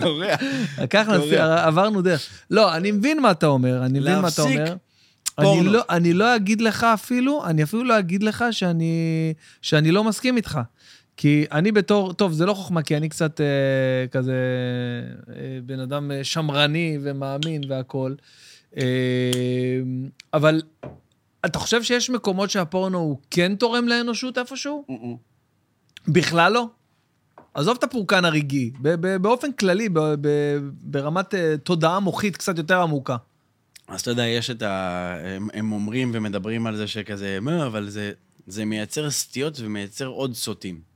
קוריאה.
לקחנו,
קוריאה.
עברנו דרך. לא, אני מבין מה אתה אומר, אני מבין מה אתה
להפסיק
אומר.
פורנו.
אני לא, אני לא אגיד לך אפילו, אני אפילו לא אגיד לך שאני, שאני לא מסכים איתך. כי אני בתור, טוב, זה לא חוכמה, כי אני קצת אה, כזה אה, בן אדם אה, שמרני ומאמין והכול. אה, אבל אתה חושב שיש מקומות שהפורנו הוא כן תורם לאנושות איפשהו? בכלל לא. עזוב את הפורקן הרגעי, ב- ב- באופן כללי, ב- ב- ברמת אה, תודעה מוחית קצת יותר עמוקה.
אז אתה יודע, יש את ה... הם, הם אומרים ומדברים על זה שכזה, מה, אבל זה, זה מייצר סטיות ומייצר עוד סוטים.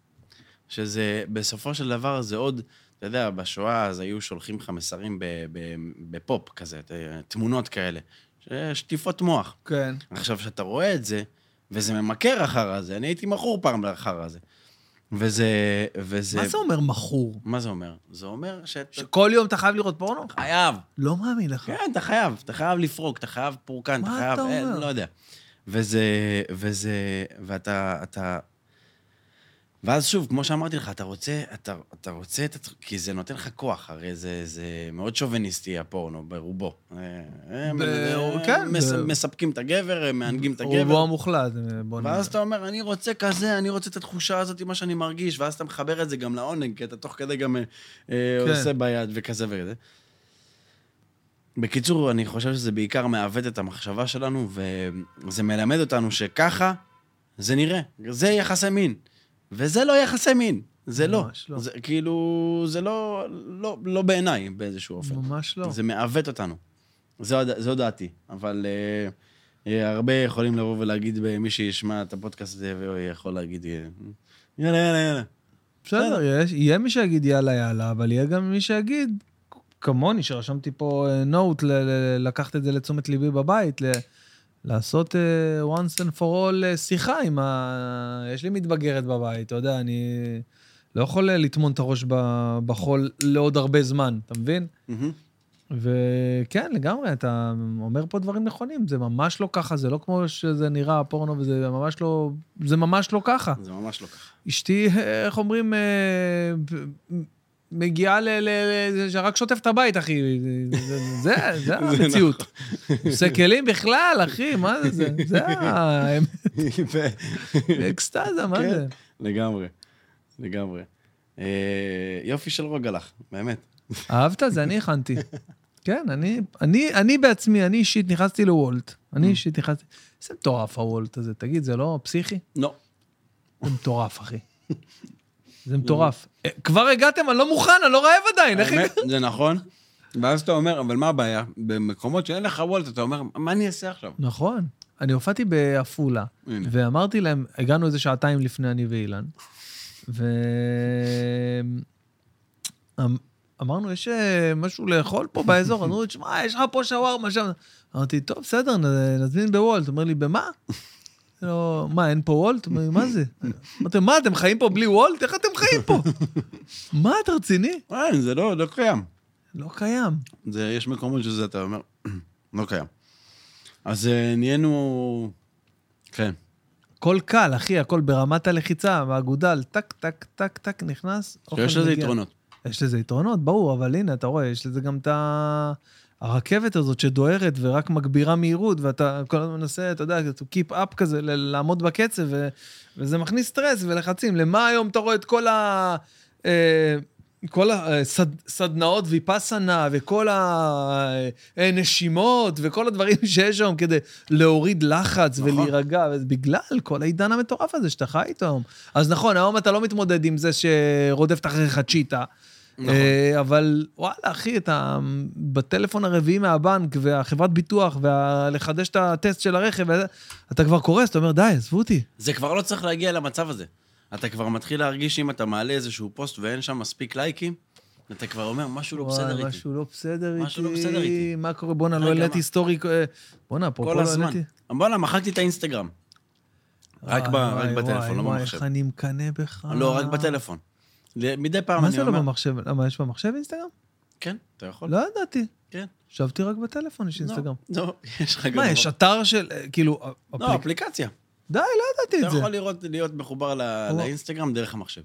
שזה, בסופו של דבר זה עוד, אתה יודע, בשואה אז היו שולחים לך מסרים ב, ב, בפופ כזה, ת- תמונות כאלה, ש- שטיפות מוח.
כן.
עכשיו, כשאתה רואה את זה, וזה ממכר אחר הזה, אני הייתי מכור פעם לאחר הזה. וזה... וזה...
מה זה אומר מכור?
מה זה אומר? זה אומר שאתה...
שכל יום אתה חייב לראות פורנו?
חייב.
לא מאמין לך.
כן, אתה חייב, אתה חייב לפרוק, אתה חייב פורקן, אתה
מה
חייב...
אתה
אה,
אומר?
לא יודע. וזה, וזה, ואתה, אתה... ואז שוב, כמו שאמרתי לך, אתה רוצה, אתה, אתה רוצה את עצמך, כי זה נותן לך כוח, הרי זה, זה מאוד שוביניסטי, הפורנו, ברובו. אה, הם,
ב-
אה,
כן,
מס,
ב-
מספקים את הגבר, הם מהנגים את הגבר.
רובו המוחלט, אה, בוא נראה.
ואז אתה אומר, אני רוצה כזה, אני רוצה את התחושה הזאת, מה שאני מרגיש, ואז אתה מחבר את זה גם לעונג, כי אתה תוך כדי גם אה,
כן.
כן. עושה ביד וכזה וכזה. בקיצור, אני חושב שזה בעיקר מעוות את המחשבה שלנו, וזה מלמד אותנו שככה זה נראה. זה יחסי מין. וזה לא יחסי מין. זה לא.
ממש לא.
זה כאילו, זה לא, לא, לא בעיניי באיזשהו אופן.
ממש לא.
זה מעוות אותנו. זו, הד- זו דעתי, אבל אה, אה, הרבה יכולים לבוא ולהגיד, אה, מי שישמע את הפודקאסט הזה, והוא יכול להגיד, אה, יאללה, יאללה, יאללה.
בסדר, יש- יהיה מי שיגיד יאללה יאללה, אבל יהיה גם מי שיגיד, כמוני, שרשמתי פה אה, נוט, ל- ל- לקחת את זה לתשומת ליבי בבית, ל- לעשות אה, once and for all אה, שיחה עם ה... יש לי מתבגרת בבית, אתה יודע, אני לא יכול אה, לטמון את הראש ב- בחול לעוד הרבה זמן, אתה מבין?
מהמם.
וכן, לגמרי, אתה אומר פה דברים נכונים, זה ממש לא ככה, זה לא כמו שזה נראה, הפורנו, וזה ממש לא, זה ממש לא ככה.
זה ממש לא ככה.
אשתי, איך אומרים, אה, מגיעה ל... ל- ל- זה שרק שוטף את הבית, אחי. זה- זה, זה המציאות. עושה כלים בכלל, אחי, מה זה זה? זה ה- אקסטזה, מה
כן.
זה?
לגמרי, לגמרי. אה, יופי של רוג הלך, באמת.
אהבת? זה אני הכנתי. כן, אני, אני, אני בעצמי, אני אישית נכנסתי לוולט. אני אישית נכנסתי... זה מטורף הוולט הזה, תגיד, זה לא פסיכי?
לא.
זה מטורף, אחי. זה מטורף. אה, כבר הגעתם, אני לא מוכן, אני לא רעב עדיין, איך
האמת, זה נכון. ואז אתה אומר, אבל מה הבעיה? במקומות שאין לך וולט, אתה אומר, מה אני אעשה עכשיו?
נכון. אני הופעתי בעפולה,
הנה.
ואמרתי להם, הגענו איזה שעתיים לפני אני ואילן, ו... אמ- אמרנו, יש אה, משהו לאכול פה באזור? אמרו לי, תשמע, יש לך פה שווארמה שם. אמרתי, טוב, בסדר, נ- נזמין בוולט. אומר לי, במה? לא, מה, אין פה וולט? אומר לי, מה זה? אמרתי, מה, אתם חיים פה בלי וולט? איך אתם חיים פה? מה, אתה רציני?
אין, זה לא לא קיים.
לא קיים.
זה, יש מקומות שזה, אתה אומר, לא קיים. אז אה, נהיינו... כן.
הכל קל, אחי, הכל ברמת הלחיצה, באגודל, טק, טק, טק, טק, נכנס, אוכל
יש לזה
מגיע.
יתרונות.
יש לזה יתרונות, ברור, אבל הנה, אתה רואה, יש לזה גם את ה... הרכבת הזאת שדוהרת ורק מגבירה מהירות, ואתה כל הזמן מנסה, אתה יודע, to keep up כזה, ל- לעמוד בקצב, ו... וזה מכניס סטרס ולחצים. למה היום אתה רואה את כל ה... אה, כל הסדנאות ויפאסנה, וכל הנשימות, וכל הדברים שיש שם כדי להוריד לחץ
נכון.
ולהירגע, וזה בגלל כל העידן המטורף הזה שאתה חי איתו. אז נכון, היום אתה לא מתמודד עם זה שרודפת אחריך צ'יטה.
נכון.
אה, אבל וואלה, אחי, אתה בטלפון הרביעי מהבנק, והחברת ביטוח, ולחדש את הטסט של הרכב, וזה, אתה כבר קורס, אתה אומר, די, עזבו אותי.
זה כבר לא צריך להגיע למצב הזה. אתה כבר מתחיל להרגיש שאם אתה מעלה איזשהו פוסט ואין שם מספיק לייקים, אתה כבר אומר, משהו לא בסדר
וואי,
איתי.
משהו לא בסדר איתי.
משהו לא בסדר איתי.
מה קורה? בואנה, לא
רגע,
העליתי
מה?
היסטורי. אה, בואנה, אפרופו
כל
לא
הזמן.
העליתי.
בואנה, מחקתי את האינסטגרם. רק ב-
וואי,
רק
וואי,
בטלפון, לא
וואי,
במחשב.
איך אני מקנא בך.
לא, רק בטלפון. ל- מדי פעם
אה. מה
אני
זה
אומר...
לא במחשב? למה, יש במחשב אינסטגרם?
כן, אתה יכול.
לא ידעתי.
כן.
חשבתי רק בטלפון יש
לא,
אינסטגרם.
לא, יש לך גם...
מה, יש אתר של, אה, כאילו, אה,
לא,
אפליק-
אפליקציה.
די, לא ידעתי
אתה
את זה.
יכול לראות- להיות מחובר ל-
וואו.
לאינסטגרם דרך המחשב.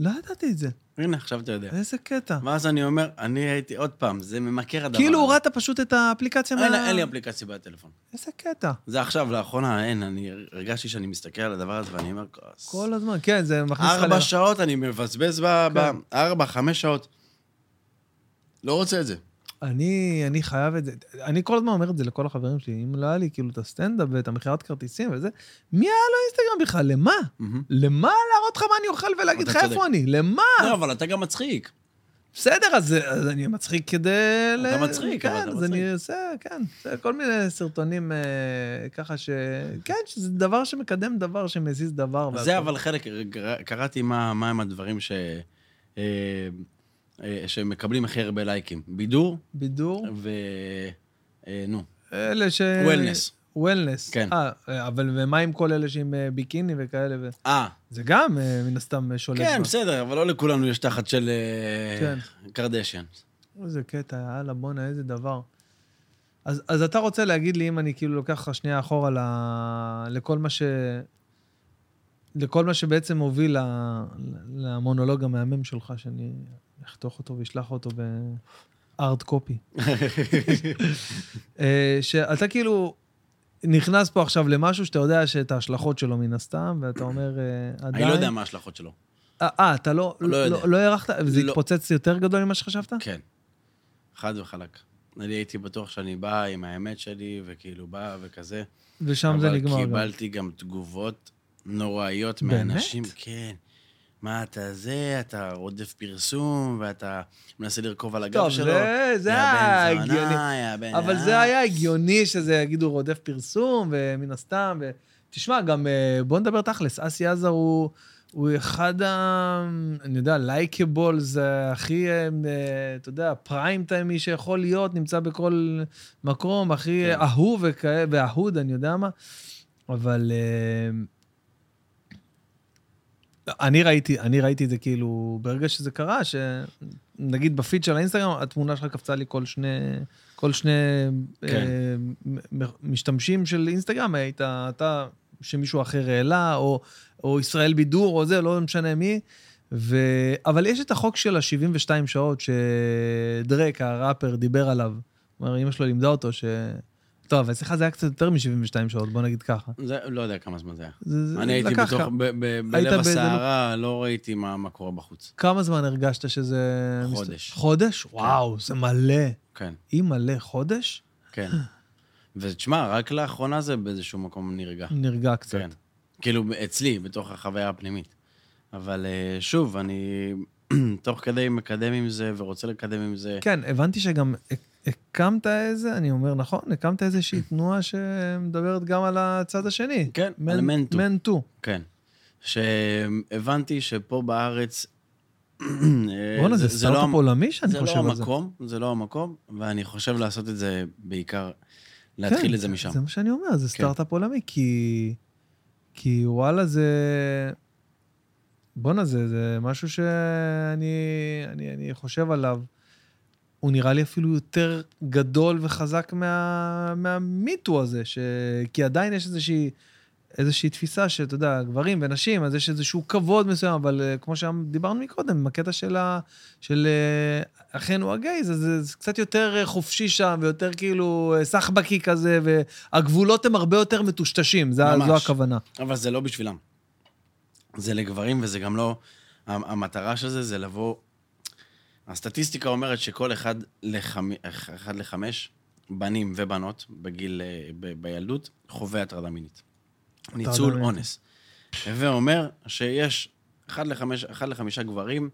לא ידעתי את זה.
הנה, עכשיו אתה יודע.
איזה קטע.
ואז אני אומר, אני הייתי, עוד פעם, זה ממכר הדבר.
אה. כאילו
הזה.
הורדת פשוט את האפליקציה
אין לי- אין לי אפליקציה בטלפון.
איזה קטע.
זה עכשיו, לאחרונה, אין, אני הרגשתי שאני מסתכל על הדבר הזה ואני אומר, "כוס".
כל הזמן, כן, זה מכניס לך...
ארבע
ל- כן.
שעות אני מבזבז ב... ב- ארבע, חמש שעות. לא רוצה את זה.
אני, אני חייב את זה. אני כל הזמן אומר את זה לכל החברים שלי, אם לא היה לי כאילו את הסטנדאפ ואת המכירת כרטיסים וזה, מי היה לו אינסטגרם בכלל? למה? למה להראות לך מה אני אוכל ולהגיד
אתה
לך איפה
צודק.
אני? למה?
לא, אבל אתה גם מצחיק.
בסדר, אז, אז אני מצחיק כדי...
אתה מצחיק,
כן,
אבל אתה
אז אני עושה, כן, עושה כל מיני סרטונים אה, ככה ש... כן, שזה דבר שמקדם דבר, שמזיז דבר.
זה
והכל.
אבל חלק, קרא- קראתי מה מה הם הדברים ש... אה, אה, שמקבלים הכי הרבה לייקים. בידור
בידור,
ו... אה, נו,
אלה ש...
וולנס.
וולנס.
כן.
אה, אה, אבל ומה עם כל אלה שעם אה, ביקיני וכאלה? ו...
אה,
זה גם, אה, מן הסתם, אה, שולט.
כן,
בה.
בסדר, אבל לא לכולנו יש תחת של אה,
כן.
קרדשן.
איזה קטע, יאללה, בואנה, איזה דבר. אז, אז אתה רוצה להגיד לי, אם אני כאילו לוקח לך שנייה אחורה ל... לכל מה ש... לכל מה שבעצם הוביל ל... ל- למונולוג המהמם שלך, שאני אחתוך אותו ואשלח אותו בארד קופי. אה, שאתה כאילו נכנס פה עכשיו למשהו שאתה יודע שאת ההשלכות שלו מן הסתם, ואתה אומר, אה, עדיין...
אני לא יודע מה ההשלכות שלו.
אה, אה, אתה לא...
לא יודע.
לא, לא הערכת? וזה
לא.
התפוצץ יותר גדול ממה שחשבת?
כן. חד וחלק. אני הייתי בטוח שאני בא עם האמת שלי, וכאילו בא וכזה.
ושם זה נגמר.
אבל
גם.
קיבלתי גם תגובות נוראיות
באמת?
מאנשים. כן. מה אתה זה, אתה רודף פרסום, ואתה מנסה לרכוב על הגב
טוב,
שלו.
זה- זה
יא בן זונה,
הגיוני.
יא בן-
אבל זה היה הגיוני שזה יגידו רודף פרסום, ומן הסתם, ו... תשמע, גם אה, בוא נדבר תכלס, אסי עזר הוא, הוא אחד ה... אני יודע, לייקבולס אה, הכי, אה, אה, אתה יודע, פריים טיימי שיכול להיות, נמצא בכל מקום, הכי
כן.
כן. אהוב וכאלה, ואהוד, אני יודע מה. אבל אה, אני ראיתי, אני ראיתי את זה כאילו, ברגע שזה קרה, שנגיד בפיד של האינסטגרם, התמונה שלך קפצה לי כל שני, כל שני
כן.
אה, מ- מ- משתמשים של אינסטגרם, היית אתה שמישהו אחר העלה, או, או ישראל בידור, או זה, לא משנה מי. ו... אבל יש את החוק של ה-72 שעות שדרק, הראפר, דיבר עליו. כלומר, אמא שלו לימדה אותו ש... טוב, אבל אצלך זה היה קצת יותר מ-72 שעות, בוא נגיד ככה.
זה, לא יודע כמה זמן זה היה.
זה, זה
אני הייתי
לקח
בתוך,
כ-
ב- ב-
היית
בלב
באיזה לופ.
הסערה, לא ראיתי מה מה קורה בחוץ.
כמה זמן הרגשת שזה...
חודש.
חודש? וואו, זה מלא.
כן,
אי מלא חודש?
כן. ותשמע, רק לאחרונה זה באיזשהו מקום נרגע.
נרגע קצת.
כן. כאילו, אצלי, בתוך החוויה הפנימית. אבל אה, שוב, אני תוך כדי מקדם עם זה ורוצה לקדם עם זה.
כן, הבנתי שגם הק- הקמת איזה, אני אומר נכון, הקמת איזושהי תנועה שמדברת גם על הצד השני.
כן, על מנטו.
מנטו.
כן. שהבנתי שפה בארץ... אה,
בואנה, זה
לא
סטארט-אפ
המ-
עולמי שאני
זה לא
חושב על זה.
המקום, זה לא המקום, ואני חושב לעשות את זה בעיקר, להתחיל את זה משם.
כן,
כן.
זה מה שאני אומר, זה סטארט-אפ עולמי, כי... כי וואלה, זה... בואנה, זה, זה משהו שאני אני, אני חושב עליו. הוא נראה לי אפילו יותר גדול וחזק מה, מהמיטו הזה, ש... כי עדיין יש איזושהי, איזושהי תפיסה שאתה יודע, גברים ונשים, אז יש איזשהו כבוד מסוים, אבל אה, כמו שדיברנו מקודם, הקטע של, ה, של אה, אחינו הגייז, אז זה, זה קצת יותר אה, חופשי שם, ויותר כאילו אה, סחבקי כזה, והגבולות הם הרבה יותר מטושטשים, זה, זו
ממש.
הכוונה.
אבל זה לא בשבילם. זה לגברים, וזה גם לא... המ- המטרה של זה זה לבוא... הסטטיסטיקה אומרת שכל אחד, לחמ... אחד לחמש בנים ובנות בגיל, אה, ב... בילדות, חווה הטרדה מינית. ניצול
מינית.
אונס. הווה אומר שיש אחד, לחמש, אחד לחמישה גברים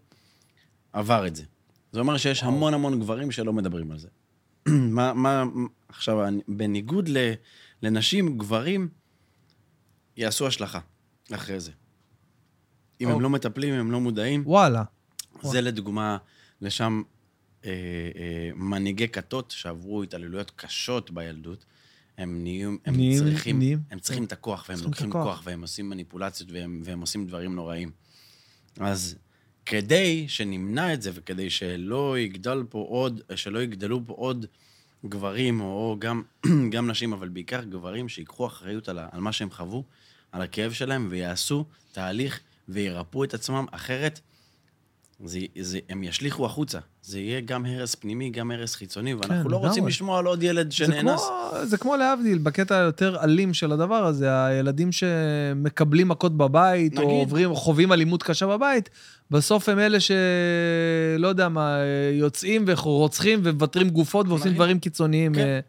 עבר את זה. זה אומר שיש המון המון גברים שלא מדברים על זה. מה, מה, עכשיו, אני- בניגוד ל, לנשים, גברים יעשו השלכה אחרי זה. אם הם
אוקיי.
לא מטפלים, הם לא מודעים.
וואלה.
זה לדוגמה, לשם אה, אה, מנהיגי כתות שעברו התעללויות קשות בילדות, הם נהיים, הם
נהיים-
צריכים,
נהיים.
הם צריכים את הכוח, והם
צריכים את
לוקחים
הכוח.
כוח, והם עושים מניפולציות, והם, והם עושים דברים נוראים. אז כדי שנמנע את זה, וכדי שלא יגדל פה עוד, שלא יגדלו פה עוד גברים, או גם, גם נשים, אבל בעיקר גברים, שיקחו אחריות על, ה- על מה שהם חוו, על הכאב שלהם, ויעשו תהליך וירפאו את עצמם, אחרת זה, זה, הם ישליכו החוצה. זה יהיה גם הרס פנימי, גם הרס חיצוני, ואנחנו לא
כן, לגמרי.
רוצים לשמוע על עוד ילד
זה כמו,
שנאנס.
זה כמו להבדיל, בקטע היותר אלים של הדבר הזה, הילדים שמקבלים מכות בבית, או
נגיד.
עוברים, או חווים אלימות קשה בבית, בסוף הם אלה שלא יודע מה, יוצאים ורוצחים ומבתרים גופות ועושים
נגיד.
דברים קיצוניים
כן.
אה,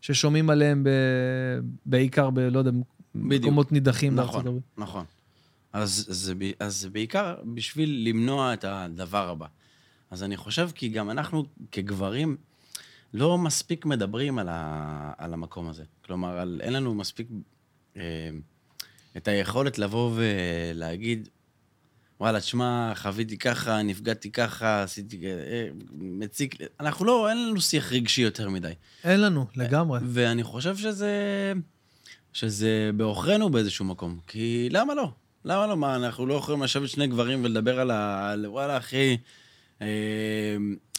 ששומעים עליהם ב- בעיקר, ב- לא יודע,
בדיוק.
מקומות נידחים בארצות
נכון,
הברית.
נכון. אז זה, ב- אז זה בעיקר בשביל למנוע את הדבר הבא. אז אני חושב כי גם אנחנו כגברים לא מספיק מדברים על, ה, על המקום הזה. כלומר, על, אין לנו מספיק אה, את היכולת לבוא ולהגיד, וואלה, תשמע, חוויתי ככה, נפגעתי ככה, עשיתי... אה, אה, מציק... לי." אנחנו לא, אין לנו שיח רגשי יותר מדי.
אין לנו, לגמרי.
ואני חושב שזה, שזה בעוכרינו באיזשהו מקום, כי למה לא? למה לא? מה, אנחנו לא יכולים לשבת שני גברים ולדבר על ה... על וואלה, אחי, אה,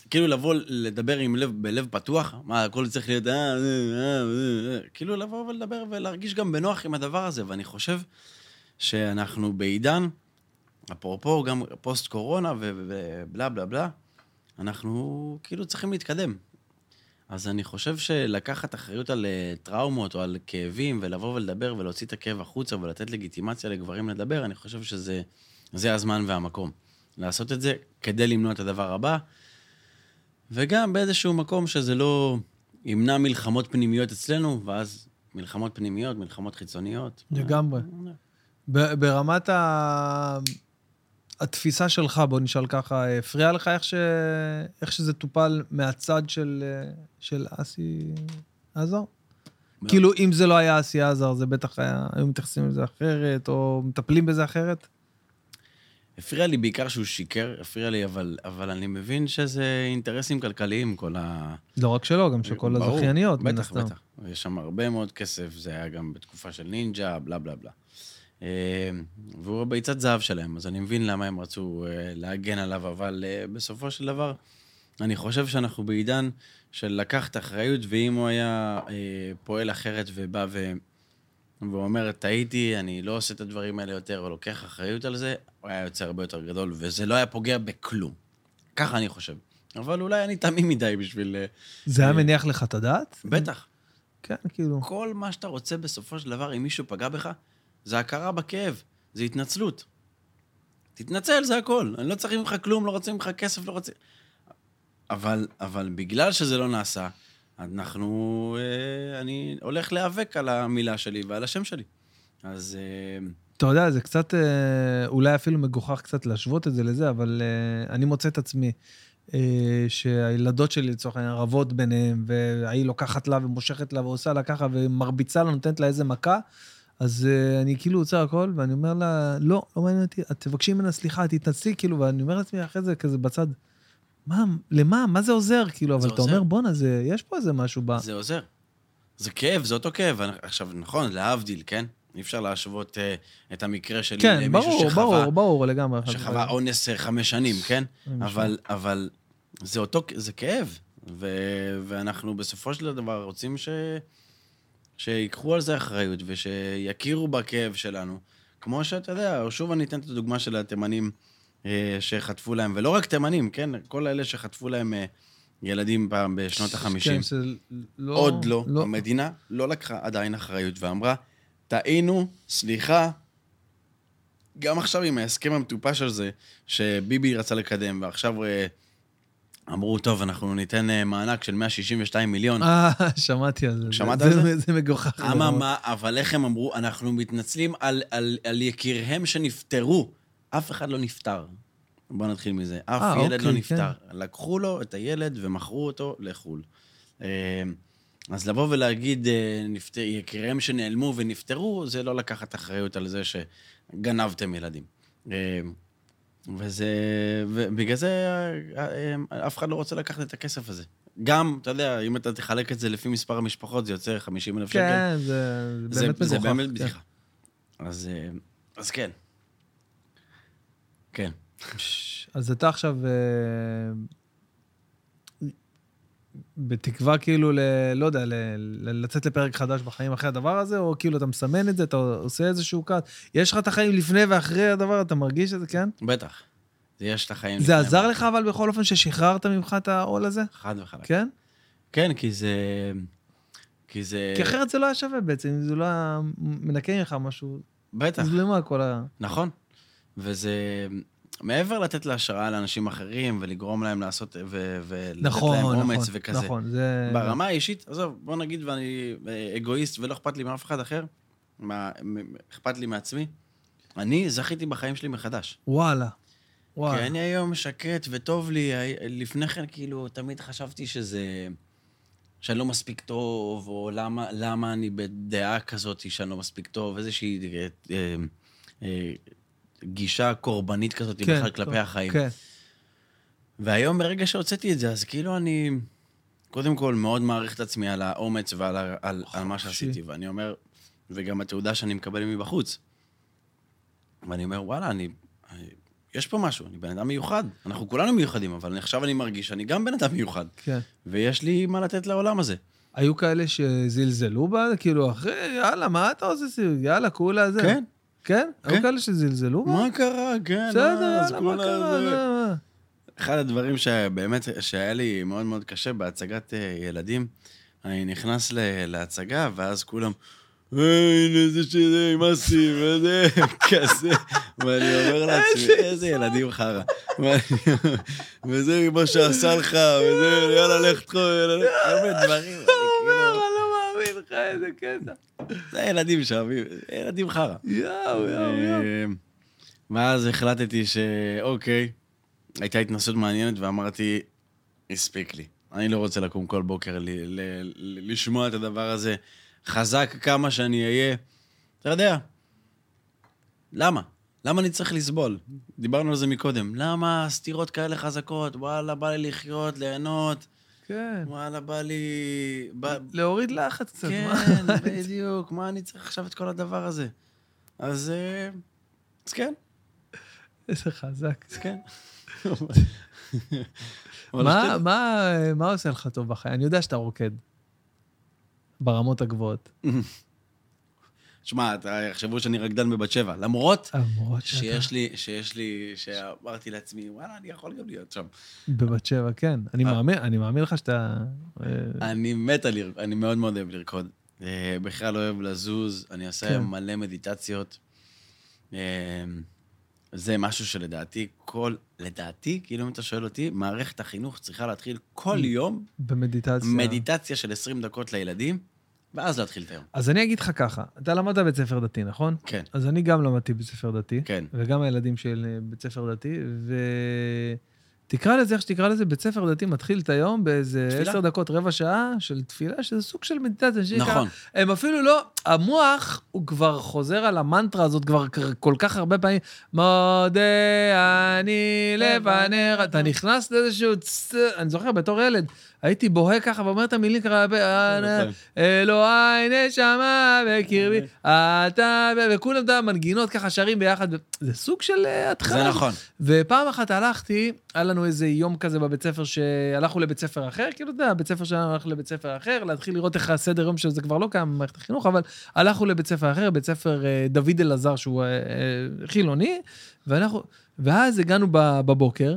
כאילו לבוא לדבר עם לב, בלב פתוח, מה, הכל צריך להיות... אה, אה, אה, אה, אה." כאילו לבוא ולדבר ולהרגיש גם בנוח עם הדבר הזה, ואני חושב שאנחנו בעידן, אפרופו גם פוסט-קורונה ו- ובלה בלה בלה, אנחנו כאילו צריכים להתקדם. אז אני חושב שלקחת אחריות על אה, טראומות או על כאבים, ולבוא ולדבר ולהוציא את הכאב החוצה ולתת לגיטימציה לגברים לדבר, אני חושב שזה זה הזמן והמקום. לעשות את זה כדי למנוע את הדבר הבא, וגם באיזשהו מקום שזה לא ימנע מלחמות פנימיות אצלנו, ואז מלחמות פנימיות, מלחמות חיצוניות. אה,
לגמרי. ב- ברמת ה... התפיסה שלך, בוא נשאל ככה, הפריע לך איך, ש... איך שזה טופל מהצד של, של אסי עזר?
מאוד.
כאילו, אם זה לא היה אסי עזר, זה בטח היה, היו מתייחסים לזה אחרת, או מטפלים בזה אחרת?
הפריע לי בעיקר שהוא שיקר, הפריע לי, אבל, אבל אני מבין שזה אינטרסים כלכליים, כל ה...
לא רק שלו, גם של כל
ברור,
הזכייניות, מן
בטח,
הסתם.
בטח. יש שם הרבה מאוד כסף, זה היה גם בתקופה של נינג'ה, בלה בלה בלה. אה, והוא הביצת זהב שלהם, אז אני מבין למה הם רצו אה, להגן עליו, אבל אה, בסופו של דבר, אני חושב שאנחנו בעידן של לקחת אחריות, ואם הוא היה אה, פועל אחרת ובא ו... ואומר, טעיתי, אני לא עושה את הדברים האלה יותר, ולוקח אחריות על זה, הוא היה יוצא הרבה יותר גדול, וזה לא היה פוגע בכלום. ככה אני חושב. אבל אולי אני תמים מדי בשביל... אה,
זה היה מניח לך את הדעת?
בטח.
כן, כאילו.
כל מה שאתה רוצה בסופו של דבר, אם מישהו פגע בך, זה הכרה בכאב, זה התנצלות. תתנצל, זה הכל. אני לא צריך ממך כלום, לא רוצה ממך כסף, לא רוצה... אבל, אבל בגלל שזה לא נעשה, אנחנו... אה, אני הולך להיאבק על המילה שלי ועל השם שלי. אז... אה,
אתה יודע, זה קצת, אה, אולי אפילו מגוחך קצת להשוות את זה לזה, אבל אה, אני מוצא את עצמי אה, שהילדות שלי, לצורך העניין, רבות ביניהן, והיא לוקחת לה ומושכת לה ועושה לה ככה, ומרביצה לה, נותנת לה איזה מכה, אז אה, אני כאילו עוצר הכל, ואני אומר לה, לא, לא מעניין אותי, את תבקשי ממנה סליחה, את תתנצלי, כאילו, ואני אומר לעצמי אחרי זה כזה בצד, מה, למה, מה זה עוזר, כאילו,
זה
אבל אתה
עוזר.
אומר, בואנה, זה- יש פה איזה משהו ב...
זה עוזר. זה כאב, זה אותו כאב. אני- עכשיו, נכון, להבדיל, כן? אי אפשר להשוות אה, את המקרה שלי
כן,
למישהו
ברור,
שחווה...
ברור, ברור לגמרי.
שחווה אונס אה, חמש שנים, כן?
אני
אבל, אבל זה אותו, זה כאב, ו, ואנחנו בסופו של דבר רוצים ש, שיקחו על זה אחריות ושיכירו בכאב שלנו. כמו שאתה יודע, שוב אני אתן את הדוגמה של התימנים אה, שחטפו להם, ולא רק תימנים, כן? כל אלה שחטפו להם אה, ילדים פעם בשנות החמישים.
כן, זה לא...
עוד לא, המדינה לא לקחה עדיין אחריות ואמרה, טעינו, סליחה. גם עכשיו עם ההסכם המטופש הזה, שביבי רצה לקדם, ועכשיו אה, אמרו, טוב, אנחנו ניתן אה, מענק של 162 מיליון.
אה, שמעתי על זה.
שמעת על זה? אמ,
זה מגוחך. מאוד.
אממה, אבל איך הם אמרו? אנחנו מתנצלים על, על, על יקיריהם שנפטרו. אף אחד לא נפטר. בוא נתחיל מזה. אף
אה,
ילד לא
אוקיי,
נפטר. לקחו לו את הילד ומכרו אותו לחו"ל. אה, אז לבוא ולהגיד, אה, נפט... יקיריהם שנעלמו ונפטרו, זה לא לקחת אחריות על זה שגנבתם ילדים. אה, וזה... ובגלל זה אה, אה, אף אחד לא רוצה לקחת את הכסף הזה. גם, אתה יודע, אם אתה תחלק את זה לפי מספר המשפחות, זה יוצא 50 אלף שקל.
כן, זה זה באמת מגוחך.
זה באמת
כן.
בדיחה. אז, אה, אז כן. כן.
אז אתה עכשיו, אה, בתקווה כאילו, ל, לא יודע, ל, ל, לצאת לפרק חדש בחיים אחרי הדבר הזה, או כאילו אתה מסמן את זה, אתה עושה איזשהו קאט. יש לך את החיים לפני ואחרי הדבר, אתה מרגיש את זה, כן?
בטח. זה יש את החיים.
זה
לפני
עזר
המעשה.
לך אבל בכל אופן ששחררת ממך את העול הזה?
חד וחלק. כן?
כן?
כי זה... כי זה...
כי אחרת זה לא היה שווה בעצם, אם זה לא היה מנקה ממך משהו,
בטח,
אז למה כל ה...
נכון. וזה... מעבר לתת להשראה לאנשים אחרים ולגרום להם לעשות... ו... ולתת
נכון,
להם
נכון,
אומץ וכזה.
נכון, זה...
ברמה האישית, עזוב, בוא נגיד ואני אה, אגואיסט ולא אכפת לי מאף אחד אחר, מה, מ- מ- אכפת לי מעצמי. אני זכיתי בחיים שלי מחדש.
וואלה.
כי
וואלה.
אני היום שקט וטוב לי, הי- לפני כן כאילו תמיד חשבתי שזה... שאני לא מספיק טוב, או למה, למה אני בדעה כזאת שאני לא מספיק טוב, איזושהי אה, אה, אה, גישה קורבנית כזאת
כן,
בכלל
טוב,
כלפי החיים.
כן.
והיום, ברגע שהוצאתי את זה, אז כאילו אני, קודם כל, מאוד מעריך את עצמי על האומץ ועל ה- על, על מה
חופשי.
שעשיתי. ואני אומר, וגם התעודה שאני מקבל מבחוץ. ואני אומר, וואלה, אני, אני... יש פה משהו, אני בן אדם מיוחד. אנחנו כולנו מיוחדים, אבל עכשיו אני מרגיש שאני גם בן אדם מיוחד.
כן.
ויש לי מה לתת לעולם הזה.
היו כאלה שזלזלו בה, כאילו, אחרי, יאללה, מה אתה עושה סיבוב? יאללה, כולה זה.
כן.
כן? היו
כן.
כאלה שזלזלו בה?
מה קרה? כן,
בסדר,
אה, אז
יאללה, מה
כולה
קרה? לא,
זה-
זה-
אחד הדברים שבאמת, שהיה לי מאוד מאוד קשה בהצגת אה, ילדים, אני נכנס ל- להצגה, ואז כולם, "אה, הנה אה, זה שזה עם אסי, וזה כזה, ואני אומר לעצמי, איזה ילדים חרא. ואני- וזה מה שעשה לך, וזה, יאללה, לך תחו, יאללה, לך, כל מיני דברים. אני
אומר,
כאילו,
אני לא מאמין לך, איזה קטע.
זה ילדים שאוהבים, ילדים חרא.
יואו, יואו, יואו.
אה, ואז החלטתי שאוקיי, הייתה התנסות מעניינת ואמרתי, הספיק לי. אני לא רוצה לקום כל בוקר ל- ל- ל- לשמוע את הדבר הזה. חזק כמה שאני אהיה. אתה יודע, למה? למה אני צריך לסבול? דיברנו על זה מקודם. למה סתירות כאלה חזקות? וואלה, בא לי לחיות, ליהנות.
כן.
וואלה, בא לי... בא-
להוריד לחץ קצת.
כן,
מה?
בדיוק, מה אני צריך עכשיו את כל הדבר הזה? אז אה, אז כן,
איזה חזק.
אז כן. אבל
מה-
שתי-
מה מה עושה לך טוב בחיים? אני יודע שאתה רוקד. ברמות הגבוהות.
שמע, אתה- יחשבו שאני רקדן בבת שבע, למרות
למרות שאתה...
שיש לי, שיש לי, שאמרתי לעצמי, וואלה, אני יכול גם להיות שם.
בבת שבע, כן. אני
אה.
מאמין, אני מאמין לך שאתה... אה,
אני מת על לרקוד, אני מאוד מאוד אוהב לרקוד. אה, בכלל לא אוהב לזוז, אני עושה
כן.
היום מלא מדיטציות. אה, זה משהו שלדעתי, כל, לדעתי, כאילו אם אתה שואל אותי, מערכת החינוך צריכה להתחיל כל יום
במדיטציה.
מדיטציה של 20 דקות לילדים, ואז להתחיל את היום.
אז אני אגיד לך ככה, אתה למדת בבית ספר דתי, נכון?
כן,
אז אני גם למדתי בבית ספר דתי,
כן.
וגם הילדים של אה, בית ספר דתי, ותקרא לזה איך שתקרא לזה, בית ספר דתי מתחיל את היום באיזה
תפילה.
עשר דקות, רבע שעה של תפילה, שזה סוג של מדיטציה. שהיא
נכון,
ככה- הם אפילו לא, המוח, הוא כבר חוזר על המנטרה הזאת כבר כ- כל כך הרבה פעמים, מודה אני לבנר, אתה נכנס לאיזשהו, צ- אני זוכר בתור ילד, הייתי בוהה ככה ואומר את המילים ככה, "אה,
נכון.
אלוהי נשמה בקרבי, אתה, ו- וכולם, אתה יודע, מנגינות ככה שרים ביחד, ו- זה סוג של אה, התחלה.
זה נכון.
ופעם אחת הלכתי, היה לנו איזה יום כזה בבית ספר, שהלכנו לבית ספר אחר, כאילו, אתה יודע, בית ספר שלנו הלך לבית ספר אחר, להתחיל לראות איך הסדר יום של זה כבר לא קיים במערכת החינוך, אבל הלכנו לבית ספר אחר, בית ספר אה, דוד אלעזר, שהוא אה, אה, חילוני, ואנחנו, ואז הגענו ב- בבוקר,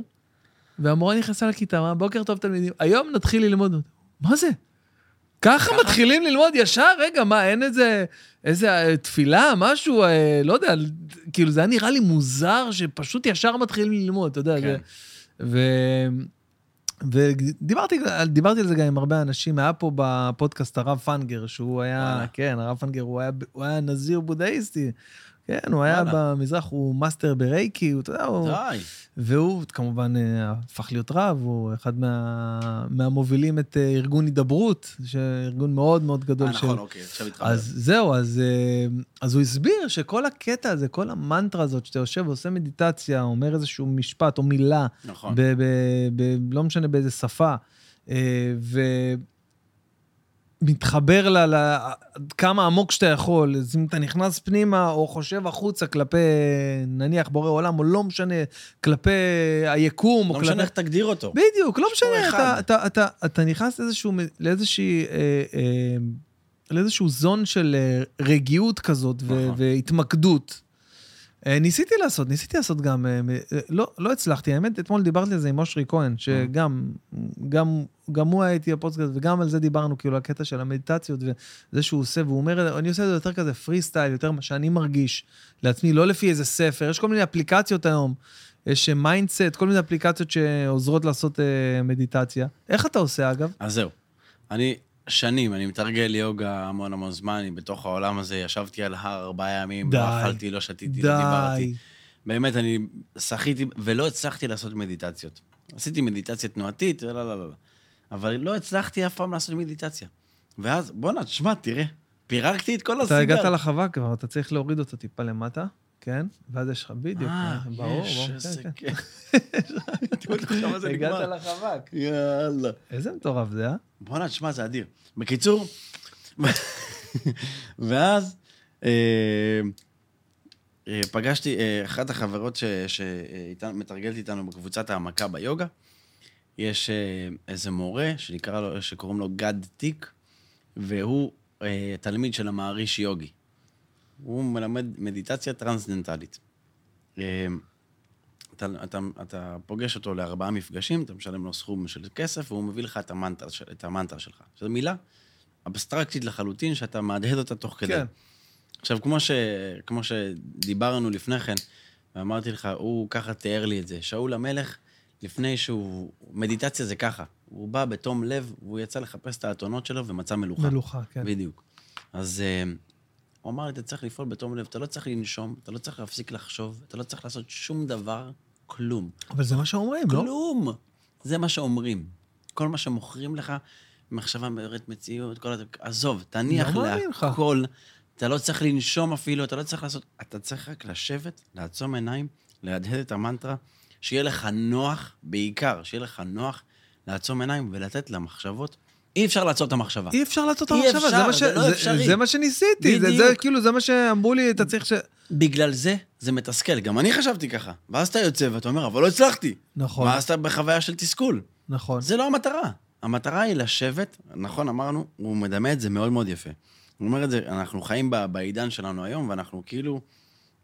והמורה נכנסה לכיתה, אמרה, בוקר טוב תלמידים, היום נתחיל ללמוד. מה זה? ככה מתחילים ללמוד ישר? רגע, מה, אין איזה, איזה אה, תפילה, משהו, אה, לא יודע, כאילו, זה היה נראה לי מוזר שפשוט ישר מתחילים ללמוד, אתה יודע.
כן.
זה- ו... ודיברתי דיברתי על זה גם עם הרבה אנשים, היה פה בפודקאסט הרב פנגר, שהוא היה,
וואלה.
כן, הרב פנגר, הוא היה, הוא היה נזיר בודהיסטי. כן, הוא היה
וואלה.
במזרח, הוא מאסטר ברייקי, הוא, אתה יודע, הוא...
נכון. די. אה,
אה, והוא כמובן אה, הפך להיות רב, הוא אחד מה, מהמובילים את אה, ארגון הידברות, שארגון מאוד מאוד גדול
אה,
של...
נכון, אוקיי, עכשיו התחבר.
אז זהו, אז, אה, אז הוא הסביר שכל הקטע הזה, כל המנטרה הזאת, שאתה יושב ועושה מדיטציה, אומר איזשהו משפט או מילה,
נכון.
ב- ב- ב- לא משנה באיזה שפה, אה, ומתחבר לה, לה, עד כמה עמוק שאתה יכול, אז אם אתה נכנס פנימה או חושב החוצה כלפי, נניח, בורא עולם, או לא משנה, כלפי היקום, או
לא
כלפי...
משנה איך תגדיר אותו.
בדיוק, לא
יש פה
משנה, אתה,
אחד.
אתה, אתה, אתה נכנס לאיזשהו, מ- לאיזושהי, אה, אה, לאיזשהו זון של אה, רגיעות כזאת ו-
נכון.
והתמקדות. אה, ניסיתי לעשות, ניסיתי לעשות גם, אה, מ- אה, לא, לא הצלחתי, האמת, אתמול דיברתי על זה עם אושרי כהן, שגם גם, גם הוא היה איתי בפודקאסט, וגם על זה דיברנו, כאילו, הקטע של המדיטציות, וזה שהוא עושה, והוא אומר, אני עושה את זה יותר כזה פרי סטייל, יותר מה שאני מרגיש לעצמי, לא לפי איזה ספר, יש כל מיני אפליקציות היום, יש מיינדסט, כל מיני אפליקציות שעוזרות לעשות אה, מדיטציה. איך אתה עושה, אגב?
אז זהו. אני שנים, אני מתרגל יוגה המון המון זמן, אני בתוך העולם הזה, ישבתי על הר ארבעה ימים,
די.
לא אכלתי, לא שתיתי, לא דיברתי.
די.
באמת, אני שחיתי, ולא הצלחתי לעשות מדיטציות. עשיתי מדיטציה תנועתית, לא, לא, לא, לא. אבל לא הצלחתי אף פעם לעשות מדיטציה. ואז, בואנה, תשמע, תראה, פירקתי את כל
אתה
הסיגר.
הגעת לחווה כבר, אתה צריך להוריד אותו טיפה למטה, כן? ואז יש לך בדיוק,
אה,
ברור, ברור.
יש,
כן,
איזה
כן.
כיף. תראו עכשיו מה זה
הגעת
נגמר.
לחווה. כן.
יאללה.
איזה מטורף זה, אה?
בואנה, תשמע, זה אדיר. בקיצור, ואז אה, אה, פגשתי אה, אחת החברות שמתרגלת איתנו בקבוצת העמקה ביוגה. יש אה, איזה מורה שנקרא לו, שקוראים לו גד טיק, והוא אה, תלמיד של המעריש יוגי. הוא מלמד מדיטציה טרנסדנטלית. אה, אתה, אתה, אתה פוגש אותו לארבעה מפגשים, אתה משלם לו סכום של כסף, והוא מביא לך את המנטרה, של, את המנטרה שלך. שזו מילה אבסטרקטית לחלוטין, שאתה מהדהד אותה תוך כדי.
כן.
כן. עכשיו, כמו, ש, כמו שדיברנו לפני כן, ואמרתי לך, הוא ככה תיאר לי את זה. שאול המלך, לפני שהוא... מדיטציה זה ככה. הוא בא בתום לב, והוא יצא לחפש את האתונות שלו ומצא מלוכה.
מלוכה, כן.
בדיוק. אז אה, הוא אמר לי, אתה צריך לפעול בתום לב, אתה לא צריך לנשום, אתה לא צריך להפסיק לחשוב, אתה לא צריך לעשות שום דבר, כלום.
אבל זה מה שאומרים, לא?
כלום. זה מה שאומרים. כל מה שמוכרים לך, מחשבה מעוררת מציאות, כל הזה, עזוב, תניח
לא מאמין לך.
להכל. אתה לא צריך לנשום אפילו, אתה לא צריך לעשות... אתה צריך רק לשבת, לעצום עיניים, להדהד את המנטרה, שיהיה לך נוח, בעיקר, שיהיה לך נוח לעצום עיניים ולתת למחשבות. אי אפשר לעצור את המחשבה.
אי אפשר לעשות את
אי
המחשבה, זה
אפשר,
מה ש-
זה לא
זה-
אפשרי.
זה מה שניסיתי, זה- זה
בדיוק.
כאילו, זה מה שאמרו לי, אתה צריך ש...
בגלל זה, זה מתסכל. גם אני חשבתי ככה. ואז אתה יוצא ואתה אומר, אבל לא הצלחתי.
נכון,
ואז אתה בחוויה של תסכול.
נכון.
זה לא המטרה. המטרה היא לשבת, נכון, אמרנו, הוא מדמה את זה מאוד מאוד יפה. הוא אומר את זה, אנחנו חיים ב- בעידן שלנו היום, ואנחנו כאילו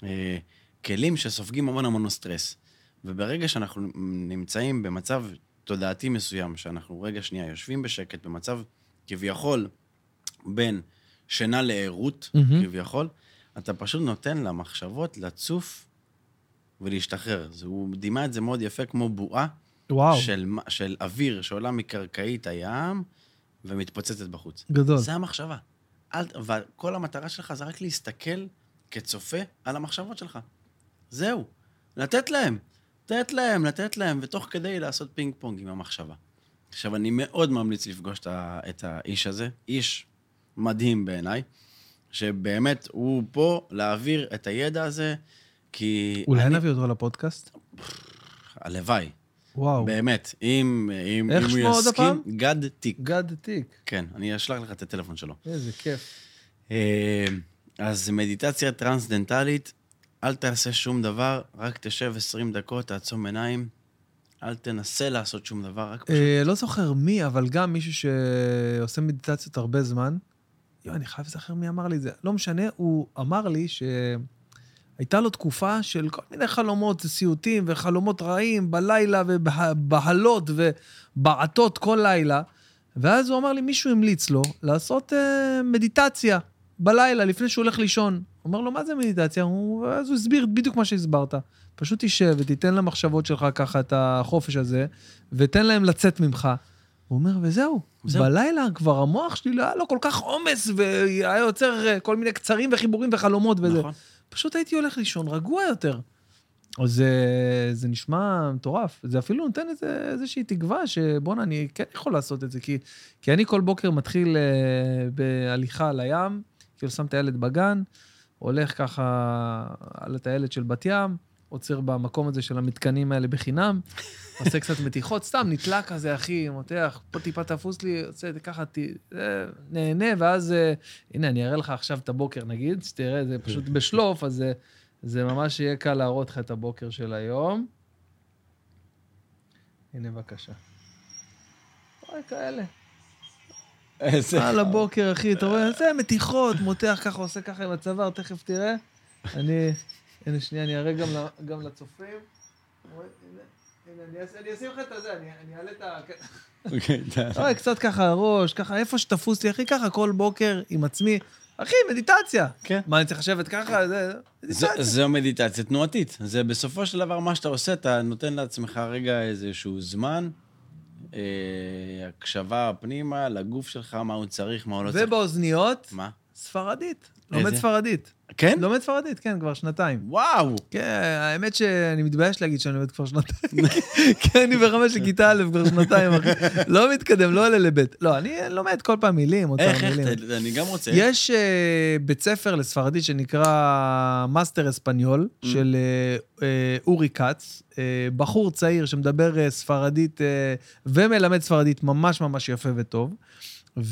אה, כלים שסופגים המון המון סטרס. וברגע שאנחנו נמצאים במצב תודעתי מסוים, שאנחנו רגע שנייה יושבים בשקט, במצב כביכול בין שינה לערות,
מהמם.
mm-hmm. כביכול, אתה פשוט נותן למחשבות לצוף ולהשתחרר. זה, הוא דימה את זה מאוד יפה, כמו בועה
וואו,
של, מה- של אוויר שעולה מקרקעית הים ומתפוצצת בחוץ.
גדול.
זה המחשבה. אל, וכל המטרה שלך זה רק להסתכל כצופה על המחשבות שלך. זהו. לתת להם. לתת להם, לתת להם, ותוך כדי לעשות פינג פונג עם המחשבה. עכשיו, אני מאוד ממליץ לפגוש את, ה, את האיש הזה, איש מדהים בעיניי, שבאמת הוא פה להעביר את הידע הזה, כי...
אולי
אני-
נביא אותו לפודקאסט?
הלוואי.
וואו.
באמת, אם, אם,
איך
אם
שמו
הוא
עוד הפעם?
יסכים, גד תיק.
גד תיק,
כן, אני אשלח לך את הטלפון שלו.
איזה כיף.
אה, אז מדיטציה טרנסדנטלית, אל תעשה שום דבר, רק תשב 20 דקות, תעצום עיניים, אל תנסה לעשות שום דבר, רק פשוט...
אה, לא זוכר מי, אבל גם מישהו שעושה מדיטציות הרבה זמן, יואי, אני חייב לזכר מי אמר לי את זה. לא משנה, הוא אמר לי שהייתה לו תקופה של כל מיני חלומות סיוטים וחלומות רעים בלילה ובהלות ובעטות כל לילה. ואז הוא אמר לי, מישהו המליץ לו לעשות אה, מדיטציה בלילה לפני שהוא הולך לישון. אומר לו, מה זה מדיטציה? הוא, אז הוא הסביר בדיוק מה שהסברת. פשוט תשב ותיתן למחשבות שלך ככה את החופש הזה, ותן להם לצאת ממך. הוא אומר, וזהו.
זהו.
זהו. בלילה כבר המוח שלי לא היה לו כל כך עומס, והיה יוצר אה, כל מיני קצרים וחיבורים וחלומות וזה.
נכון.
פשוט הייתי הולך לישון רגוע יותר. אז זה, זה נשמע מטורף. זה אפילו נותן איזה, איזושהי תקווה שבואנה, אני כן יכול לעשות את זה, כי, כי אני כל בוקר מתחיל אה, בהליכה על הים, כאילו שם את הילד בגן, הולך ככה על הטיילת של בת ים, עוצר במקום הזה של המתקנים האלה בחינם, עושה קצת מתיחות, סתם נתלה כזה, אחי, מותח, פה טיפה תפוס לי, עושה את זה ככה, ת... אה, נהנה, ואז, אה, הנה, אני אראה לך עכשיו את הבוקר, נגיד, שתראה, זה פשוט בשלוף, אז זה, זה ממש יהיה קל להראות לך את הבוקר של היום. הנה, בבקשה. אוי, כאלה.
איזה...
על הבוקר, אחי, אתה רואה, זה מתיחות, מותח ככה, עושה ככה עם הצוואר, תכף תראה. אני, הנה, שנייה, אני אראה גם ל- גם לצופים. רואה, הנה, הנה, אני אעשה- אני אשים לך את הזה, אני אני אעלה את ה...
אוקיי, אתה-
אוי, קצת ככה הראש, ככה איפה שתפוס לי, אחי, ככה כל בוקר עם עצמי. אחי, מדיטציה.
כן.
מה, אני צריך לשבת ככה? זה... מדיטציה.
זו- זו מדיטציה תנועתית. זה בסופו של דבר מה שאתה עושה, אתה נותן לעצמך רגע איזשהו זמן, אה, הקשבה פנימה לגוף שלך, מה הוא צריך, מה הוא לא צריך.
ובאוזניות,
מה?
ספרדית.
איזה?
לומד ספרדית.
כן?
לומד ספרדית, כן, כבר שנתיים.
וואו!
כן, האמת שאני מתבייש להגיד שאני לומד כבר שנתיים. כי אני בחמש לכיתה א' כבר שנתיים, אחי. לא מתקדם, לא עולה לבית. לא, אני לומד כל פעם מילים, אותם
איך,
מילים.
איך, ת- אני גם רוצה.
יש אה, בית ספר לספרדית שנקרא מאסטר אספניול, של אה, אה, אורי כץ, אה, בחור צעיר שמדבר אה, ספרדית אה, ומלמד ספרדית ממש ממש יפה וטוב.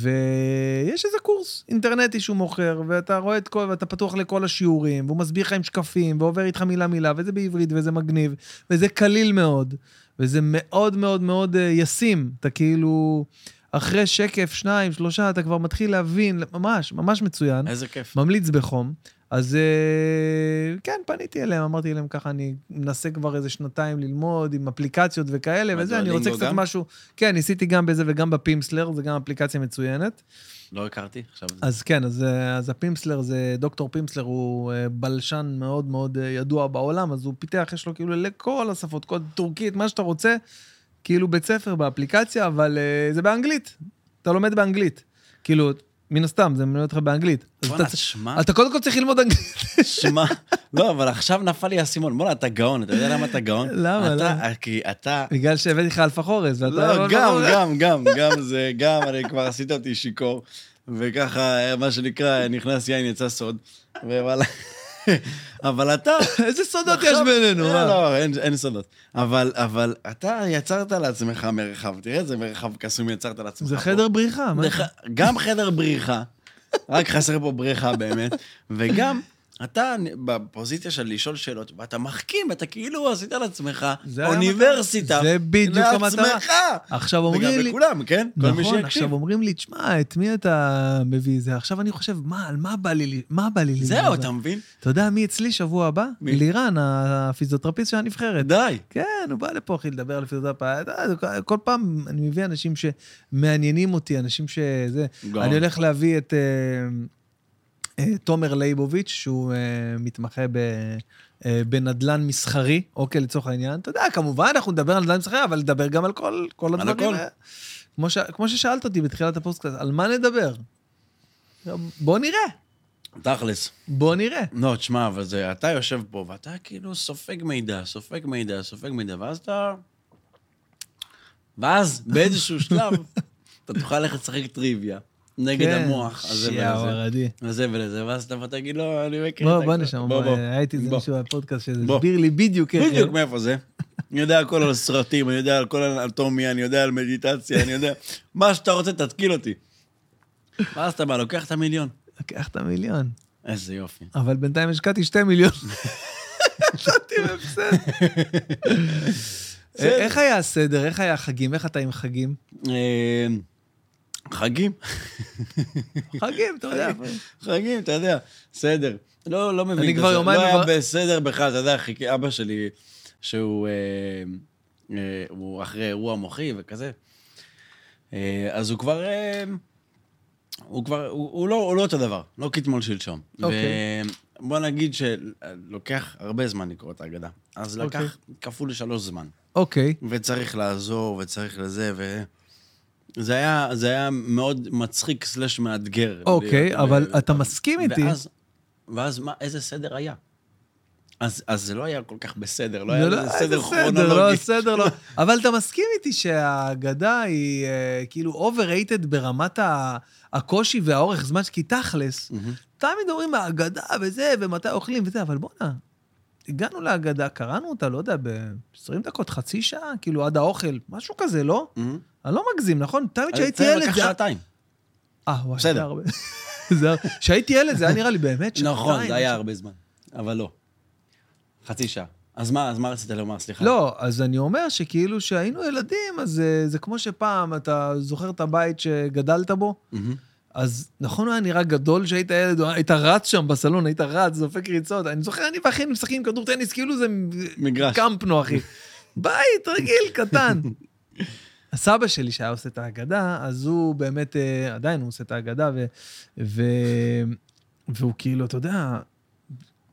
ויש איזה קורס אינטרנטי שהוא מוכר, ואתה רואה את כל, ואתה פתוח לכל השיעורים, והוא מסביר לך עם שקפים, ועובר איתך מילה מילה, וזה בעברית, וזה מגניב, וזה קליל מאוד, וזה מאוד מאוד מאוד אה, ישים. אתה כאילו, אחרי שקף, שניים, שלושה, אתה כבר מתחיל להבין, ממש, ממש מצוין.
איזה כיף.
ממליץ בחום. אז אה, כן, פניתי אליהם, אמרתי להם ככה, אני מנסה כבר איזה שנתיים ללמוד עם אפליקציות וכאלה,
מה,
וזה, אני
דואלינגו
רוצה קצת
גם?
משהו... כן, ניסיתי גם בזה וגם בפימסלר, זו גם אפליקציה מצוינת.
לא הכרתי, עכשיו...
אז כן, אז, אה, אז הפימסלר זה, דוקטור פימסלר הוא אה, בלשן מאוד מאוד אה, ידוע בעולם, אז הוא פיתח, יש לו כאילו לכל השפות, קוד טורקית, מה שאתה רוצה, כאילו בית ספר באפליקציה, אבל אה, זה באנגלית. אתה לומד באנגלית. כאילו, מן הסתם, זה מלמד אותך באנגלית. אז
בואנה,
אתה, צ-
שמע,
אתה קודם כל צריך ללמוד אנגלית.
שמע. לא, אבל עכשיו נפל לי האסימון. בוא'נה, אתה גאון, אתה יודע למה אתה גאון?
למה,
אתה- אה,
למה?
כי אתה...
בגלל שהבאתי לך אלפה חורז, ואתה...
לא, גם, גם, גם, גם זה, גם, אני כבר עשית אותי שיכור, וככה, אה, מה שנקרא, נכנס יין, יצא סוד, ווואלה. אבל אתה...
איזה סודות יש בינינו,
אה,
מה?
לא, אין- אין סודות. אבל, אבל אתה יצרת לעצמך מרחב, תראה איזה מרחב קסום יצרת לעצמך.
זה
פה.
חדר בריחה, מה?
לך- גם חדר בריחה, רק חסר פה בריחה באמת, וגם אתה בפוזיציה של לשאול שאלות, ואתה מחכים, אתה כאילו עשית לעצמך
זה היה
אוניברסיטה.
המטרה. זה בדיוק המטרה.
לעצמך.
עכשיו אומרים
וגם
לי...
לכולם, כן? כל מי
נכון,
שיקשיב.
עכשיו אומרים לי, תשמע, את מי אתה מביא זה? עכשיו אני חושב, מה, על מה בא לי, ל- מה בא לי ללמוד?
זהו, אתה מבין?
אתה יודע מי אצלי שבוע הבא?
מי?
לירן, הפיזיותרפיסט של הנבחרת.
די.
כן, הוא בא לפה, אחי, לדבר על פיזיותרפיה. אתה יודע, כל- כל פעם אני מביא אנשים שמעניינים אותי, אנשים שזה...
גאון.
אני הולך להביא את אה, אה, תומר לייבוביץ', שהוא אה, מתמחה ב... אה, בנדלן מסחרי, אוקיי, לצורך העניין. אתה יודע, כמובן, אנחנו נדבר על נדלן מסחרי, אבל נדבר גם על כל, כל
על
הדברים.
הכל.
אה, כמו, ש... כמו ששאלת אותי בתחילת הפוסט, על מה נדבר? בוא נראה,
תכלס.
בוא נראה.
לא, תשמע, אבל זה, אתה יושב פה, ואתה כאילו סופג מידע, סופג מידע, סופג מידע, ואז אתה... ואז באיזשהו שלב, אתה תוכל ללכת לשחק טריוויה נגד
כן.
המוח הזה
שיהו,
ולזה.
ערדי.
לזה ולזה, ואז אתה בא תגיד לו, אני מכיר
בוא,
את
בוא
הכל."
נשם,
בוא, בוא.
הייתי איזה
בוא.
מישהו בפודקאסט
בוא.
שהסביר לי בדיוק איך...
בדיוק מאיפה זה. אני יודע הכל על סרטים, אני יודע על כל אנטומיה, אני יודע על מדיטציה, אני יודע... מה שאתה רוצה, תתקיל אותי. ואז אתה בא, לוקח את המיליון.
לקחת מיליון.
איזה יופי.
אבל בינתיים השקעתי שתי מיליון. יצאתי בהפסד. אה, איך היה הסדר? איך היה החגים? איך אתה עם חגים?
אה, חגים.
חגים, אתה יודע.
חגים, אתה יודע, בסדר. לא, לא מבין.
אני
את
כבר
זה.
יומיים
לא היה
כבר-
בסדר בכלל, אתה יודע, חיכי, אבא שלי, שהוא אה, אה, הוא אחרי אירוע מוחי וכזה, אה, אז הוא כבר... אה, הוא כבר, הוא, הוא, לא, הוא לא אותו דבר, לא כתמול שלשום.
אוקיי.
ו... בוא נגיד שלוקח הרבה זמן לקרוא את ההגדה. אז לקח כפול שלוש זמן.
אוקיי.
וצריך לעזור, וצריך לזה, ו... זה היה, זה היה מאוד מצחיק סלש מאתגר.
אוקיי,
להיות-
אבל
ו-
אתה מסכים איתי.
ואז, ואז מה, איזה סדר היה? אז, אז זה לא היה כל כך בסדר, לא היה
זה לא-
לזה
איזה
סדר
לא,
כרונולוגי.
סדר לא. אבל אתה מסכים איתי שהאגדה היא אה, כאילו overrated ברמת ה- הקושי והאורך זמן, ש- כי תכלס,
מהמם.
תמיד אומרים האגדה וזה, ומתי אוכלים וזה, אבל בואנה, הגענו להגדה, קראנו אותה, לא יודע, ב-20 דקות, חצי שעה, כאילו עד האוכל, משהו כזה, לא?
מהמם.
אני לא מגזים, נכון? תמיד
אז
כשהייתי
אה, זה
ילד...
לקח
זה היה-
שעתיים.
אה, וואי,
בסדר.
זה הרבה. זה הר- כשהייתי ילד, זה היה נראה לי באמת שעתיים.
נכון, זה היה הרבה זמן, אבל לא. חצי שעה. אז מה, אז מה רצית לומר? סליחה.
לא, אז אני אומר שכאילו שהיינו ילדים, אז אה, זה, זה כמו שפעם, אתה זוכר את הבית שגדלת בו?
מהמם.
אז נכון, הוא היה נראה גדול שהיית ילד, היית רץ שם בסלון, היית רץ, דופק ריצות. אני זוכר, אני ואחי היינו משחקים כדור טניס, כאילו זה
מגרש.
קמפנו, אחי. בית רגיל, קטן. הסבא שלי שהיה עושה את ההגדה, אז הוא באמת, אה, עדיין הוא עושה את ההגדה, ו, ו, והוא כאילו, אתה יודע,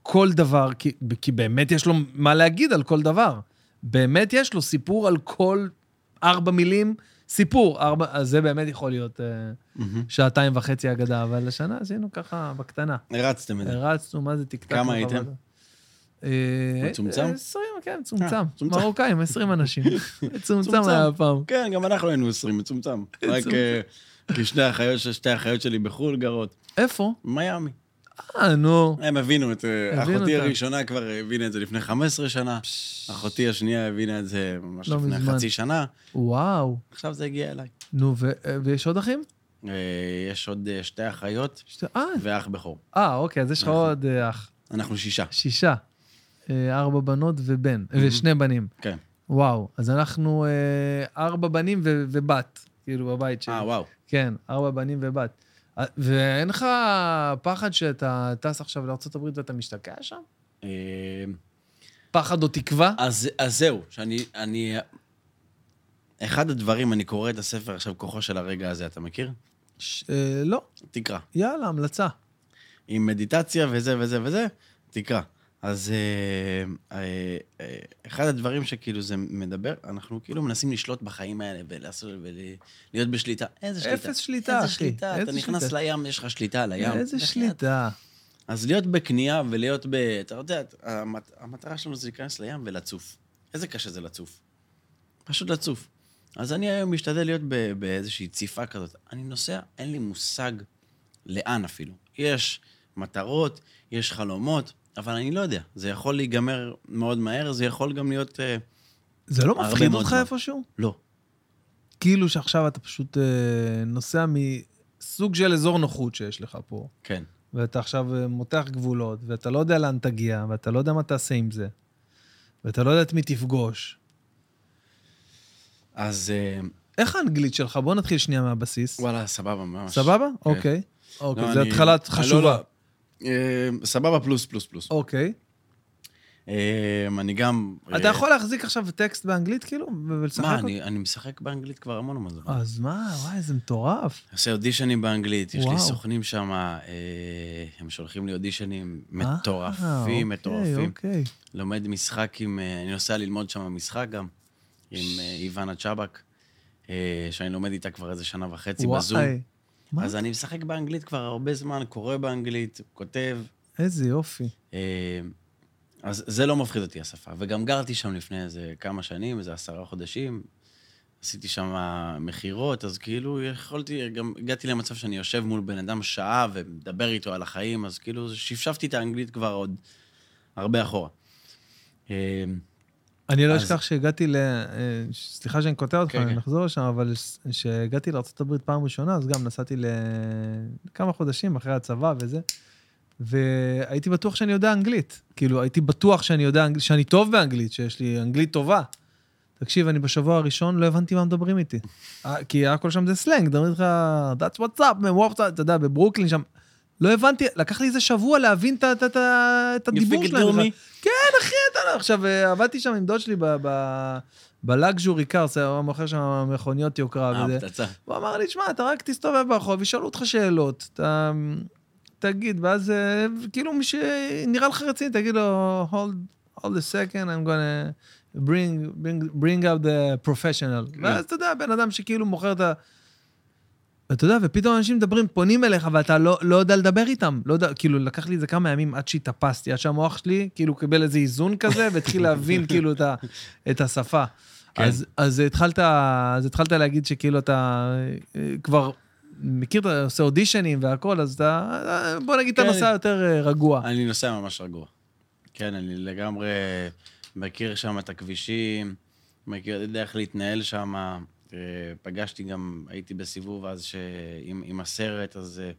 כל דבר, כי, כי באמת יש לו מה להגיד על כל דבר. באמת יש לו סיפור על כל ארבע מילים, סיפור, ארבע, אז זה באמת יכול להיות אה,
מהמם.
שעתיים וחצי אגדה, אבל השנה עשינו ככה בקטנה.
הרצתם את זה.
הרצנו, מה זה טקטקנו.
כמה הייתם?
בוועדה. אה,
מצומצם?
20, כן, צומצם.
אה, צומצם.
מרוקאים, 20 אנשים. צומצם
צומצם.
היה הפעם.
כן, גם אנחנו היינו 20, מצומצם. רק אה, כי שני אחיות- שתי האחיות שלי בחו"ל גרות.
איפה?
מיאמי.
אה, נו.
הם הבינו את זה.
הבינו
אחותי
אותה.
הראשונה כבר הבינה את זה לפני 15 שנה. אחותי השנייה הבינה את זה ממש
לא
לפני
מזמן.
חצי שנה.
וואו.
עכשיו זה הגיע אליי.
נו, ו- ויש עוד אחים?
אה, יש עוד אה, שתי אחיות
שתי- אה,
ואח בכור.
אה, אוקיי, אז יש לך
נכון.
עוד אה, אח.
אנחנו שישה.
שישה. אה, ארבע בנות ובן, ושני בנים.
כן.
וואו, אז אנחנו אה, ארבע בנים ו- ובת, כאילו, בבית שלי.
אה, וואו.
כן, ארבע בנים ובת. אה, ואין לך פחד שאתה טס עכשיו לארה"ב ואתה משתקע שם?
אה,
פחד או תקווה?
אז, אז זהו, שאני... אני... אה, אחד הדברים, אני קורא את הספר עכשיו, כוחו של הרגע הזה, אתה מכיר?
ש- אה, לא,
תקרא.
יאללה, המלצה.
עם מדיטציה וזה וזה וזה, תקרא. אז אה, אה, אה, אחד הדברים שכאילו זה מדבר, אנחנו כאילו מנסים לשלוט בחיים האלה ולעשות, ולהיות בשליטה. איזה שליטה?
אפס שליטה,
איזה
אחי.
שליטה?
איזה
אתה נכנס
שליטה?
לים, יש לך שליטה על הים.
איזה
בחייאת.
שליטה.
אז להיות בקנייה ולהיות ב... אתה יודע, המת... המטרה שלנו זה להיכנס לים ולצוף. איזה קשה זה לצוף. פשוט לצוף. אז אני היום משתדל להיות ב... באיזושהי ציפה כזאת. אני נוסע, אין לי מושג לאן אפילו. יש מטרות, יש חלומות, אבל אני לא יודע. זה יכול להיגמר מאוד מהר, זה יכול גם להיות... אה,
זה לא
הרבה
מפחיד
מאוד
אותך
זמן.
איפשהו?
לא.
כאילו שעכשיו אתה פשוט אה, נוסע מסוג של אזור נוחות שיש לך פה,
כן.
ואתה עכשיו אה, מותח גבולות, ואתה לא יודע לאן תגיע, ואתה לא יודע מה תעשה עם זה, ואתה לא יודע את מי תפגוש.
אז אה,
איך האנגלית שלך? בוא נתחיל שנייה מהבסיס.
וואלה, סבבה, ממש.
סבבה?
כן.
אוקיי. אוקיי,
לא,
זו
אני-
התחלה
לא, לא.
חשובה.
אה, סבבה, פלוס, פלוס, פלוס.
אוקיי.
אה, אני גם...
אתה
אה,
יכול להחזיק עכשיו טקסט באנגלית, כאילו, ו- ולשחק?
מה,
אותו? אה,
אני, אני משחק באנגלית כבר המון המון זמן.
אז מה, וואי, זה מטורף.
עושה אודישנים באנגלית, יש
וואו.
לי סוכנים שם, אה, הם שולחים לי אודישנים מטורפים,
אה,
מטורפים.
אוקיי, אוקיי.
לומד משחק עם, אה, אני נוסע ללמוד שם משחק גם, עם אה, איוונה צ'בק, אה, שאני לומד איתה כבר איזה שנה וחצי בזום.
וואי. מה?
אז אני משחק באנגלית כבר הרבה זמן, קורא באנגלית, כותב.
איזה יופי.
אה, אז זה לא מפחיד אותי, השפה. וגם גרתי שם לפני איזה כמה שנים, איזה עשרה חודשים. עשיתי שם מכירות, אז כאילו יכולתי, גם הגעתי למצב שאני יושב מול בן אדם שעה ומדבר איתו על החיים, אז כאילו שפשפתי את האנגלית כבר עוד הרבה אחורה. אה,
אני לא
אז-
אשכח שהגעתי ל... אה, ש- סליחה שאני קוטע אותך,
כן,
אני
כן.
נחזור לשם, אבל ש- כשהגעתי לארה"ב פעם ראשונה, אז גם נסעתי לכמה חודשים אחרי הצבא וזה, והייתי בטוח שאני יודע אנגלית. כאילו, הייתי בטוח שאני יודע אנגלית, שאני טוב באנגלית, שיש לי אנגלית טובה. תקשיב, אני בשבוע הראשון לא הבנתי מה מדברים איתי. אה, כי הכל שם זה סלנג, מדברים איתך, that's what's up, man, what's up, אתה יודע, בברוקלין שם. לא הבנתי, לקח לי איזה שבוע להבין את ה- את ה- את ה- את
You
הדיבור
figured
שלהם.
me?
בכלל. כן, אחי, אתה לא... עכשיו, אה, עבדתי שם עם דוד שלי ב- ב- בלאגז'ורי קארס, היה מוכר שם מכוניות יוקרה
אה,
וזה.
פצצה.
הוא אמר לי, שמע, אתה רק תסתובב ברחוב, ישאלו אותך שאלות. אתה... תגיד, ואז אה, כאילו מי שנראה לך רציני, תגיד לו, hold, hold a second, I'm gonna bring, bring, bring out the professional. ואז אתה יודע, בן אדם שכאילו מוכר את ה... אתה יודע, ופתאום אנשים מדברים, פונים אליך, ואתה לא, לא יודע לדבר איתם. לא יודע, כאילו, לקח לי איזה כמה ימים עד שהתאפסתי, עד שהמוח שלי כאילו קיבל איזה איזון כזה, והתחיל להבין כאילו את, ה, את השפה.
כן.
כן. אז, אז, התחלת, אז התחלת להגיד שכאילו אתה אה, כבר מכיר, אתה עושה אודישנים והכל, אז אתה, אה, בוא נגיד,
כן.
אתה נוסע יותר אה, רגוע.
אני נוסע ממש רגוע. כן, אני לגמרי מכיר שם את הכבישים, מכיר, יודע איך להתנהל שם. אה, פגשתי גם, הייתי בסיבוב אז ש... עם, עם הסרט, אז אה,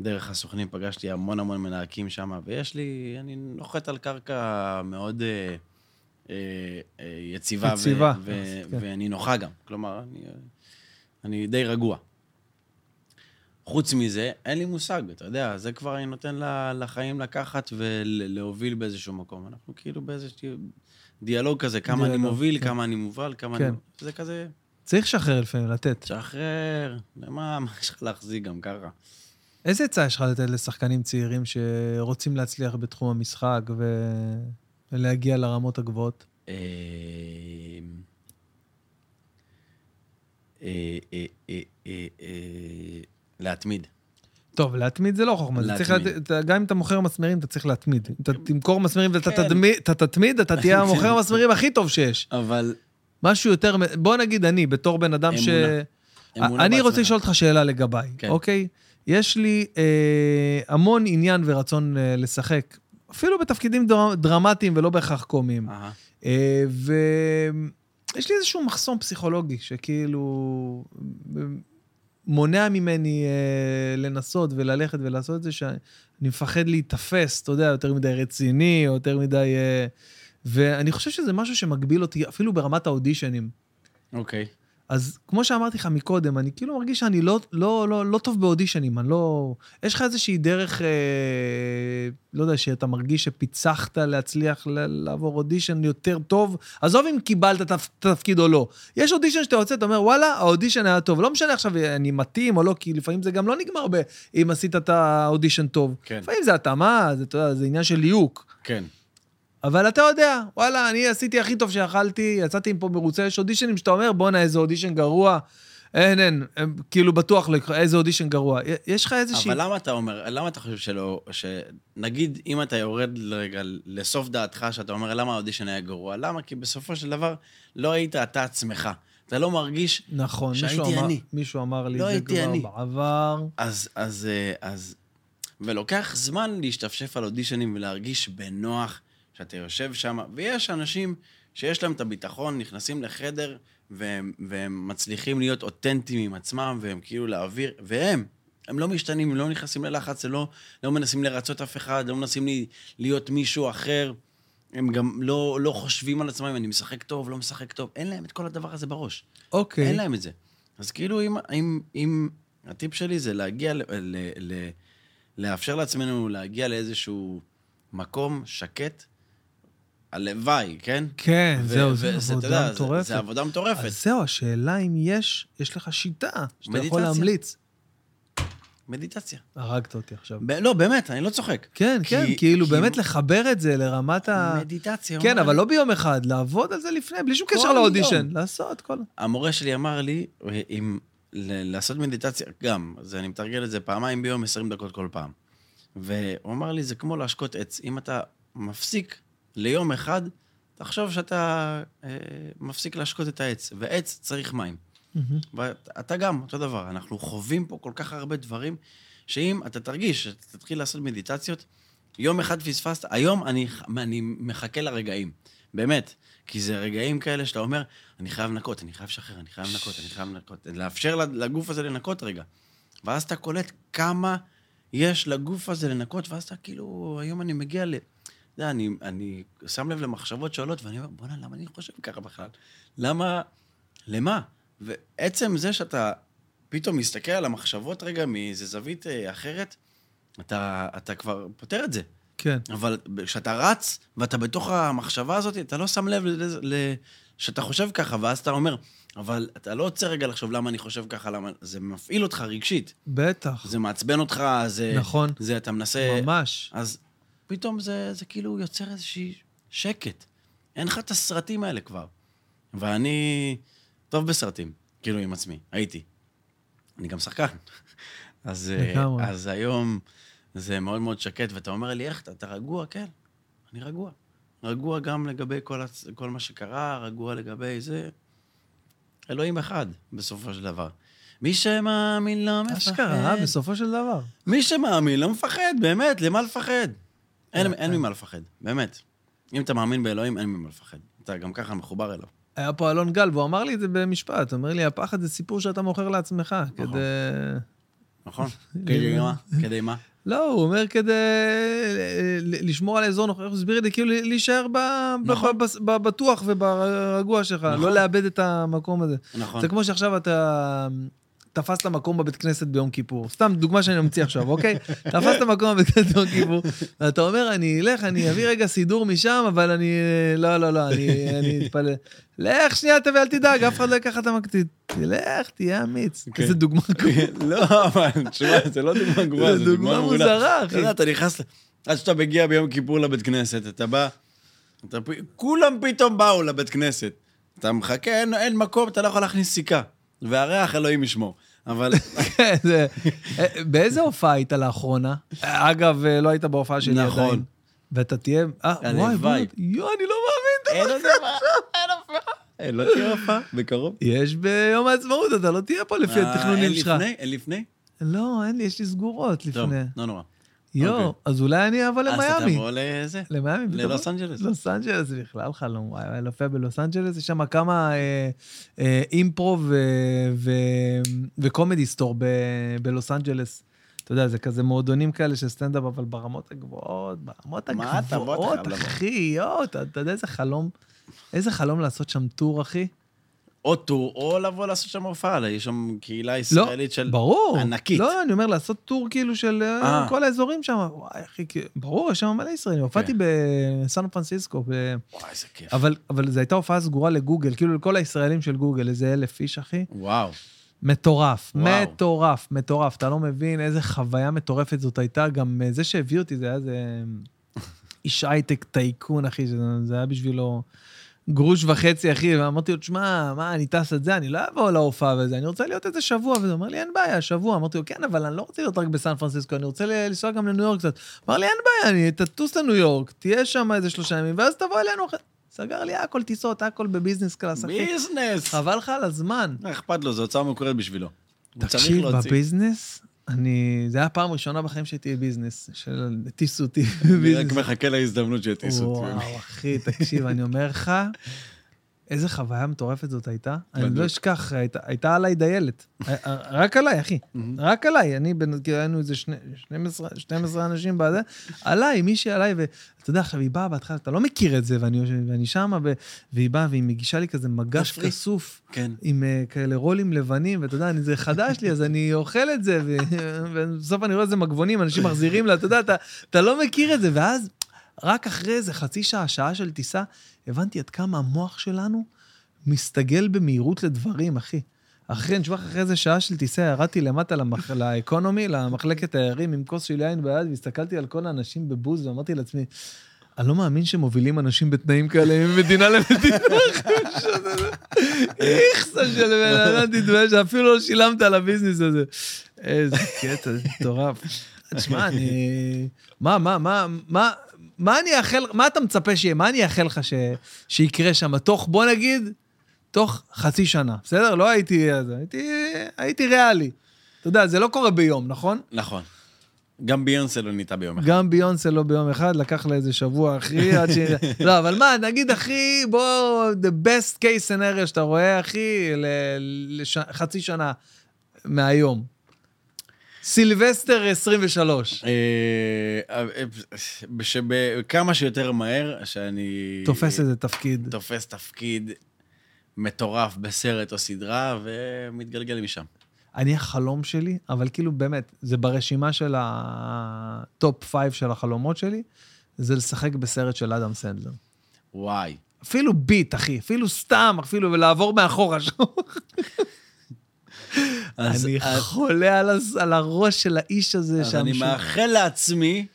דרך הסוכנים פגשתי המון המון מנהקים שם, ויש לי, אני נוחת על קרקע מאוד אה, אה, אה, יציבה,
יציבה,
ו- ו-
כן.
ואני נוחה גם. כלומר, אני, אה, אני די רגוע. חוץ מזה, אין לי מושג, אתה יודע, זה כבר אני נותן ל- לחיים לקחת ולהוביל באיזשהו מקום. אנחנו כאילו באיזשהו דיאלוג כזה, כמה אני
דיאלוג,
מוביל,
כן.
כמה אני מובל, כמה
כן.
אני... זה כזה,
צריך לשחרר לפעמים, לתת.
שחרר, למה, מה יש לך להחזיק גם ככה?
איזה עצה יש לך לתת לשחקנים צעירים שרוצים להצליח בתחום המשחק ו- ולהגיע לרמות הגבוהות?
אה, אה, אה, אה, אה, אה, להתמיד.
טוב, להתמיד זה לא חוכמה, זה צריך...
להתמיד.
לת- אתה- גם אם אתה מוכר מסמרים, אתה צריך להתמיד. אם אתה תמכור מסמרים ואתה
כן.
תדמי- אתה תתמיד, אתה תהיה המוכר המסמרים הכי טוב שיש.
אבל
משהו יותר... מ- בוא נגיד אני, בתור בן אדם ש...
אמונה. אמונה
אני רוצה
בעצמך.
לשאול אותך שאלה לגביי,
כן.
אוקיי? יש לי אה, המון עניין ורצון אה, לשחק, אפילו בתפקידים דר- דרמטיים ולא בהכרח קומיים.
אהה.
אה, ויש לי איזשהו מחסום פסיכולוגי שכאילו אה, מונע ממני אה, לנסות וללכת ולעשות את זה, שאני מפחד להיתפס, אתה יודע, יותר מדי רציני, או יותר מדי... אה, ואני חושב שזה משהו שמגביל אותי אפילו ברמת האודישנים.
אוקיי.
אז כמו שאמרתי לך מקודם, אני כאילו מרגיש שאני לא, לא, לא, לא טוב באודישנים, אני לא... יש לך איזושהי דרך, אה, לא יודע, שאתה מרגיש שפיצחת להצליח ל- לעבור אודישן יותר טוב? עזוב אם קיבלת תפ- תפקיד או לא. יש אודישן שאתה יוצא, אתה אומר, וואלה, האודישן היה טוב. לא משנה עכשיו אני מתאים או לא, כי לפעמים זה גם לא נגמר ב... אם עשית את האודישן טוב.
כן.
לפעמים זה התאמה, זה, אתה יודע, זה עניין של ליהוק.
כן.
אבל אתה יודע, וואלה, אני עשיתי הכי טוב שיכלתי, יצאתי מפה מרוצה, יש אודישנים שאתה אומר, בואנה, איזה אודישן גרוע. אין, אין, הם כאילו בטוח, לק- איזה אודישן גרוע. י- יש לך איזושהי...
אבל למה אתה אומר, למה אתה חושב שלא, שנגיד, אם אתה יורד רגע לסוף דעתך, שאתה אומר, למה האודישן היה גרוע? למה? כי בסופו של דבר, לא היית אתה עצמך. אתה לא מרגיש,
נכון, מישהו
שהייתי
אמר,
אני.
מישהו אמר לי
לא
את זה
הייתי
כבר
אני.
בעבר.
אז, אז, אה, אז... ולוקח זמן להשתפשף על אודישנים ולהרגיש בנוח שאתה יושב שם. ויש אנשים שיש להם את הביטחון, נכנסים לחדר, והם, והם מצליחים להיות אותנטיים עם עצמם, והם כאילו להעביר, והם, הם לא משתנים, הם לא נכנסים ללחץ, הם לא, לא מנסים לרצות אף אחד, לא מנסים לי, להיות מישהו אחר. הם גם לא, לא חושבים על עצמם, אני משחק טוב, לא משחק טוב. אין להם את כל הדבר הזה בראש.
אוקיי.
אין להם את זה. אז כאילו, אם, אם, אם הטיפ שלי זה להגיע, ל, ל, ל, לאפשר לעצמנו להגיע לאיזשהו מקום שקט, הלוואי, כן?
כן,
ו-
זהו,
ו-
זו
זה, אתה
עבודה
יודע, זה-
מטורפת.
זה עבודה מטורפת.
אז זהו, השאלה אם יש, יש לך שיטה שאתה יכול
מדיטציה.
להמליץ.
מדיטציה.
הרגת אותי עכשיו.
ב- לא, באמת, אני לא צוחק.
כן,
כי-
כן, כאילו
כי-
באמת לחבר את זה לרמת ה...
מדיטציה. הוא
כן,
אמר
אבל
לי.
לא ביום אחד, לעבוד על זה לפני, בלי שום
כל
קשר לאודישן.
יום.
לעשות כל...
המורה שלי אמר לי, אה, אם ל- לעשות מדיטציה, גם, אז אני מתרגל את זה פעמיים ביום, 20 דקות כל פעם. והוא אמר לי, זה כמו להשקות עץ. אם אתה מפסיק ליום אחד, תחשוב שאתה אה, מפסיק להשקות את העץ, ועץ צריך מים. ואתה גם, אותו דבר. אנחנו חווים פה כל כך הרבה דברים, שאם אתה תרגיש, שאתה תתחיל לעשות מדיטציות, יום אחד פספסת, היום אני, אני מחכה לרגעים, באמת. כי זה רגעים כאלה שאתה אומר, אני חייב לנקות, אני חייב לשחרר, אני חייב לנקות, אני חייב לנקות. לאפשר לגוף הזה לנקות רגע. ואז אתה קולט כמה יש לגוף הזה לנקות, ואז אתה כאילו, היום אני מגיע ל... אתה יודע, אני, אני שם לב למחשבות שעולות, ואני אומר, בואנה, למה אני חושב ככה בכלל? למה? למה? ועצם זה שאתה פתאום מסתכל על המחשבות רגע מאיזו זווית אה, אחרת, אתה, אתה כבר פותר את זה.
כן.
אבל כשאתה רץ ואתה בתוך המחשבה הזאת, אתה לא שם לב לזה- ל- שאתה חושב ככה, ואז אתה אומר, אבל אתה לא עוצר רגע לחשוב למה אני חושב ככה, למה... זה מפעיל אותך רגשית.
בטח,
זה מעצבן אותך, זה...
נכון.
זה, אתה מנסה...
ממש.
אז פתאום זה, זה כאילו יוצר איזושהי שקט. אין לך את הסרטים האלה כבר. ואני טוב בסרטים, כאילו עם עצמי, הייתי. אני גם שחקן. אז, אה,
לגמרי.
אז היום זה מאוד מאוד שקט, ואתה אומר לי, איך אתה, אתה רגוע? כן, אני רגוע. רגוע גם לגבי כל, הצ... כל מה שקרה, רגוע לגבי זה. אלוהים אחד, בסופו של דבר. מי שמאמין לא מפחד.
אשכרה, בסופו של דבר.
מי שמאמין לא מפחד, באמת, למה לפחד? אין,
כן.
אין ממה לפחד, באמת. אם אתה מאמין באלוהים, אין ממה לפחד. אתה גם ככה מחובר אליו.
היה פה אלון גל, והוא אמר לי את זה במשפט, הוא אומר לי, הפחד זה סיפור שאתה מוכר לעצמך,
נכון.
כדי...
נכון?
כן.
כדי מה? כדי מה?
לא, הוא אומר כדי אה, ל- לשמור על האזור, נכון, איך הוא הסביר את זה? כאילו להישאר ב- ב-
נכון.
ב- ב- בטוח וברגוע שלך,
נכון.
לא לאבד את המקום הזה.
נכון.
זה כמו שעכשיו אתה אמ, תפסת מקום בבית כנסת ביום כיפור. סתם דוגמה שאני ממציא עכשיו, אוקיי? תפסת מקום בבית כנסת ביום כיפור, ואתה אומר, אני אלך, אני אביא רגע סידור משם, אבל אני... לא, לא, לא, אני אני אתפלל. לך שנייה, תביא, אל תדאג, אף אחד לא ייקח את המקציט. תלך, תהיה אמיץ.
אוקיי.
איזה דוגמה
לא, אבל תשמע, זה לא דוגמה גבוהה,
זו
זו
דוגמה
דוגמה מעולה. כן.
מוזרה,
אתה
אחי.
יודע, אתה נכנס... ל- עד שאתה מגיע ביום כיפור לבית כנסת, אתה בא... אתה פ- כולם פתאום באו לבית כנסת. אתה מחכה, אין- אין מקום, אתה לא יכול להכניס סיכה. והריח, אלוהים ישמור. אבל...
כן, זה- אה, באיזה הופעה היית לאחרונה? אגב, אה, לא היית בהופעה שלי
נכון.
עדיין. ואתה תהיה... אה, וואי,
הלוואי.
וואי, יואו, אני לא מאמין.
אין
אתה-
עוד דבר, אין הופעה. אין, לא תהיה הופעה, בקרוב.
יש ביום העצמאות, אתה לא תהיה פה לפי
אה,
התכנונים
אין
שלך.
לפני? אין לפני?
לא, אין לי, יש לי סגורות
טוב,
לפני.
לא נורא.
יואו,
אוקיי.
אז אולי אני אבוא
אז אתה
למיאמי.
תבוא לזה.
למיאמי, פתאום.
ללוס אנג'לס.
לוס אנג'לס, זה בכלל חלום, וואי, וואי, להופיע בלוס אנג'לס, יש שם כמה אה, אה, אימפרו ו- ו- וקומדי סטור ב- בלוס אנג'לס. אתה יודע, זה כזה מועדונים כאלה של סטנדאפ, אבל ברמות הגבוהות, ברמות
מה אתה- בוא, אתה
הגבוהות,
חייב לבוא.
אחי, יואו, אתה אתה יודע איזה חלום, איזה חלום לעשות שם טור, אחי?
או טור, או לבוא לעשות שם הופעה, יש שם קהילה
לא,
ישראלית של...
ברור.
ענקית.
לא, אני אומר, לעשות טור כאילו של אה,
אה. כן.
כל האזורים שם. וואי, אחי, כאילו, ברור, יש שם מלא ישראלים. הופעתי בסן פרנסיסקו, ב-
וואי, איזה כיף.
אבל, אבל זו הייתה הופעה סגורה לגוגל, כאילו לכל הישראלים של גוגל, איזה אלף איש, אחי.
וואו.
מטורף,
וואו.
מטורף, מטורף. אתה לא מבין איזה חוויה מטורפת זאת הייתה. גם אה, זה שהביא אותי, זה היה איזה אה, איש הייטק טייקון, אחי, שזה, זה היה בשבילו גרוש וחצי, אחי, ואמרתי לו, תשמע, מה, אני טס את זה, אני לא אבוא להופעה וזה, אני רוצה להיות איזה שבוע, וזה אומר לי, אין בעיה, שבוע. אמרתי לו, כן, אבל אני לא רוצה להיות רק בסן פרנסיסקו, אני רוצה ל- לנסוע גם לניו יורק קצת. אמר לי, אין בעיה, אני, תטוס לניו יורק, תהיה שם איזה שלושה ימים, ואז תבוא אלינו אחרי... סגר לי הכל טיסות, הכל בביזנס קלאס, אחי.
ביזנס.
חבל לך על הזמן.
מה אכפת לו, זו הוצאה מוכרת בשבילו. הוא צריך
תקשיב,
להוציא.
בביזנס, אני... זה היה הפעם הראשונה בחיים שהייתי בביזנס, של טיסו אותי
אני רק
בביזנס.
מחכה להזדמנות שיטיסו אותי.
וואו, אחי, תקשיב, אני אומר לך, איזה חוויה מטורפת זאת הייתה. אני
בדיוק.
לא אשכח, הייתה- הייתה עליי דיילת. רק עליי, אחי. רק עליי. אני, בן- כאילו, היינו איזה שני- 12 12 אנשים בזה, עליי, מישהי עליי, ואתה יודע, עכשיו, היא באה בהתחלה, אתה לא מכיר את זה, ואני יושב- ואני שמה, ו- והיא באה, והיא מגישה לי כזה מגש
תפריט.
כסוף.
כן.
עם אה, כאלה רולים לבנים, ואתה יודע, אני- זה חדש לי, אז אני אוכל את זה, ו- ובסוף אני רואה איזה מגבונים, אנשים מחזירים לה, אתה יודע, אתה, אתה לא מכיר את זה, ואז רק אחרי איזה חצי שעה, שעה של טיסה, הבנתי עד כמה המוח שלנו מסתגל במהירות לדברים, אחי. אחרי, נשבע לך, אחרי איזה שעה של טיסה, ירדתי למטה למח... לאקונומי, למחלקת תיירים, עם כוס של יין ביד, והסתכלתי על כל האנשים בבוז, ואמרתי לעצמי, אני לא מאמין שמובילים אנשים בתנאים כאלה ממדינה למדינה. איכסה של בן אדם, תתבייש, שאפילו לא שילמת על הביזנס הזה. איזה קטע, זה מטורף. תשמע, אני... מה, מה, מה, מה... מה אני אאחל, מה אתה מצפה שיהיה? מה אני אאחל לך ש, שיקרה שם? תוך, בוא נגיד, תוך חצי שנה, בסדר? לא הייתי, אז הייתי, הייתי ריאלי. אתה יודע, זה לא קורה ביום, נכון?
נכון. גם ביונסה לא ניתה ביום אחד.
גם ביונסה לא ביום אחד, לקח לה איזה שבוע אחי, עד ש... לא, אבל מה, נגיד אחי, בוא, the best case scenario שאתה רואה, אחי, לחצי שנה מהיום. סילבסטר 23.
אה, אה, אה, שב- כמה שיותר מהר, שאני...
תופס איזה תפקיד.
תופס תפקיד מטורף בסרט או סדרה, ומתגלגל משם.
אני החלום שלי, אבל כאילו באמת, זה ברשימה של הטופ פייב של החלומות שלי, זה לשחק בסרט של אדם סנדלר.
וואי.
אפילו ביט, אחי, אפילו סתם, אפילו, ולעבור מאחורה שם.
אז-
אני
אז-
חולה על הז- על הראש של האיש הזה
אז
שם.
אני
שהוא-
מאחל לעצמי,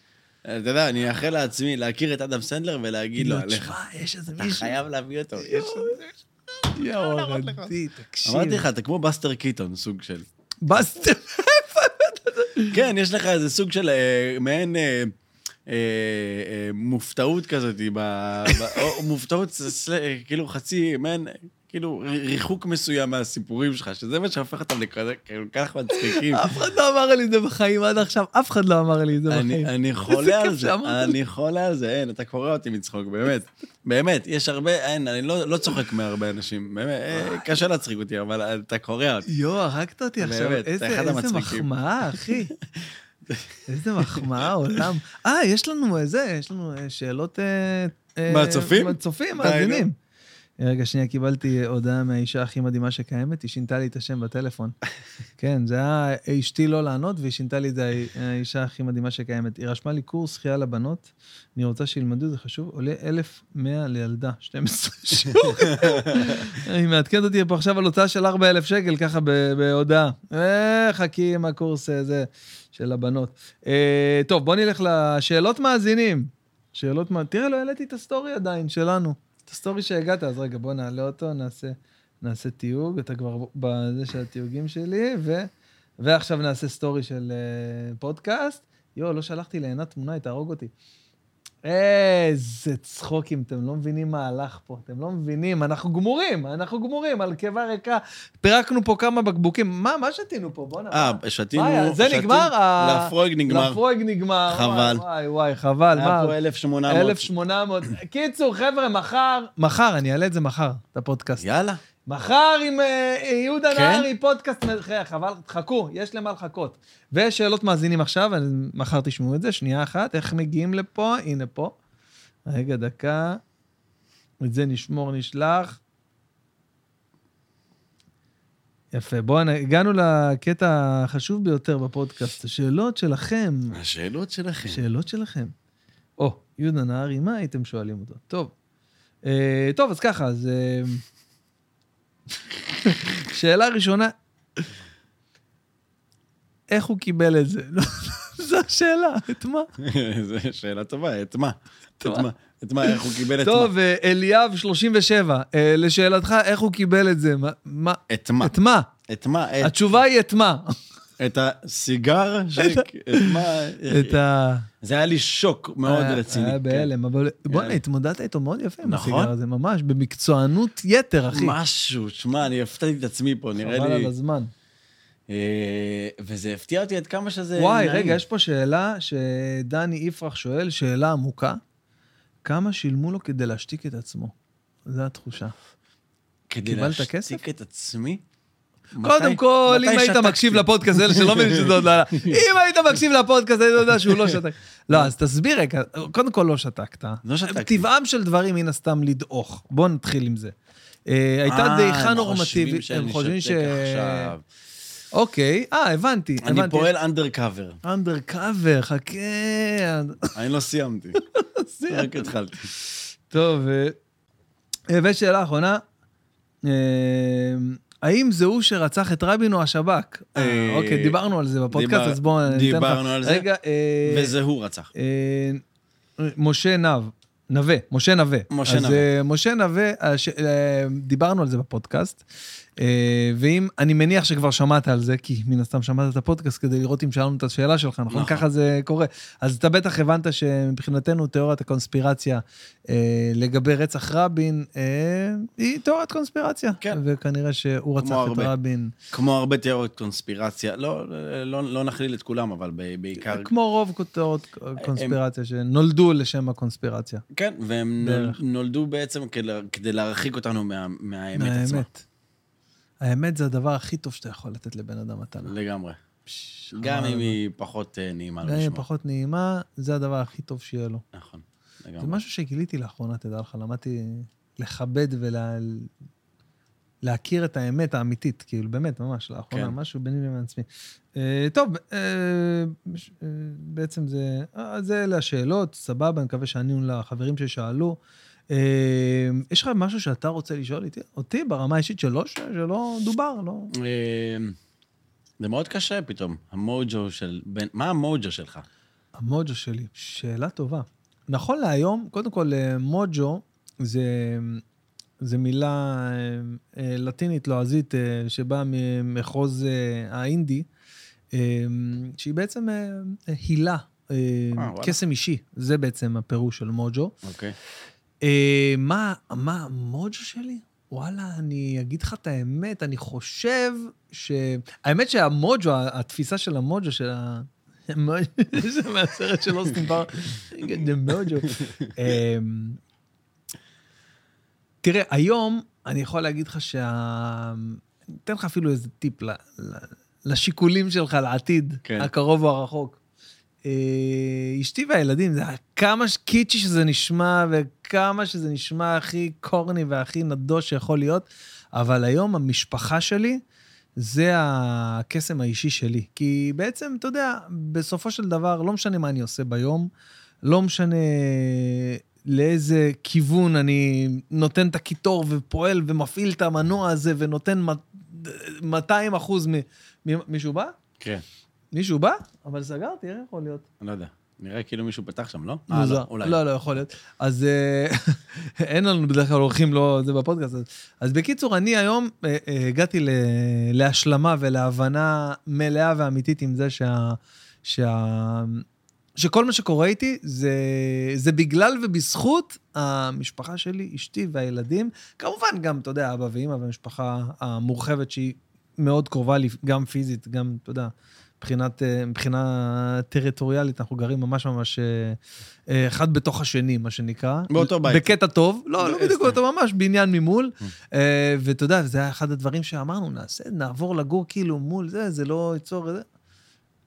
אתה יודע, אני מאחל לעצמי להכיר את אדם סנדלר ולהגיד לו
לא,
עליך.
תשמע, יש איזה
אתה
מישהו.
חייב להביא אותו. יש-
יואו, ערדי, תקשיב.
אמרתי לך, אתה כמו בסטר קיטון, סוג של...
בסטר.
כן, יש לך איזה סוג של אה, מעין אה, אה, אה, מופתעות כזאת, ב- ב- או מופתעות, סל- כאילו חצי, מעין, כאילו ר- ריחוק מסוים מהסיפורים שלך, שזה מה שהופך אותם לכל כל כך מצחיקים.
אף אחד לא אמר לי את זה בחיים עד עכשיו, אף אחד לא אמר לי את זה בחיים.
אני, אני חולה על
כיף
זה,
שאמרת.
אני חולה על זה, אין, אתה קורע אותי מצחוק, באמת. באמת, יש הרבה, אין, אני לא, לא צוחק מהרבה אנשים, באמת, אה, קשה להצחיק אותי, אבל אתה קורע אותי.
יואו, הרגת אותי עכשיו,
באמת, אתה
איזה
אחד
איזה
המצחיקים.
מחמאה, אחי. איזה מחמאה, עולם. אה, יש לנו אה, זה, יש לנו אה, שאלות... אה, אה,
מהצופים?
מהצופים,
די,
מאזינים. רגע, שנייה, קיבלתי הודעה מהאישה הכי מדהימה שקיימת, היא שינתה לי את השם בטלפון. כן, זה היה אשתי לא לענות, והיא שינתה לי את זה, האישה הכי מדהימה שקיימת. היא רשמה לי קורס שחייה לבנות, אני רוצה שילמדו, זה חשוב, עולה 1,100 לילדה, 12 שיעור. היא מעדכנת אותי פה עכשיו על הוצאה של 4,000 שקל, ככה ב- בהודעה. אה, חכי עם הקורס הזה של הבנות. אה, טוב, בוא נלך לשאלות מאזינים. שאלות מה... תראה, לא העליתי את הסטורי עדיין, שלנו. את הסטורי שהגעת, אז רגע, בוא נעלה אותו, נעשה, נעשה תיוג, אתה כבר בזה של התיוגים שלי, ו... ועכשיו נעשה סטורי של אה, פודקאסט. יואו, לא שלחתי לעינת תמונה, היא תהרוג אותי. איזה צחוקים, אתם לא מבינים מה הלך פה, אתם לא מבינים, אנחנו גמורים, אנחנו גמורים, על קיבה ריקה. פירקנו פה כמה בקבוקים, מה, מה שתינו פה? בוא'נה.
אה, שתינו,
מה היה? זה
שתינו-
נגמר? ה-
לפרויג נגמר.
לפרויג נגמר.
חבל.
וואי, וואי, וואי, חבל,
היה
מה?
פה 1,800.
1,800. קיצור, חבר'ה, מחר, מחר, אני אעלה את זה מחר, את הפודקאסט.
יאללה.
מחר עם אה, יהודה
כן?
נהרי, פודקאסט, מ- חבר'ה, חבל, חכו, יש למה לחכות. ושאלות מאזינים עכשיו, אני- מחר תשמעו את זה, שנייה אחת, איך מגיעים לפה? הנה פה. רגע, דקה. את זה נשמור, נשלח. יפה, בואו, הגענו לקטע החשוב ביותר בפודקאסט, השאלות שלכם.
השאלות שלכם.
שאלות שלכם. כן. או, יהודה נהרי, מה הייתם שואלים אותו? טוב. אה, טוב, אז ככה, אז... אה, שאלה ראשונה, איך הוא קיבל את זה? לא, זו השאלה, את מה?
זו שאלה טובה, את מה? את מה? את מה, איך הוא קיבל את מה?
טוב, אה, אליאב 37, אה, לשאלתך, איך הוא קיבל את זה? מה- מה?
את מה? אה.
את מה?
את מה? את-
התשובה היא את מה.
את הסיגר? ש- את מה?
את ה...
זה היה לי שוק אה, מאוד
היה-
רציני.
היה
כן.
בהלם, אבל בוא'נה,
כן.
התמודדת איתו מאוד יפה עם
נכון.
הסיגר הזה, ממש, במקצוענות יתר, אחי.
משהו, שמע, אני הפתעתי את עצמי פה, נראה
חבל
לי...
על הזמן.
אה, וזה הפתיע אותי עד כמה שזה...
וואי,
אה, נעים.
רגע, יש פה שאלה שדני יפרח שואל, שאלה עמוקה. כמה שילמו לו כדי להשתיק את עצמו? זו התחושה.
כדי
קיבלת כסף?
להשתיק את עצמי?
קודם
מתי-
כל, אם
מתי
היית
שתקתי?
מקשיב לפודקאסט, אלה שלא מבינים שזה עוד לא עלה, אם היית מקשיב לפודקאסט, היית יודע שהוא לא שתק. לא, אז תסביר רגע, קודם כל לא שתקת.
לא שתקתי.
טבעם של דברים, מן הסתם, לדעוך. בואו נתחיל עם זה. אה, הייתה
אה,
דעיכה
הם
נורמטיבית, הם חושבים ש...
שאני שותק עכשיו.
אוקיי, אה, הבנתי, הבנתי.
אני פועל אנדרקאבר.
אנדרקאבר, חכה.
אני לא סיימתי, רק התחלתי.
טוב, אה, אה, ושאלה אחרונה, אה, האם זה הוא שרצח את רבין או השב"כ? אה,
אה,
אוקיי, דיברנו על זה בפודקאסט,
דיבר-
אז בואו ניתן לך.
דיברנו על זה,
רגע, אה,
וזה הוא רצח.
אה, משה נב, נווה, משה נווה.
משה
אז,
נווה.
אה, משה נווה, הש- אה, דיברנו על זה בפודקאסט, אה, ואם, אני מניח שכבר שמעת על זה, כי מן הסתם שמעת את הפודקאסט כדי לראות אם שאלנו את השאלה שלך, נכון?
נכון.
ככה זה קורה. אז אתה בטח הבנת שמבחינתנו תיאוריית הקונספירציה אה, לגבי רצח רבין, אה, היא תיאוריית קונספירציה.
כן.
וכנראה שהוא רצח את
הרבה.
רבין.
כמו הרבה תיאוריות קונספירציה, לא, לא, לא נכליל את כולם, אבל ב- בעיקר, אה,
כמו רוב תיאוריות קונספירציה שנולדו לשם הקונספירציה.
כן, והם
בערך.
נולדו בעצם כדי, כדי להרחיק אותנו מה, מהאמת עצמה.
האמת. האמת זה הדבר הכי טוב שאתה יכול לתת לבן אדם מתנה.
לגמרי. גם
חבל
אם
הזמן.
היא פחות אה, נעימה
גם אם היא
לשמוע.
פחות נעימה, זה הדבר הכי טוב שיהיה לו.
נכון,
זה
לגמרי.
משהו שגיליתי לאחרונה, תדע לך, למדתי לכבד ולהכיר את האמת האמיתית, כאילו, באמת, ממש, לאחרונה,
כן.
משהו ביני לבין עצמי. אה, טוב, אה, ש- אה, בעצם זה, אה, זה אלה השאלות, סבבה, אני מקווה שענינו לחברים ששאלו. אה, יש לך משהו שאתה רוצה לשאול איתי, אותי ברמה האישית שלא, ש- שלא דובר, לא?
אה, זה מאוד קשה פתאום, המוג'ו של... בן- מה המוג'ו שלך?
המוג'ו שלי, שאלה טובה. נכון להיום, קודם כל, אה, מוג'ו זה, זה מילה אה, אה, לטינית לועזית אה, שבאה ממחוז אה, האינדי, אה, שהיא בעצם אה, אה, הילה, אה,
וואלה.
קסם אישי, זה בעצם הפירוש של מוג'ו.
אוקיי.
אה, מה, מה המוג'ו שלי? וואלה, אני אגיד לך את האמת, אני חושב ש... האמת שהמוג'ו, התפיסה של המוג'ו, של ה... המוג'ו, זה מהסרט של אוסטין בר, The Mojo. אמ, תראה, היום אני יכול להגיד לך שה... אני אתן לך אפילו איזה טיפ ל... ל... לשיקולים שלך לעתיד,
כן.
הקרוב או הרחוק. אה, אשתי והילדים, זה כמה ש- קיצ'י שזה נשמע, וכמה שזה נשמע הכי קורני והכי נדוש שיכול להיות, אבל היום המשפחה שלי, זה הקסם האישי שלי. כי בעצם, אתה יודע, בסופו של דבר, לא משנה מה אני עושה ביום, לא משנה לאיזה כיוון אני נותן את הקיטור ופועל ומפעיל את המנוע הזה ונותן מ- 200 אחוז מ... מ- מישהו בא?
כן,
מישהו בא? אבל סגרתי, איך יכול להיות?
אני לא יודע. נראה כאילו מישהו פתח שם, לא? אה, לא,
מוזר.
אולי.
לא, לא, יכול להיות. אז אה, אין לנו בדרך כלל אורחים, לא זה בפודקאסט. אז- אז בקיצור, אני היום אה, אה, הגעתי ל- להשלמה ולהבנה מלאה ואמיתית עם זה שה... שה... שכל מה שקורה איתי זה, זה בגלל ובזכות המשפחה שלי, אשתי והילדים. כמובן גם, אתה יודע, אבא ואימא והמשפחה המורחבת שהיא מאוד קרובה לי, גם פיזית, גם, אתה יודע, מבחינת, אה, מבחינה טריטוריאלית, אנחנו גרים ממש ממש אה, אה, אחד בתוך השני, מה שנקרא.
באותו בית.
בקטע טוב, לא, לא
אה,
בדיוק
סתם. Mm.
אותו ממש, בניין ממול. אה, ואתה יודע, זה היה אחד הדברים שאמרנו, נעשה, נעבור לגור כאילו מול זה, זה לא ייצור... זה.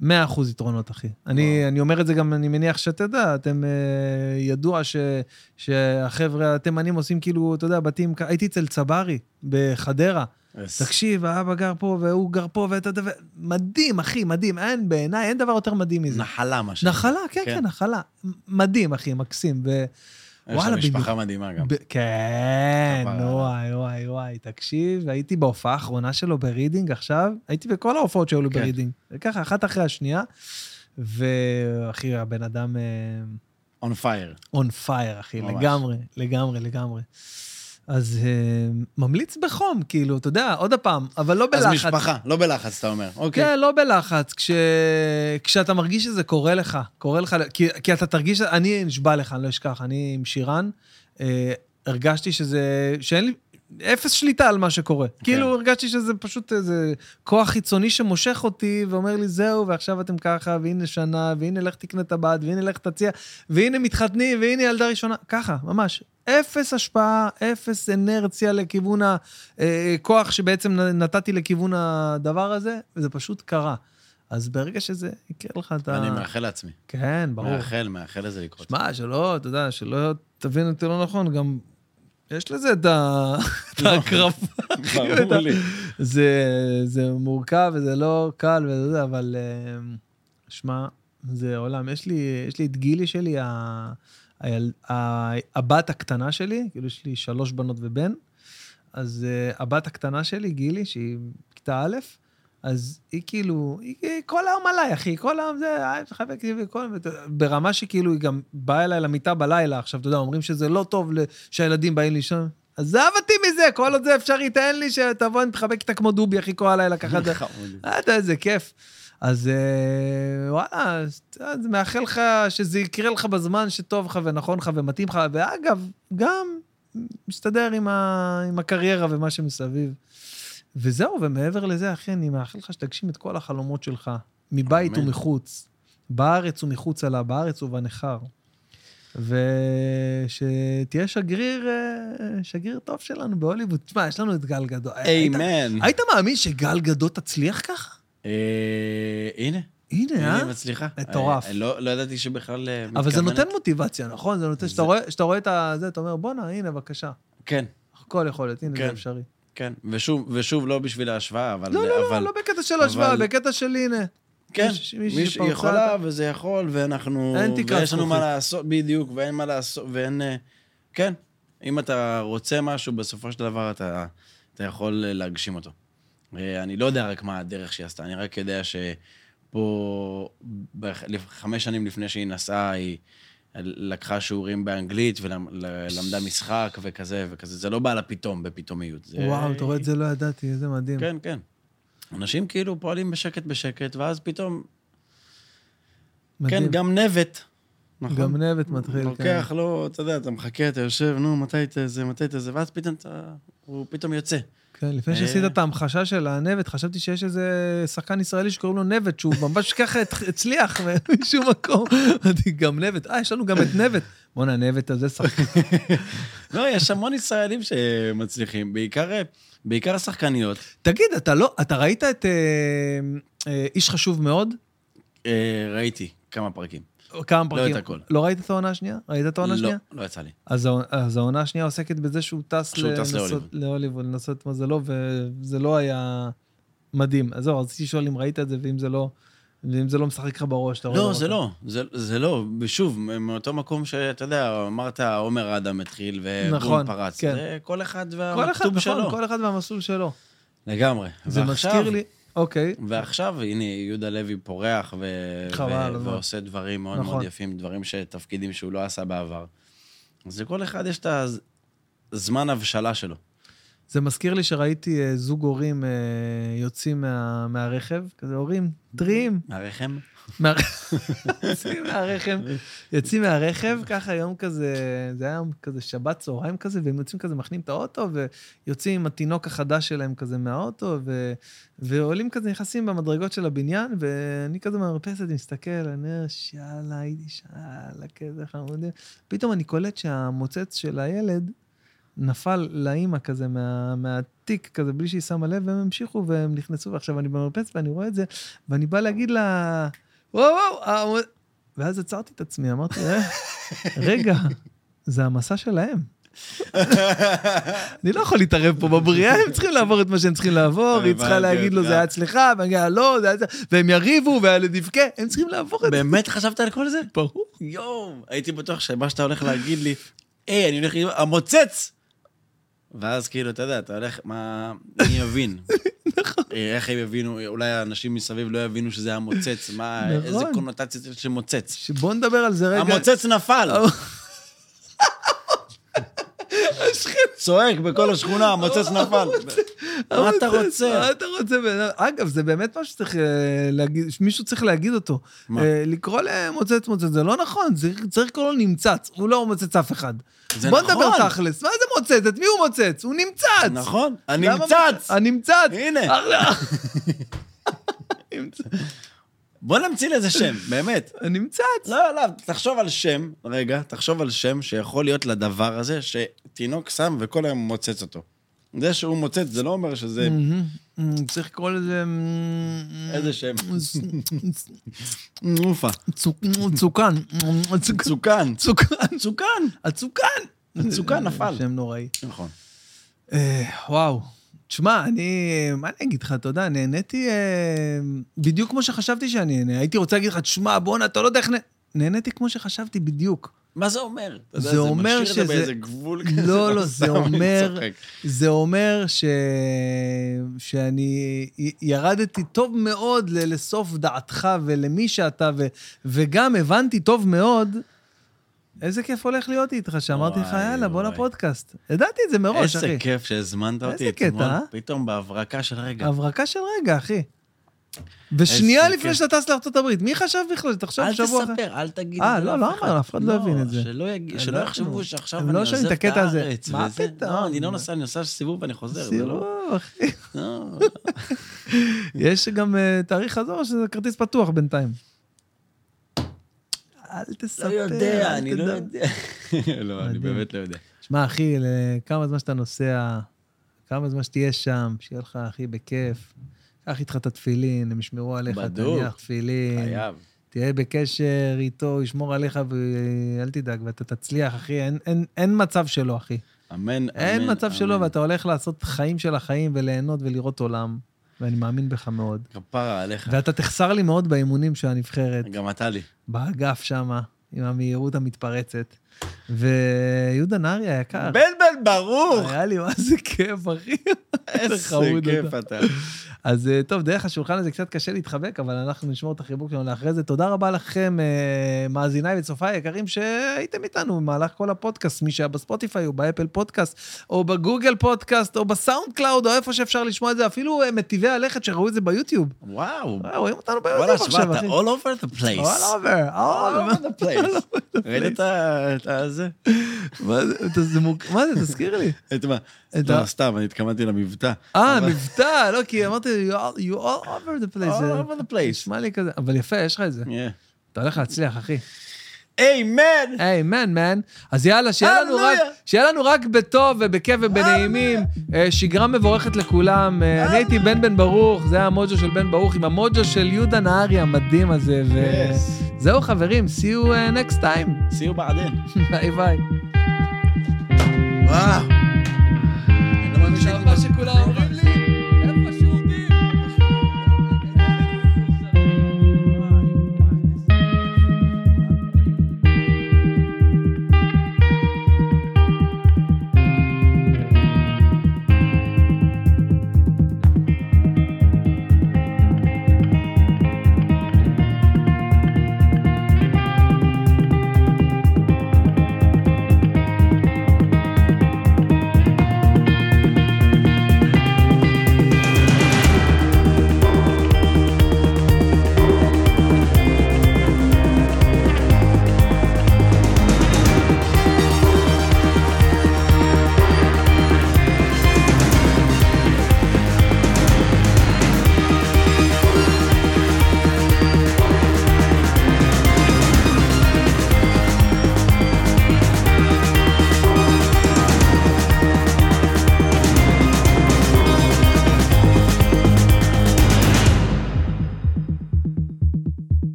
מאה אחוז יתרונות, אחי. אני, אני אומר את זה גם, אני מניח שאתה יודע, אתם אה, ידוע ש, שהחבר'ה התימנים עושים כאילו, אתה יודע, בתים, כ- הייתי אצל צברי בחדרה.
אז-
תקשיב, האבא גר פה והוא גר פה ואתה יודע, ו- מדהים, אחי, מדהים. אין, בעיניי, אין דבר יותר מדהים מזה.
נחלה, מה ש...
נחלה, כן,
כן.
כן, נחלה. מדהים, אחי, מקסים. ו...
יש
וואלה,
לה משפחה
במיוחד.
מדהימה גם.
ב- כן,
אבל-
וואי, וואי, וואי, תקשיב, הייתי בהופעה האחרונה שלו ברידינג עכשיו, הייתי בכל ההופעות שהיו לו
כן.
ברידינג, ככה, אחת אחרי השנייה, ואחי, הבן אדם
On fire.
און פייר, אחי,
ממש.
לגמרי, לגמרי, לגמרי. אז אה, ממליץ בחום, כאילו, אתה יודע, עוד פעם, אבל לא
אז
בלחץ.
משפחה, לא בלחץ, אתה אומר. אוקיי.
כן, לא בלחץ. כש... כשאתה מרגיש שזה קורה לך, קורה לך, כי, כי אתה תרגיש, אני נשבע לך, אני לא אשכח, אני עם שירן, אה, הרגשתי שזה, שאין לי, אפס שליטה על מה שקורה. כן. כאילו הרגשתי שזה פשוט איזה כוח חיצוני שמושך אותי ואומר לי, זהו, ועכשיו אתם ככה, והנה שנה, והנה לך תקנה טבעת, והנה לך תציע, והנה מתחתנים, והנה ילדה ראשונה, ככה, ממש. אפס השפעה, אפס אנרציה לכיוון הכוח שבעצם נ- נתתי לכיוון הדבר הזה, וזה פשוט קרה. אז ברגע שזה יקרה לך, אתה...
אני מאחל לעצמי.
כן, ברור.
מאחל, מאחל לזה לקרות.
שמע, שלא, אתה יודע, שלא תבין אותי לא נכון, גם יש לזה את ה- את
לא.
ההקרבה. את
ברור
ה-
לי.
זה, זה מורכב וזה לא קל וזה זה, אבל אה, שמע, זה עולם. יש לי, יש לי את גילי שלי, ה, היל, ה, הבת הקטנה שלי, כאילו יש לי שלוש בנות ובן, אז אה, הבת הקטנה שלי, גילי, שהיא בכיתה א', אז היא כאילו, היא, היא כל היום עליי, אחי, כל היום זה, אה, חייב להקשיב וכל... ברמה שכאילו היא גם באה אליי למיטה בלילה עכשיו, אתה יודע, אומרים שזה לא טוב ל- שהילדים באים לישון. עזב אותי מזה, כל עוד זה אפשרי, תן לי שתבוא, אני מתחבק איתה כמו דובי, אחי, כל הלילה ככה. זה-
חמודי.
אה, אתה, איזה כיף. אז אה, וואלה, אז אתה יודע, אז מאחל לך שזה יקרה לך בזמן שטוב לך ונכון לך ומתאים לך, ואגב, גם מסתדר עם, ה, עם הקריירה ומה שמסביב. וזהו, ומעבר לזה, אחי, אני מאחל לך שתגשים את כל החלומות שלך, מבית
אמן.
ומחוץ, בארץ ומחוצה לה, בארץ ובנכר. ושתהיה שגריר, אה, שגריר טוב שלנו בהוליווד. תשמע, יש לנו את גל גדול. אה, היית-
איימן.
היית מאמין שגל גדות תצליח ככה?
אה, הנה,
הנה,
הנה,
אה?
היא מצליחה.
מטורף.
אה, לא לא ידעתי שבכלל... אה,
אבל זה
מתכוונת.
נותן מוטיבציה, נכון? זה נותן,
זה-
שאתה רואה- שאתה רואה את ה- זה, אתה אומר, בואנה, הנה, בבקשה.
כן,
הכל יכול להיות, הנה,
כן.
זה אפשרי.
כן. ושוב, ושוב, לא בשביל ההשוואה, אבל...
לא, לא, לא,
אבל-
לא בקטע של השוואה,
אבל-
בקטע של הנה.
כן,
מישהי- מישהי
מי
שפרצה
שיכולה וזה יכול, ואנחנו...
אין תקרת
ויש לנו
זכוכית.
מה לעשות, בדיוק, ואין מה לעשות, ואין... אה, כן, אם אתה רוצה משהו, בסופו של דבר אתה, אתה יכול אה, להגשים אותו. אה, אני לא יודע רק מה הדרך שהיא עשתה, אני רק יודע שפה, בח- לפ- חמש שנים לפני שהיא נסעה, היא לקחה שיעורים באנגלית ולמדה משחק וכזה וכזה. זה לא בא לה פתאום בפתאומיות. זה-
וואו, אתה רואה את זה? לא ידעתי, איזה מדהים.
אה, כן, כן. אנשים כאילו פועלים בשקט בשקט, ואז פתאום,
מדהים.
כן, גם נבט. נכון.
גם נבט מתחיל, כן.
לוקח לו, אתה יודע, אתה מחכה, אתה יושב, נו, מתי את זה, מתי את זה, ואז פתאום אתה... הוא פתאום יוצא.
כן, לפני
אה.
שעשית את ההמחשה של הנבט, חשבתי שיש איזה שחקן ישראלי שקוראים לו נבט, שהוא ממש ככה הת- הצליח משום מקום. אמרתי, גם נבט. אה, יש לנו גם את נבט. בואנה, הנבט הזה שחקן.
לא, יש המון ישראלים שמצליחים, בעיקר, בעיקר שחקניות.
תגיד, אתה לא, אתה ראית את אה, אה, איש חשוב מאוד?
אה, ראיתי כמה פרקים.
כמה פרקים?
את הכל.
לא ראית את העונה השנייה? ראית את העונה
לא,
השנייה?
לא יצא לי.
אז העונה- אז העונה השנייה עוסקת בזה שהוא טס
שהוא טס
לנסות-
להוליווד.
להוליווד, לנסות את מזלו, וזה לא היה מדהים. אז זהו, רציתי לשאול אם ראית את זה, ואם זה לא... ואם זה לא משחק לך בראש, אתה רואה...
לא,
דבר
זה
כזה.
לא, זה, זה לא. ושוב, מאותו מקום שאתה יודע, אמרת, עומר אדם התחיל, ובום
נכון,
פרץ.
כן.
זה כל אחד
כל אחד,
והמכתוב שלו.
נכון, כל אחד והמסלול שלו.
לגמרי.
זה
ועכשיו-
מזכיר לי... אוקיי,
ועכשיו, הנה, יהודה לוי פורח ו...
חבל על
ו...
הזמן.
ועושה דברים מאוד נכון.
נכון.
מאוד יפים, דברים, ש... תפקידים שהוא לא עשה בעבר. אז לכל אחד יש את הזמן הבשלה שלו.
זה מזכיר לי שראיתי אה, זוג הורים אה, יוצאים מה- מהרכב, כזה הורים טריים,
מהרחם?
מה- יוצאים מהרכב, יוצאים מהרכב, ככה יום כזה, זה היה יום כזה שבת צהריים כזה, והם יוצאים כזה, מחנים את האוטו, ויוצאים עם התינוק החדש שלהם כזה מהאוטו, ו, ועולים כזה, נכנסים במדרגות של הבניין, ואני כזה מהמרפסת, מסתכל, אני אומר, שאלה, הייתי שאלה, כזה חמודים. פתאום אני קולט שהמוצץ של הילד נפל לאימא כזה מה, מהתיק כזה, בלי שהיא שמה לב, והם המשיכו והם נכנסו, ועכשיו אני במרפסת ואני רואה את זה, ואני בא להגיד לה, וואו, וואו, המו-" ואז עצרתי את עצמי, אמרתי, "אה, רגע, זה המסע שלהם. אני לא יכול להתערב פה בבריאה, הם צריכים לעבור את מה שהם צריכים לעבור, היא צריכה
אה, הבנתי
להגיד לו,
אותך.
זה היה אצלך, ואני אגיד לה, לא, זה היה אצלך, והם יריבו, והילד יבכה, הם צריכים לעבור את זה.
באמת חשבת על כל זה?
ברור.
יואו, הייתי בטוח שמה שאתה הולך להגיד לי, היי, אני הולך לראות, המוצץ! ואז כאילו, אתה יודע, אתה הולך, מה... מי יבין? נכון. איך הם יבינו, אולי האנשים מסביב לא יבינו שזה המוצץ, מה, איזה
נכון.
קונוטציה יש למוצץ.
ש- בוא נדבר על זה רגע.
המוצץ נפל. צועק בכל השכונה, המוצץ אה, נפל. מה אתה
מה
רוצה?
אתה רוצה? בן אדם? אגב, זה באמת משהו שצריך אה, להגיד, מישהו צריך להגיד אותו.
מה?
אה, לקרוא למוצץ מוצץ, זה לא נכון, זה- צריך לקרוא לו נמצץ, הוא לא מוצץ אף אחד.
זה
בוא
נכון.
נדבר תכלס, מה זה מוצץ? את מי הוא מוצץ? הוא נמצץ.
נכון,
למה
הנמצץ.
מוצץ? הנמצץ.
הנה.
אחלה. הנמצ-
בוא נמציא לזה שם, באמת.
הנמצץ.
לא, לא, תחשוב על שם, רגע, תחשוב על שם שיכול להיות לדבר הזה שתינוק שם וכל היום מוצץ אותו. זה שהוא מוצץ, זה לא אומר שזה
מהמם. מ, צריך לקרוא לזה... מ,
איזה שם.
צ- צ-
נופה.
צוק- צוקן. צוק-
צוקן.
צוקן.
צוקן.
הצוקן.
הצוקן נפל.
שם נוראי.
נכון.
אה, וואו. תשמע, אני, מה אני אגיד לך, אתה יודע, נהניתי אה, בדיוק כמו שחשבתי שאני אהנה. הייתי רוצה להגיד לך, תשמע, בואנה, אתה לא יודע איך נ... נהניתי כמו שחשבתי בדיוק.
מה זה אומר? אתה יודע,
זה אומר
משאיר את
שזה-
זה באיזה גבול
לא,
כזה.
לא,
סתם,
זה
אני
אומר-
צוחק.
זה אומר ש... שאני י- ירדתי טוב מאוד ל- לסוף דעתך ולמי שאתה, ו... וגם הבנתי טוב מאוד איזה כיף הולך להיות איתך, שאמרתי לך,
וואי,
יאללה, בוא
וואי.
לפודקאסט. ידעתי את זה מראש, אחי.
איזה כיף שהזמנת אותי
לא איזה קטע,
אתמול.
אה?
פתאום בהברקה של רגע.
הברקה של רגע, אחי. ושנייה
איזה
לפני
כיף.
שאתה טס לארצות הברית, מי חשב בכלל שתחשוב
אל
שבוע אחרי?
תספר, אל תגיד
אה,
את זה
לא,
לאף
לא
אחד.
אמר, אף אחד לא הבין את זה.
שלא יגיד-
אה,
שלא
לא,
יחשבו
נו.
שעכשיו
הם
אני
לא
עוזב
שומעים את
את
הקטע הזה.
הארץ.
מה
וזה-
פתאום?
לא, אני לא נוסע, אני נוסע סיבוב ואני חוזר. זה לא-
סיבוב, אחי.
לא,
יש גם אה, תאריך חזור שזה כרטיס פתוח בינתיים. אל תספר.
לא
אל
יודע, אני לא
תדע.
יודע. לא, אני
מדהים.
באמת לא יודע.
שמע, אחי, לכמה זמן שאתה נוסע, כמה זמן שתהיה שם, שיהיה לך, אחי, בכיף. קח איתך את התפילין, הם ישמרו עליך,
בדוק.
תניח תפילין.
חייב.
תהיה בקשר איתו, הוא ישמור עליך, ואל תדאג, ואתה תצליח, אחי. אין, אין, אין מצב שלא, אחי.
אמן, אמן.
אין מצב שלא,
אמן.
ואתה הולך לעשות חיים של החיים וליהנות ולראות עולם, ואני מאמין בך מאוד.
כפרה עליך.
ואתה תחסר לי מאוד באימונים של הנבחרת,
גם אתה לי.
באגף שמה, עם המהירות המתפרצת. ויהודה נהרי היקר,
בלבל ברוך!
היה לי מה זה כיף, אחי.
איזה
חמוד
כיף
אתה.
אתה.
אז אה, טוב, דרך השולחן הזה קצת קשה להתחבק, אבל אנחנו נשמור את החיבוק שלנו לאחרי זה. תודה רבה לכם, אה, מאזיניי וצופיי היקרים, שהייתם איתנו במהלך כל הפודקאסט, מי שהיה בספוטיפיי או באפל פודקאסט, או בגוגל פודקאסט, או בסאונד קלאוד, או איפה שאפשר לשמוע את זה, אפילו אה, מטיבי הלכת שראו את זה ביוטיוב.
וואו.
אה, רואים אותנו ביוטיוב
וואלה, שמע,
עכשיו,
אתה
אחי.
all over the place.
All over, אה, all over.
the place. ראית את ה- את הזה?
מה זה, אתה- זה מוק- מה זה, תזכיר לי.
את מה?
את
לא,
ה-
סתם, אני התכוונתי למבטא.
אה,
אבל-
מבטא, לא, כי אמרתי, you all- you all over the place. אה, זה
all over the place.
נשמע לי כזה, אבל יפה, יש לך את זה.
Yeah.
אתה הולך להצליח, אחי.
Amen!
היי, מן, מן. אז יאללה, שיהיה לנו רק-
הללויה.
שיהיה לנו רק בטוב ובכיף ובנעימים. אה, שגרה מבורכת לכולם. אה, אני הייתי בן בן ברוך, זה היה המוג'ו של בן ברוך, עם המוג'ו של יהודה נהרי המדהים הזה. ו-
Yes.
זהו, חברים, see you uh, next time.
See you בעדין.
ביי ביי.
וואו. אני לא מאמין שהייתי
מה שכולם אומרים.